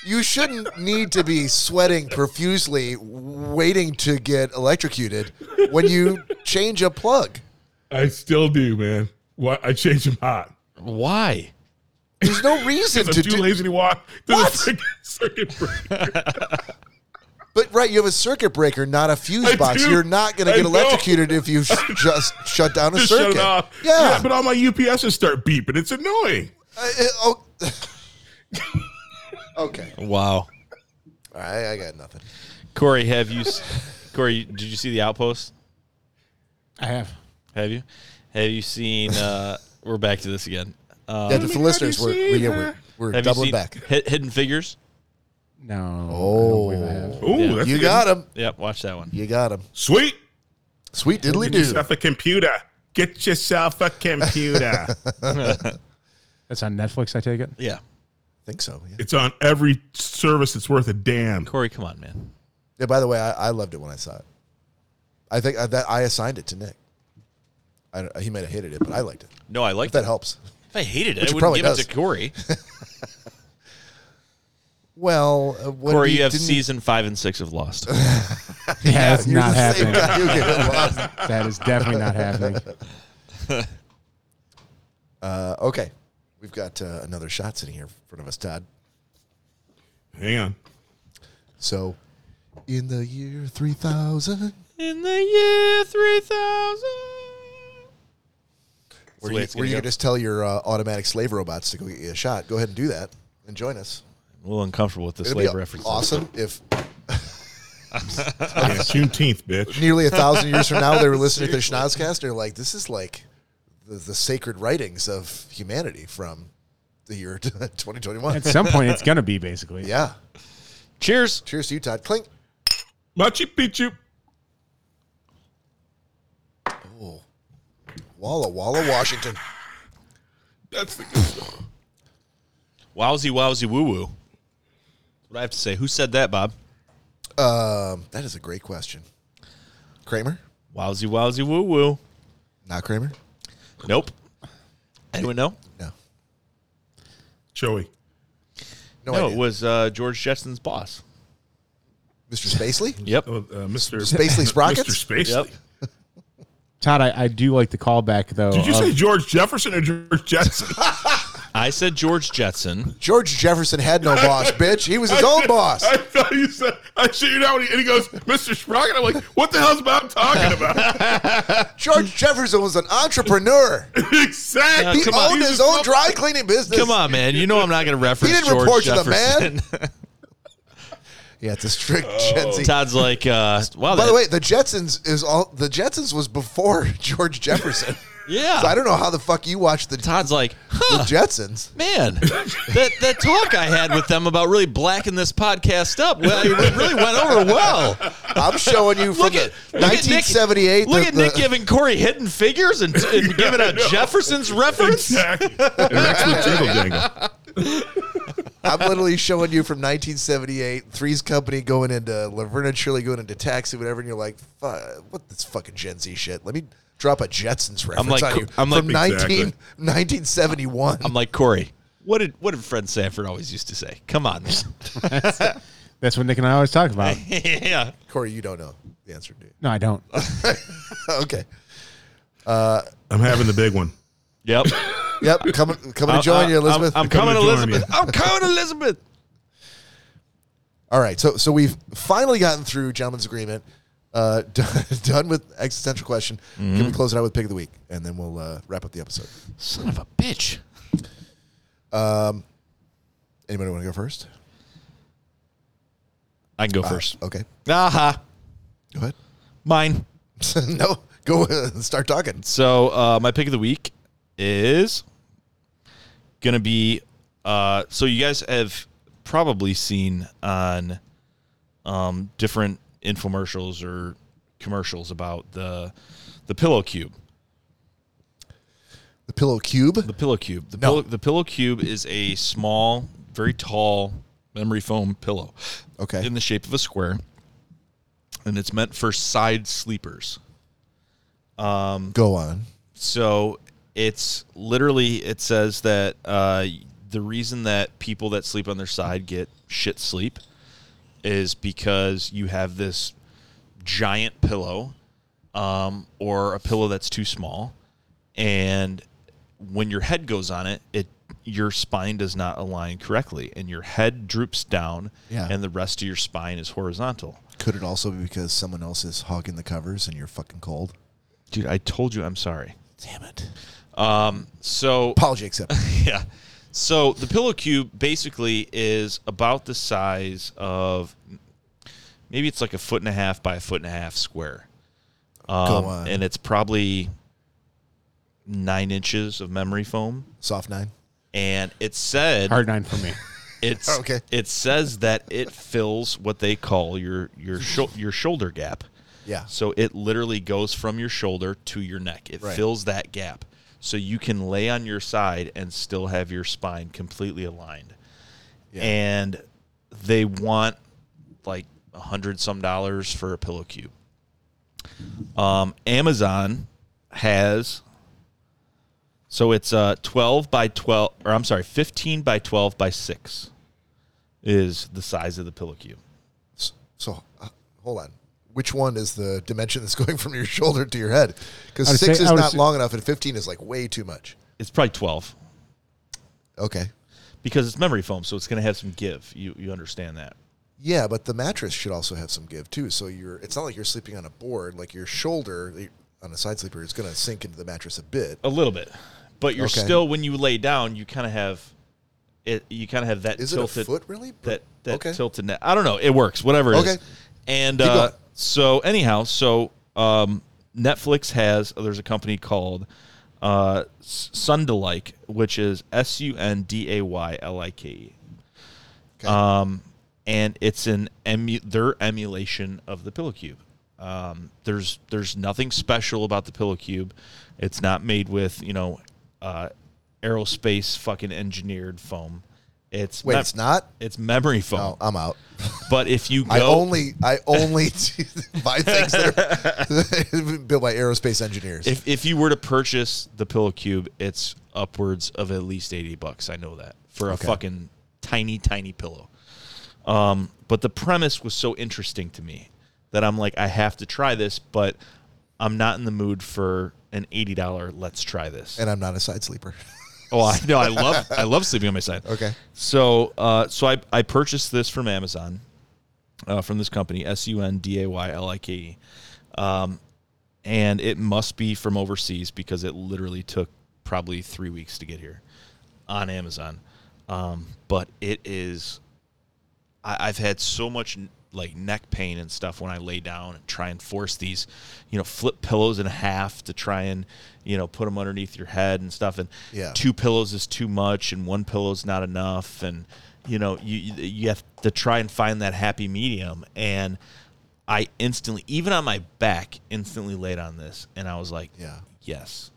S1: You shouldn't need to be sweating profusely, waiting to get electrocuted when you change a plug.
S4: I still do, man. Why I change them hot.
S3: Why?
S1: There's no reason
S4: I'm
S1: to
S4: too
S1: do.
S4: lazy to walk. through
S1: What?
S4: The freaking circuit breaker.
S1: But right, you have a circuit breaker, not a fuse
S4: I
S1: box.
S4: do.
S1: You're not going to
S4: I
S1: get
S4: know.
S1: electrocuted if you sh- just shut down a
S4: Just
S1: circuit.
S4: shut it off.
S1: Yeah.
S4: But all my UPSs start beeping. It's annoying.
S1: Uh, uh, oh. okay.
S3: Wow.
S1: All right, I got nothing.
S3: Corey, have you? s- Corey, did you see the outpost?
S2: I have.
S3: Have you? Have you seen? Uh, we're back to this again. Um,
S1: yeah, for the
S4: God,
S1: listeners,
S4: you
S1: we're,
S4: see
S1: we're, yeah,
S4: her?
S1: we're, we're
S3: have you
S1: doubling
S3: seen
S1: back.
S3: Hid- Hidden Figures?
S2: No.
S1: Oh.
S2: I don't believe I have.
S4: Ooh,
S3: Yeah.
S4: that's
S1: You
S4: a good-
S1: got him.
S3: Yep, watch that one.
S1: You got him.
S4: sweet.
S1: Sweet diddly
S4: Get
S1: do.
S4: yourself a computer. Get yourself a computer.
S2: That's on Netflix. I take it.
S3: Yeah,
S1: think so. Yeah.
S4: it's on every service that's worth a damn.
S3: Corey, come on, man.
S1: yeah. By the way, I, I loved it when I saw it. I think I, that I assigned it to Nick. I, don't- he might have hated it, but I liked it.
S3: No, I like
S1: If that
S3: that.
S1: helps.
S3: If I hated it,
S1: Which
S3: I
S1: it
S3: wouldn't
S1: probably
S3: give
S1: does.
S3: it to Corey.
S1: Well, uh, when
S3: Corey,
S1: we
S3: you have
S1: didn't-
S3: season five and six of Lost.
S2: Yeah, that's
S1: You're
S2: not
S1: the same
S2: happening.
S1: guy who gets lost.
S2: That is definitely not happening.
S1: Uh, okay, we've got uh, another shot sitting here in front of us, Todd.
S4: Hang on.
S1: So, in the year three thousand,
S3: In the year three thousand.
S1: where you, where you can just tell your uh, automatic slave robots to go get you a shot, go ahead and do that and join us.
S3: a little uncomfortable with the
S1: It'll
S3: slave
S1: be
S3: reference.
S1: awesome if
S4: Yeah, Juneteenth, bitch.
S1: nearly a thousand years from now they were listening to the Schnozcast and they're like, "This is like the, the sacred writings of humanity from the year twenty twenty one."
S2: At some point, it's gonna be basically.
S1: Yeah.
S3: Cheers.
S1: Cheers to you, Todd. Clink.
S4: Machu Picchu.
S1: Walla Walla, Washington.
S4: That's the good stuff.
S3: Wowsy, wowsy, woo woo. What I have to say. Who said that, Bob?
S1: Um, that is a great question. Kramer?
S3: Wowsy, wowsy, woo woo.
S1: Not Kramer?
S3: Nope. Anyone know?
S1: No.
S4: Joey.
S1: No,
S3: no,
S1: idea.
S3: it was uh, George Jetson's boss.
S1: Mr. Spacely?
S3: Yep.
S4: Oh, uh, Mr.
S1: Spacely Sprockets?
S4: Mr. Spacely.
S3: Yep.
S2: Todd, I, I do like the callback though.
S4: Did you
S1: Uh-huh.
S2: of-
S4: say George Jefferson or George Jetson?
S3: I said George Jetson.
S1: George Jefferson had no boss, bitch. He was his own boss.
S4: I thought you said, I shit you not. And he goes, Mr. Sprocket. I'm like, what the hell's Bob talking about?
S1: George Jefferson was an entrepreneur.
S4: exactly.
S1: He owned his own dry cleaning business.
S3: Come on, man. You know I'm not going to reference
S1: didn't
S3: George
S1: report to the
S3: Jefferson.
S1: Yeah, it's a strict Gen Z.
S3: Todd's like, uh, wow.
S1: By
S3: that-
S1: the way, the Jetsons is all the Jetsons was before George Jefferson.
S3: yeah.
S1: So I don't know how the fuck you watched the,
S3: Todd's like,
S1: the
S3: huh,
S1: Jetsons.
S3: man, that, that talk I had with them about really blacking this podcast up, well, it really went over well.
S1: I'm showing you from
S3: Look
S1: the
S3: at, look at Nick,
S1: 1978.
S3: Look
S1: the-
S3: at Nick
S1: the-
S3: giving Corey hidden figures and, and giving a Jefferson's reference.
S4: Exactly. And that's what Jingle Jangle.
S1: I'm literally showing you from 1978, Three's Company going into Laverne and Shirley going into Taxi, whatever, and you're like, "Fuck, what this fucking Gen Z shit? Let me drop a Jetsons reference
S3: like,
S1: on you
S3: I'm like-
S1: from 19,
S4: Exactly.
S1: 1971.
S3: I'm like Corey. What did what did Fred Sanford always used to say? Come on,
S2: That's what Nick and I always talk about.
S3: yeah.
S1: Corey, you don't know the answer, dude.
S2: No, I don't.
S1: okay.
S4: I'm having the big one.
S3: Yep. Uh,
S1: Yep, coming coming to join you, Elizabeth.
S3: I'm, I'm
S4: Come
S3: coming,
S4: and join
S3: Elizabeth.
S4: you.
S3: I'm coming, Elizabeth.
S1: All right, so so we've finally gotten through gentleman's agreement. Uh, done, done with existential question.
S2: Mm-hmm.
S1: Can we close it out with pick of the week, and then we'll uh, wrap up the episode.
S3: Son of a bitch.
S1: Anybody want to go first?
S3: I
S2: Uh,
S3: can go first.
S1: Okay,
S3: Aha.
S1: go ahead.
S3: Mine.
S1: no, go uh, start talking.
S3: So uh, my pick of the week is gonna be. Uh, so you guys have probably seen on um, different infomercials or commercials about the the pillow cube.
S1: The Pillow Cube.
S3: The pillow cube. The
S1: No.
S3: pillow. The pillow cube is a small, very tall memory foam pillow.
S1: Okay.
S3: In the shape of a square, and it's meant for side sleepers.
S1: Go on.
S3: so it's literally it says that uh, the reason that people that sleep on their side get shit sleep is because you have this giant pillow um, or a pillow that's too small and when your head goes on it it your spine does not align correctly and your head droops down
S1: Yeah.
S3: and the rest of your spine is horizontal.
S1: Could it also be because someone else is hogging the covers and you're fucking cold?
S3: Dude, I told you I'm sorry.
S1: Damn it.
S3: Um, So
S1: Apology accepted.
S3: yeah. So the pillow cube basically is about the size of maybe it's like a foot and a half by a foot and a half square. Um,
S1: on.
S3: And it's probably nine inches of memory foam.
S1: Soft nine.
S3: And it said
S2: Hard nine for me.
S3: it's
S1: Okay.
S3: it says that it fills what they call your your shou- your shoulder gap.
S1: Yeah.
S3: So it literally goes from your shoulder to your neck. It
S1: Right.
S3: fills that gap. So you can lay on your side and still have your spine completely aligned.
S1: Yeah.
S3: And they want like a hundred some dollars for a pillow cube. Um, Amazon has so it's uh, 12 by 12 or I'm sorry 15 by 12 by 6 is the size of the pillow cube.
S1: S- So, uh, hold on. Which one is the dimension that's going from your shoulder to your head? Because
S2: I would
S1: six
S2: say-
S1: is
S2: I would
S1: not
S2: say-
S1: long enough, and fifteen is like way too much.
S3: It's probably 12
S1: Okay.
S3: because it's memory foam so it's going to have some give. You you understand that.
S1: Yeah, but the mattress should also have some give too. So you're. It's not like you're sleeping on a board. Like your shoulder y- on a side sleeper is going to sink into the mattress a bit.
S3: A little bit. But you're
S1: Okay.
S3: still when you lay down you kind of have it you kind of have that
S1: Is
S3: tilted
S1: it a foot really?
S3: that that
S1: okay.
S3: tilted net. I don't know. It works. Whatever it is.
S1: Okay.
S3: And
S1: Keep
S3: uh,
S1: going.
S3: so anyhow, so um, Netflix has uh, there's a company called uh, S- Sundalike, which is S U N D A Y L I K E.
S1: Okay.
S3: Um, and it's an emu- their emulation of the Pillow Cube. Um, there's there's nothing special about the Pillow Cube. It's not made with you know uh, aerospace fucking engineered foam. It's
S1: Wait,
S3: mem-
S1: it's not.
S3: it's memory foam.
S1: Oh, I'm out.
S3: But if you go,
S1: I only I only buy things that are built by aerospace engineers.
S3: if, if you were to purchase the Pillow Cube, it's upwards of at least 80 bucks. I know that for a
S1: Okay.
S3: fucking tiny, tiny pillow. Um, but the premise was so interesting to me that I'm like, I have to try this, but I'm not in the mood for an $80 let's try this.
S1: and I'm not a side sleeper.
S3: Oh, I know. I love I love sleeping on my side.
S1: Okay.
S3: So uh, so I, I purchased this from Amazon, uh, from this company S U N D A Y L I K E, um, and it must be from overseas because it literally took probably three weeks to get here on Amazon. Um, but it is, I, I've had so much like neck pain and stuff when I lay down and try and force these, you know, flip pillows in half to try and, you know, put them underneath your head and stuff. And
S1: Yeah.
S3: two pillows is too much and one pillow is not enough. And, you know, you, you you have to try and find that happy medium. And I instantly, even on my back, instantly laid on this. And I was like,
S1: Yeah.
S3: yes,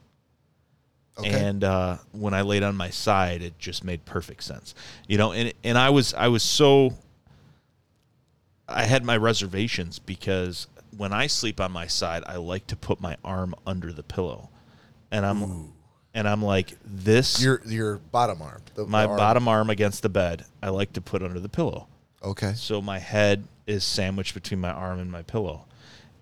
S1: Okay.
S3: and uh, when I laid on my side, it just made perfect sense, you know. And and I was I was so I had my reservations because when I sleep on my side, I like to put my arm under the pillow, and I'm and I'm like this
S1: your your bottom arm. the- the
S3: my
S1: arm.
S3: bottom arm against the bed. I like to put under the pillow,
S1: Okay.
S3: so my head is sandwiched between my arm and my pillow.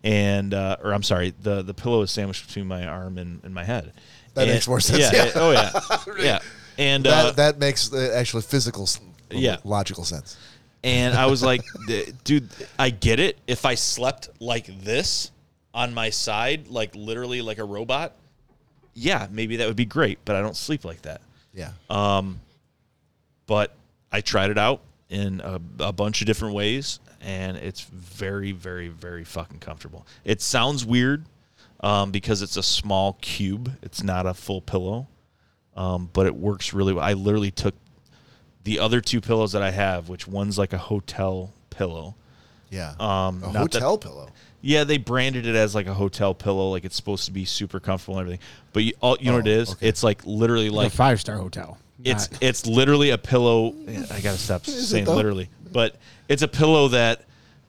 S3: And uh, or I'm sorry, the, the pillow is sandwiched between my arm and, and my head.
S1: That
S3: And-
S1: makes more sense,
S3: Yeah.
S1: yeah.
S3: Oh yeah. yeah. And uh,
S1: that that makes the actual physical, s-
S3: Yeah.
S1: logical sense.
S3: and I was like, "D- dude, I get it. If I slept like this on my side, like literally like a robot, yeah, maybe that would be great. But I don't sleep like that.
S1: Yeah.
S3: Uh, But I tried it out in a, a bunch of different ways, and it's very, very, very fucking comfortable. It sounds weird um, because it's a small cube. It's not a full pillow, um, but it works really well. I literally took the other two pillows that I have, which one's like a hotel pillow.
S1: yeah.
S3: Um,
S1: a
S3: not that-
S1: hotel pillow.
S3: Yeah, they branded it as like a hotel pillow, like it's supposed to be super comfortable and everything. But you, all, you know what it
S1: Oh,
S3: is?
S1: okay.
S3: It's like literally
S2: Like
S3: like
S2: a five star hotel.
S3: it's
S2: Not-
S3: it's literally a pillow. I gotta stop saying
S1: though?
S3: literally, but it's a pillow that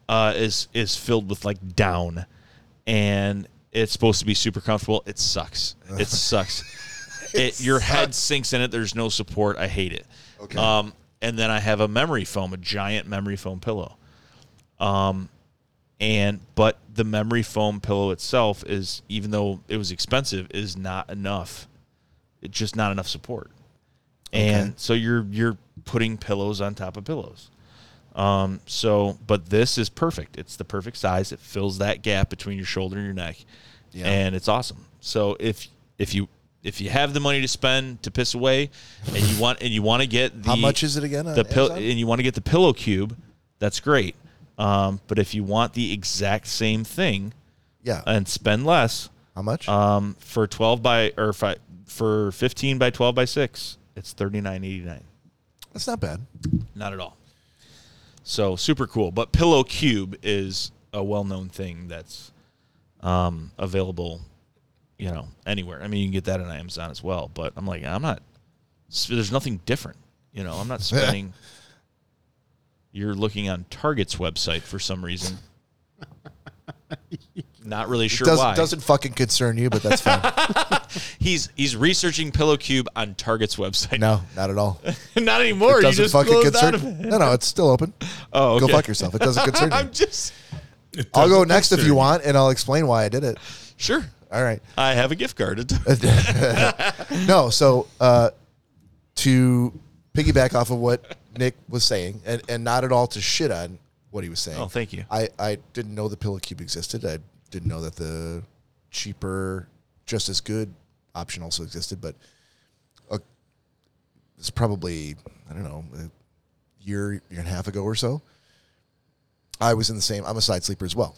S3: uh, is is filled with like down, and it's supposed to be super comfortable. It sucks. It sucks. It, your head sinks in it. There's no support. I hate it.
S1: Okay.
S3: Um, and then I have a memory foam, a giant memory foam pillow. Um, and but the memory foam pillow itself is even though it was expensive is not enough it's just not enough support and so you're you're putting pillows on top of pillows. Um, so, but this is perfect. It's the perfect size. It fills that gap between your shoulder and your neck,
S1: Yeah.
S3: and it's awesome. So if if you if you have the money to spend to piss away, and you want and you want to get the
S1: How much is it again on
S3: the pill
S1: Amazon?
S3: and you want to get the pillow cube, that's great. Um, but if you want the exact same thing
S1: Yeah.
S3: and spend less,
S1: Uh, How much?
S3: um, for twelve by or fi- for fifteen by twelve by six, it's thirty nine eighty nine.
S1: That's not bad.
S3: Not at all. So super cool. But Pillow Cube is a well known thing that's um, available, you know, anywhere. I mean, you can get that on Amazon as well. But I'm like, I'm not. s- There's nothing different. You know, I'm not spending. You're looking on Target's website for some reason. Not really sure
S1: Does,
S3: why.
S1: doesn't fucking concern you, but that's fine.
S3: He's he's researching Pillow Cube on Target's website.
S1: no, not at all.
S3: not anymore. You
S1: doesn't
S3: just
S1: fucking
S3: closed out of
S1: concern.
S3: it.
S1: No, no, it's still open.
S3: Oh, okay.
S1: Go fuck yourself. It doesn't concern you.
S3: I'm just
S4: It
S1: I'll go
S4: doesn't
S1: next if
S4: concern
S1: you want, and I'll explain why I did it.
S3: sure.
S1: All right.
S3: I have a gift card.
S1: No, so uh, to piggyback off of what Nick was saying, and, and not at all to shit on what he was saying.
S3: Oh, thank you.
S1: I, I didn't know the Pillow Cube existed. I didn't know that the cheaper, just as good option also existed, but uh it's probably, I don't know, a year, year and a half ago or so. I was in the same, I'm a side sleeper as well.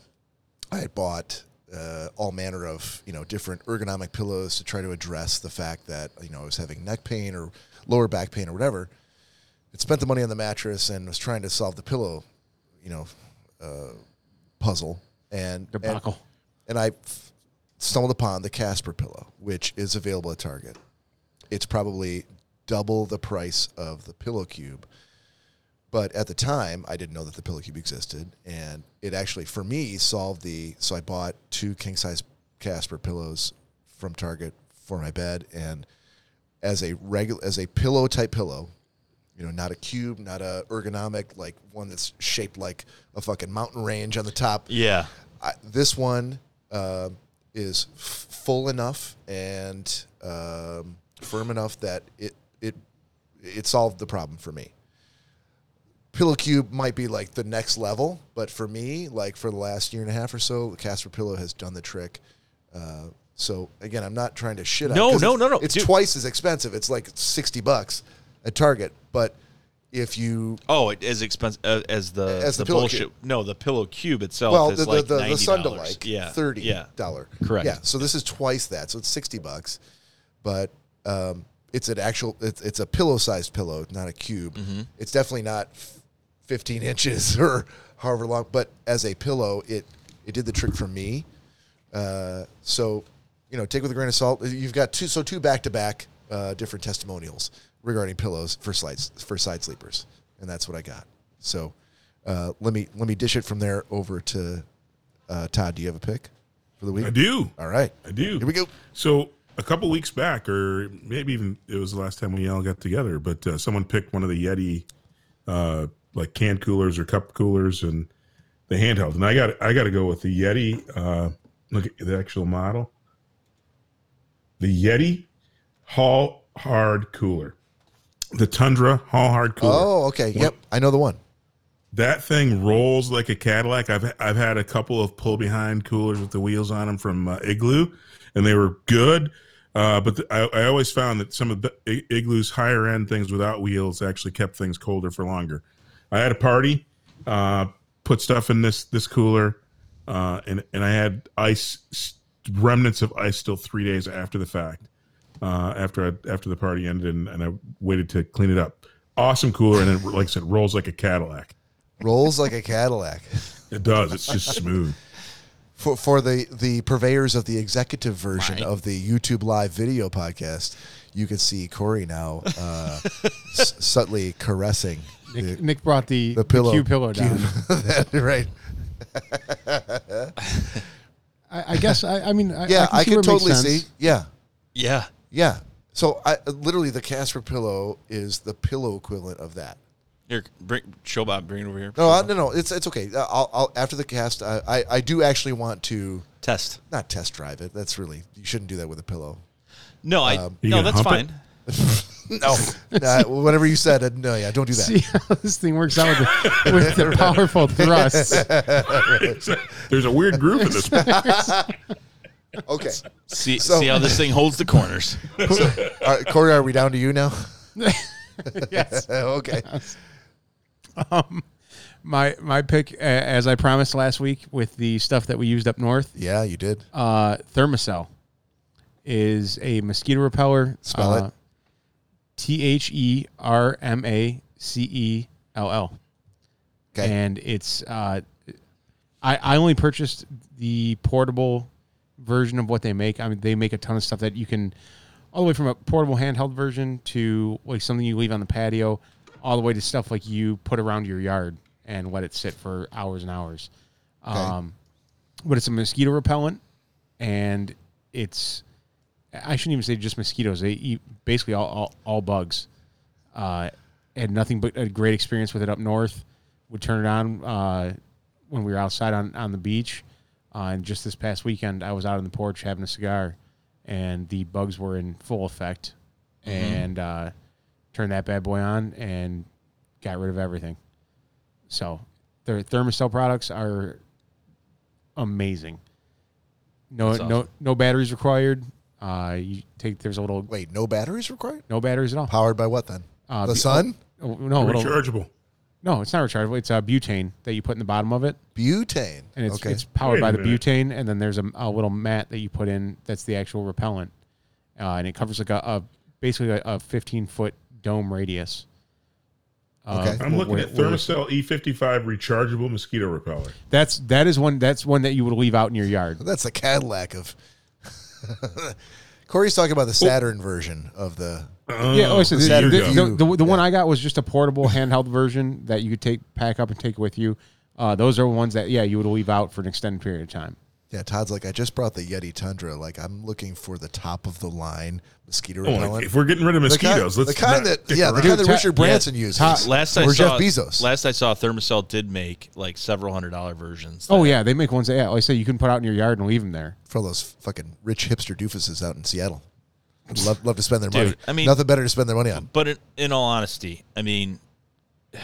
S1: I had bought uh, all manner of you know different ergonomic pillows to try to address the fact that you know I was having neck pain or lower back pain or whatever. It spent the money on the mattress and was trying to solve the pillow, you know, uh, puzzle and and-
S2: Debacle.
S1: And, I f- stumbled upon the Casper pillow, which is available at Target. It's probably double the price of the Pillow Cube, but at the time I didn't know that the pillow cube existed, and it actually for me solved the. So I bought two king size Casper pillows from Target for my bed, and as a regular as a pillow type pillow, you know, not a cube, not a ergonomic like one that's shaped like a fucking mountain range on the top.
S3: yeah.
S1: I, this one um is f- full enough and um, firm enough that it it it solved the problem for me. Pillow Cube might be like the next level, but for me, like for the last year and a half or so, Casper Pillow has done the trick. Uh, so again, I'm not trying to shit. on it
S3: No,
S1: 'cause
S3: no,
S1: it's-
S3: no, no,
S1: It's
S3: dude.
S1: twice as expensive. It's like sixty bucks at Target, but if you
S3: Oh, it is expensive uh, as the
S1: As the
S3: the,
S1: pillow
S3: bullshit.
S1: cube.
S3: No, the pillow cube itself
S1: well,
S3: is
S1: the,
S3: like
S1: the, the,
S3: ninety
S1: the Sun Delight,
S3: Yeah,
S1: thirty
S3: Yeah,
S1: dollar.
S3: Correct.
S1: Yeah. So this is twice that. So it's sixty bucks, but um, it's an actual. It's, it's a pillow sized pillow, not a cube.
S3: Mm-hmm.
S1: It's definitely not f- fifteen inches or however long. But as a pillow, it it did the trick for me. Uh, so you know, take with a grain of salt. You've got two. So two back to back different testimonials regarding pillows for slides for side sleepers, and that's what I got. So. Uh, let me let me dish it from there over to uh, Todd, do you have a pick for the week?
S4: I do.
S1: All right.
S4: I do.
S1: Here we go.
S4: So a couple weeks back, or maybe even it was the last time we all got together, but uh, someone picked one of the Yeti, uh, like can coolers or cup coolers, and the handheld. And I got I got to go with the Yeti. Uh, look at the actual model. The Yeti Hall Hard Cooler, the Tundra Hall Hard Cooler.
S1: Oh, okay. Yep. I know the one.
S4: That thing rolls like a Cadillac. I've I've had a couple of pull behind coolers with the wheels on them from uh, Igloo, and they were good. Uh, but the, I, I always found that some of the I- Igloo's higher end things without wheels actually kept things colder for longer. I had a party, uh, put stuff in this this cooler, uh, and and I had ice s- remnants of ice still three days after the fact uh, after I, after the party ended, and, and I waited to clean it up. Awesome cooler, and then like I said, rolls like a Cadillac.
S1: Rolls like a Cadillac.
S4: It does. It's just smooth.
S1: For for the the purveyors of the executive version of the YouTube live video podcast, you can see Corey now uh, s- subtly caressing
S2: Nick,
S1: the,
S2: Nick brought the,
S1: the pillow.
S2: cube pillow down.
S1: That- right.
S2: I, I guess I, I mean I,
S1: Yeah,
S2: I can, see where it makes
S1: totally
S2: sense.
S1: see. Yeah.
S3: yeah.
S1: Yeah. So I literally the Casper pillow is the pillow equivalent of that.
S3: Here, bring, show Bob, bring it over here.
S1: No, I, no, no. It's it's okay. Uh, I'll, I'll after the cast. I, I I do actually want to
S3: Test.
S1: not test drive it. That's really you shouldn't do that with a pillow.
S3: No, I.
S4: You
S3: no,
S1: Um,
S4: gonna
S3: that's
S4: hump
S3: fine.
S4: it?
S1: no, Nah, whatever you said, uh, no, yeah, don't do that.
S2: See how this thing works out with the, with the powerful thrusts.
S4: There's a weird groove in this.
S1: Okay,
S3: See,
S1: So-
S3: see how this thing holds the corners.
S1: All right, Corey, are we down to you now?
S2: yes.
S1: okay,
S2: My my pick, a- as I promised last week, with the stuff that we used up north,
S1: yeah, you did.
S2: uh, Thermocell is a mosquito repeller. uh,
S1: Spell it.
S2: T H E R M A C E L L.
S1: Okay.
S2: And it's uh, I I only purchased the portable version of what they make. I mean, they make a ton of stuff that you can all the way from a portable handheld version to like something you leave on the patio, all the way to stuff like you put around your yard and let it sit for hours and hours. Um, but it's a mosquito repellent, and it's I shouldn't even say just mosquitoes. They eat basically all all, all bugs. Uh, had nothing but a great experience with it up north. Would turn it on uh, when we were outside on on the beach, uh, and just this past weekend I was out on the porch having a cigar, and the bugs were in full effect,
S3: Mm-hmm.
S2: and uh, turned that bad boy on and got rid of everything. So their thermocell products are amazing. No,
S3: That's
S2: no,
S3: awesome.
S2: no batteries required. Uh, you take there's a little
S1: Wait, no batteries required?
S2: no batteries at all.
S1: Powered by what then?
S2: Uh,
S1: the
S2: be-
S1: sun?
S2: Oh, no, it'll-
S4: Rechargeable.
S2: no, it's not rechargeable. It's uh, butane that you put in the bottom of it,
S1: Butane.
S2: and it's
S1: okay.
S2: it's powered
S4: Wait a
S2: by the
S4: minute.
S2: butane, and then there's a, a little mat that you put in that's the actual repellent, uh, and it covers like a, a basically a, a 15 foot dome radius.
S1: Okay.
S4: I'm
S2: wh-
S4: looking
S2: where-
S4: at
S2: where-
S4: Thermocell E55 rechargeable mosquito repeller.
S2: That's that is one that's one that you would leave out in your yard.
S1: That's the Cadillac of. Corey's talking
S4: Oh.
S1: about the Saturn version of the.
S2: yeah, oh, so the,
S1: there you
S2: the,
S1: go.
S2: the, the, the one I got was just a portable handheld version that you could take pack up and take with you. Uh, those are ones that yeah you would leave out for an extended period of time.
S1: Yeah, Todd's like, I just brought the Yeti Tundra. Like, I'm looking for the top of the line mosquito
S4: Oh,
S1: repellent.
S4: if we're getting rid of
S1: the kind,
S4: mosquitoes,
S1: the
S4: let's
S1: kind
S4: not
S1: that
S4: dick
S1: yeah, the
S4: around.
S1: kind that
S2: Ta-
S1: Richard
S2: yeah,
S1: Branson uses,
S2: Ta-
S3: Last
S1: or
S3: I saw,
S1: Jeff Bezos.
S3: Last I saw, Thermocell did make like several hundred dollar versions.
S2: Oh
S3: that-
S2: yeah, they make ones that yeah, like I say you can put out in your yard and leave them there.
S1: for all those fucking rich hipster doofuses out in Seattle. Love, love to spend their
S3: Dude,
S1: money.
S3: I mean-
S1: nothing better to spend their money on.
S3: But in, in all honesty, I mean, you,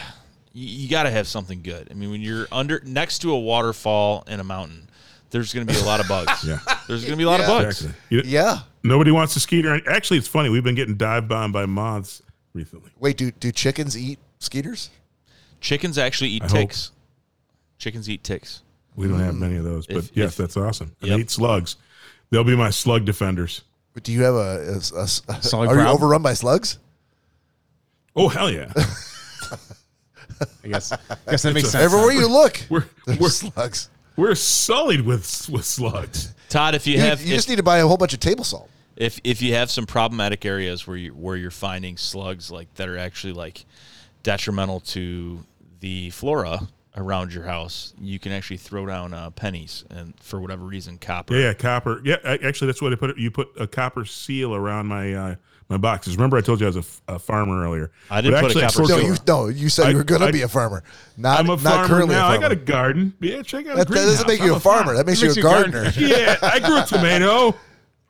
S3: you got to have something good. I mean, when you're under next to a waterfall and a mountain, there's going to be a lot of bugs.
S4: Yeah.
S3: There's going to be a lot
S1: Yeah.
S3: of bugs.
S4: Exactly. You-
S1: Yeah.
S4: Nobody wants to skeeter. Actually, it's funny. We've been getting dive bombed by moths recently.
S1: Wait, do do chickens eat skeeters?
S3: Chickens actually eat
S4: I hope.
S3: ticks. Chickens eat ticks.
S4: We don't
S1: Mm.
S4: have many of those, but
S3: If-
S4: yes,
S3: if-
S4: that's awesome. And
S3: Yep.
S4: They eat slugs. They'll be my slug defenders.
S1: Do you have a, a- a- a-
S2: Slug
S1: are you
S2: problem?
S1: overrun by slugs?
S4: Oh hell yeah!
S2: I guess I guess that makes sense.
S1: Everywhere you look,
S4: We're we're,
S1: there's slugs.
S4: we're sullied with with slugs.
S3: Todd, if you,
S1: You,
S3: have
S1: you
S3: if,
S1: just need to buy a whole bunch of table salt.
S3: if if you have some problematic areas where you where you're finding slugs like that are actually like detrimental to the flora around your house, you can actually throw down uh, pennies and for whatever reason copper.
S4: Yeah, yeah, copper. Yeah, a- actually, that's what I put. It. You put a copper seal around my uh, my boxes. Remember, I told you I was a, f- a farmer earlier.
S3: I didn't put a
S4: actually,
S3: copper
S4: sort
S1: No,
S4: of-
S3: seal.
S1: you no, you said
S4: I-
S1: you were gonna
S4: I-
S1: be a farmer. Not
S4: I'm a
S1: not
S4: farmer
S1: currently
S4: now.
S1: a
S4: I
S1: farmer.
S4: got a garden. Yeah, check out.
S1: that, that
S4: a
S1: doesn't make
S4: greenhouse.
S1: you a
S4: I'm
S1: farmer. That makes you a
S2: makes you a gardener.
S1: gardener.
S4: yeah, I grew a tomato.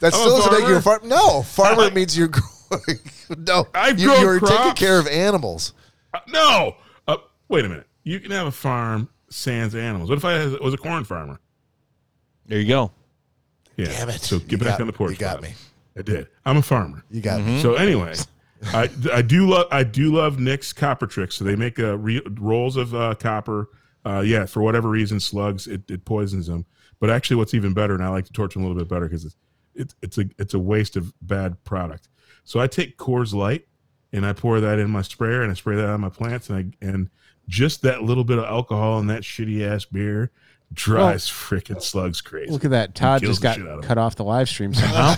S1: That
S4: I'm a
S1: still doesn't make you a
S4: farmer.
S1: farmer. No, farmer means you're growing. No,
S4: I've
S1: you,
S4: grown
S1: you're taking
S4: crops.
S1: care of animals.
S4: Uh, No. Uh, wait a minute. You can have a farm sans animals. What if I was a corn farmer?
S3: There you go.
S4: Yeah.
S1: Damn it!
S4: So get
S1: You
S4: back
S1: got-
S4: on the porch.
S1: You got
S4: Bob.
S1: me.
S4: I did. I'm a farmer.
S1: You got me.
S4: So anyway, I, I do love I do love Nick's copper tricks. So they make uh, re- rolls of uh, copper. Uh, yeah, for whatever reason, slugs it, it poisons them. But actually, what's even better, and I like to torture them a little bit better because it's it's it's a it's a waste of bad product. So I take Coors Light and I pour that in my sprayer and I spray that on my plants and I and just that little bit of alcohol in that shitty ass beer drives freaking slugs crazy.
S2: Look at that. Todd
S4: Kills
S2: just
S4: the
S2: got
S4: shit out of
S2: cut off the live stream somehow.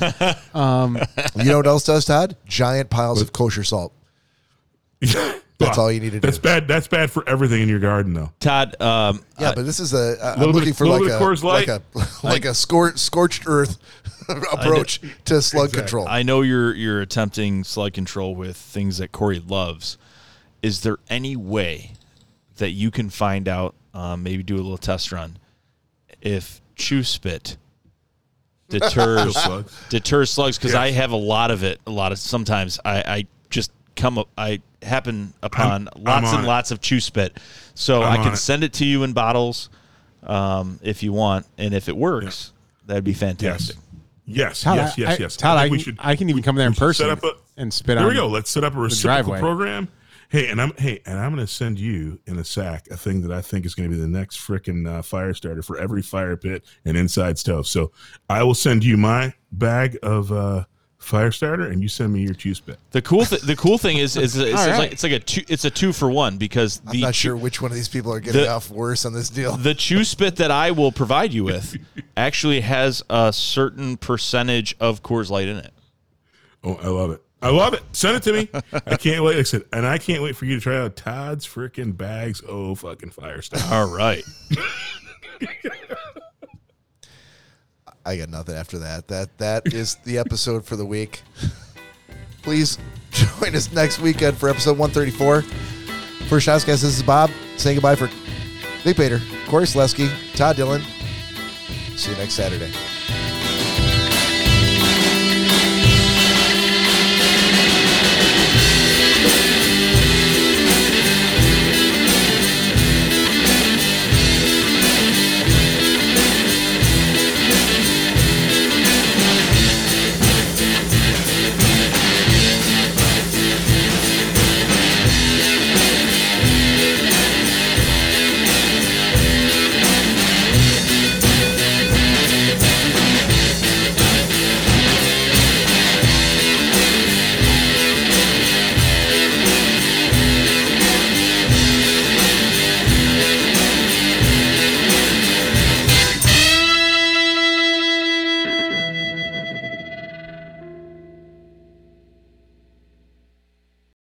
S2: Um,
S1: Mm-hmm. You know what else does Todd? Giant piles of kosher salt.
S4: that's
S1: That's all you need to
S4: That's
S1: do.
S4: bad. That's bad for everything in your garden, though.
S3: Todd, um,
S1: Yeah,
S3: uh,
S1: but this is a. I- I'm
S4: Little bit-
S1: looking for
S4: little
S1: like
S4: bit
S1: a,
S4: of Coors
S1: like
S4: Light.
S1: a like a scor- scorched earth approach to slug control.
S3: I know you're you're attempting slug control with things that Corey loves. Is there any way that you can find out? Um, maybe do a little test run if chew spit deters
S4: slugs.
S3: deters slugs because I have a lot of it. A lot of sometimes I, I just come up. I happen upon
S4: I'm
S3: lots
S4: on
S3: and
S4: it.
S3: lots of chew spit, so
S4: I'm
S3: i can
S4: on it.
S3: send it to you in bottles um, if you want, and if it works, that'd be
S4: Yes.
S3: fantastic.
S4: Yes,
S2: Todd,
S4: yes,
S2: I-
S4: yes,
S2: I-
S4: yes.
S2: Todd,
S4: think
S2: I, can, I can even come there in
S4: we should
S2: person
S4: set up a-
S2: and spit
S4: There
S2: on.
S4: we go. Let's set up a reciprocal
S2: driveway.
S4: program. Hey, and I'm hey, and I'm going to send you in a sack a thing that I think is going to be the next freaking uh, fire starter for every fire pit and inside stove. So I will send you my bag of uh, fire starter, and you send me your chew spit.
S3: The cool th- the cool thing is is, is, is
S2: All right.
S3: like, it's like a two it's a two for one because
S1: I'm
S3: the
S1: not
S3: chew-
S1: sure which one of these people are getting
S3: the-
S1: off worse on this deal.
S3: the chew spit that I will provide you with actually has a certain percentage of Coors Light in it.
S4: Oh, I love it. I love it. Send it to me. I can't wait. Like I said, and I can't wait for you to try out Todd's freaking bags. Oh, fucking fire starter.
S3: All right.
S1: I got nothing after that. That that is the episode for the week. Please join us next weekend for episode 134. For Shotcast, this is Bob saying goodbye for Nick Bader, Corey Selesky, Todd Dillon. See you next Saturday.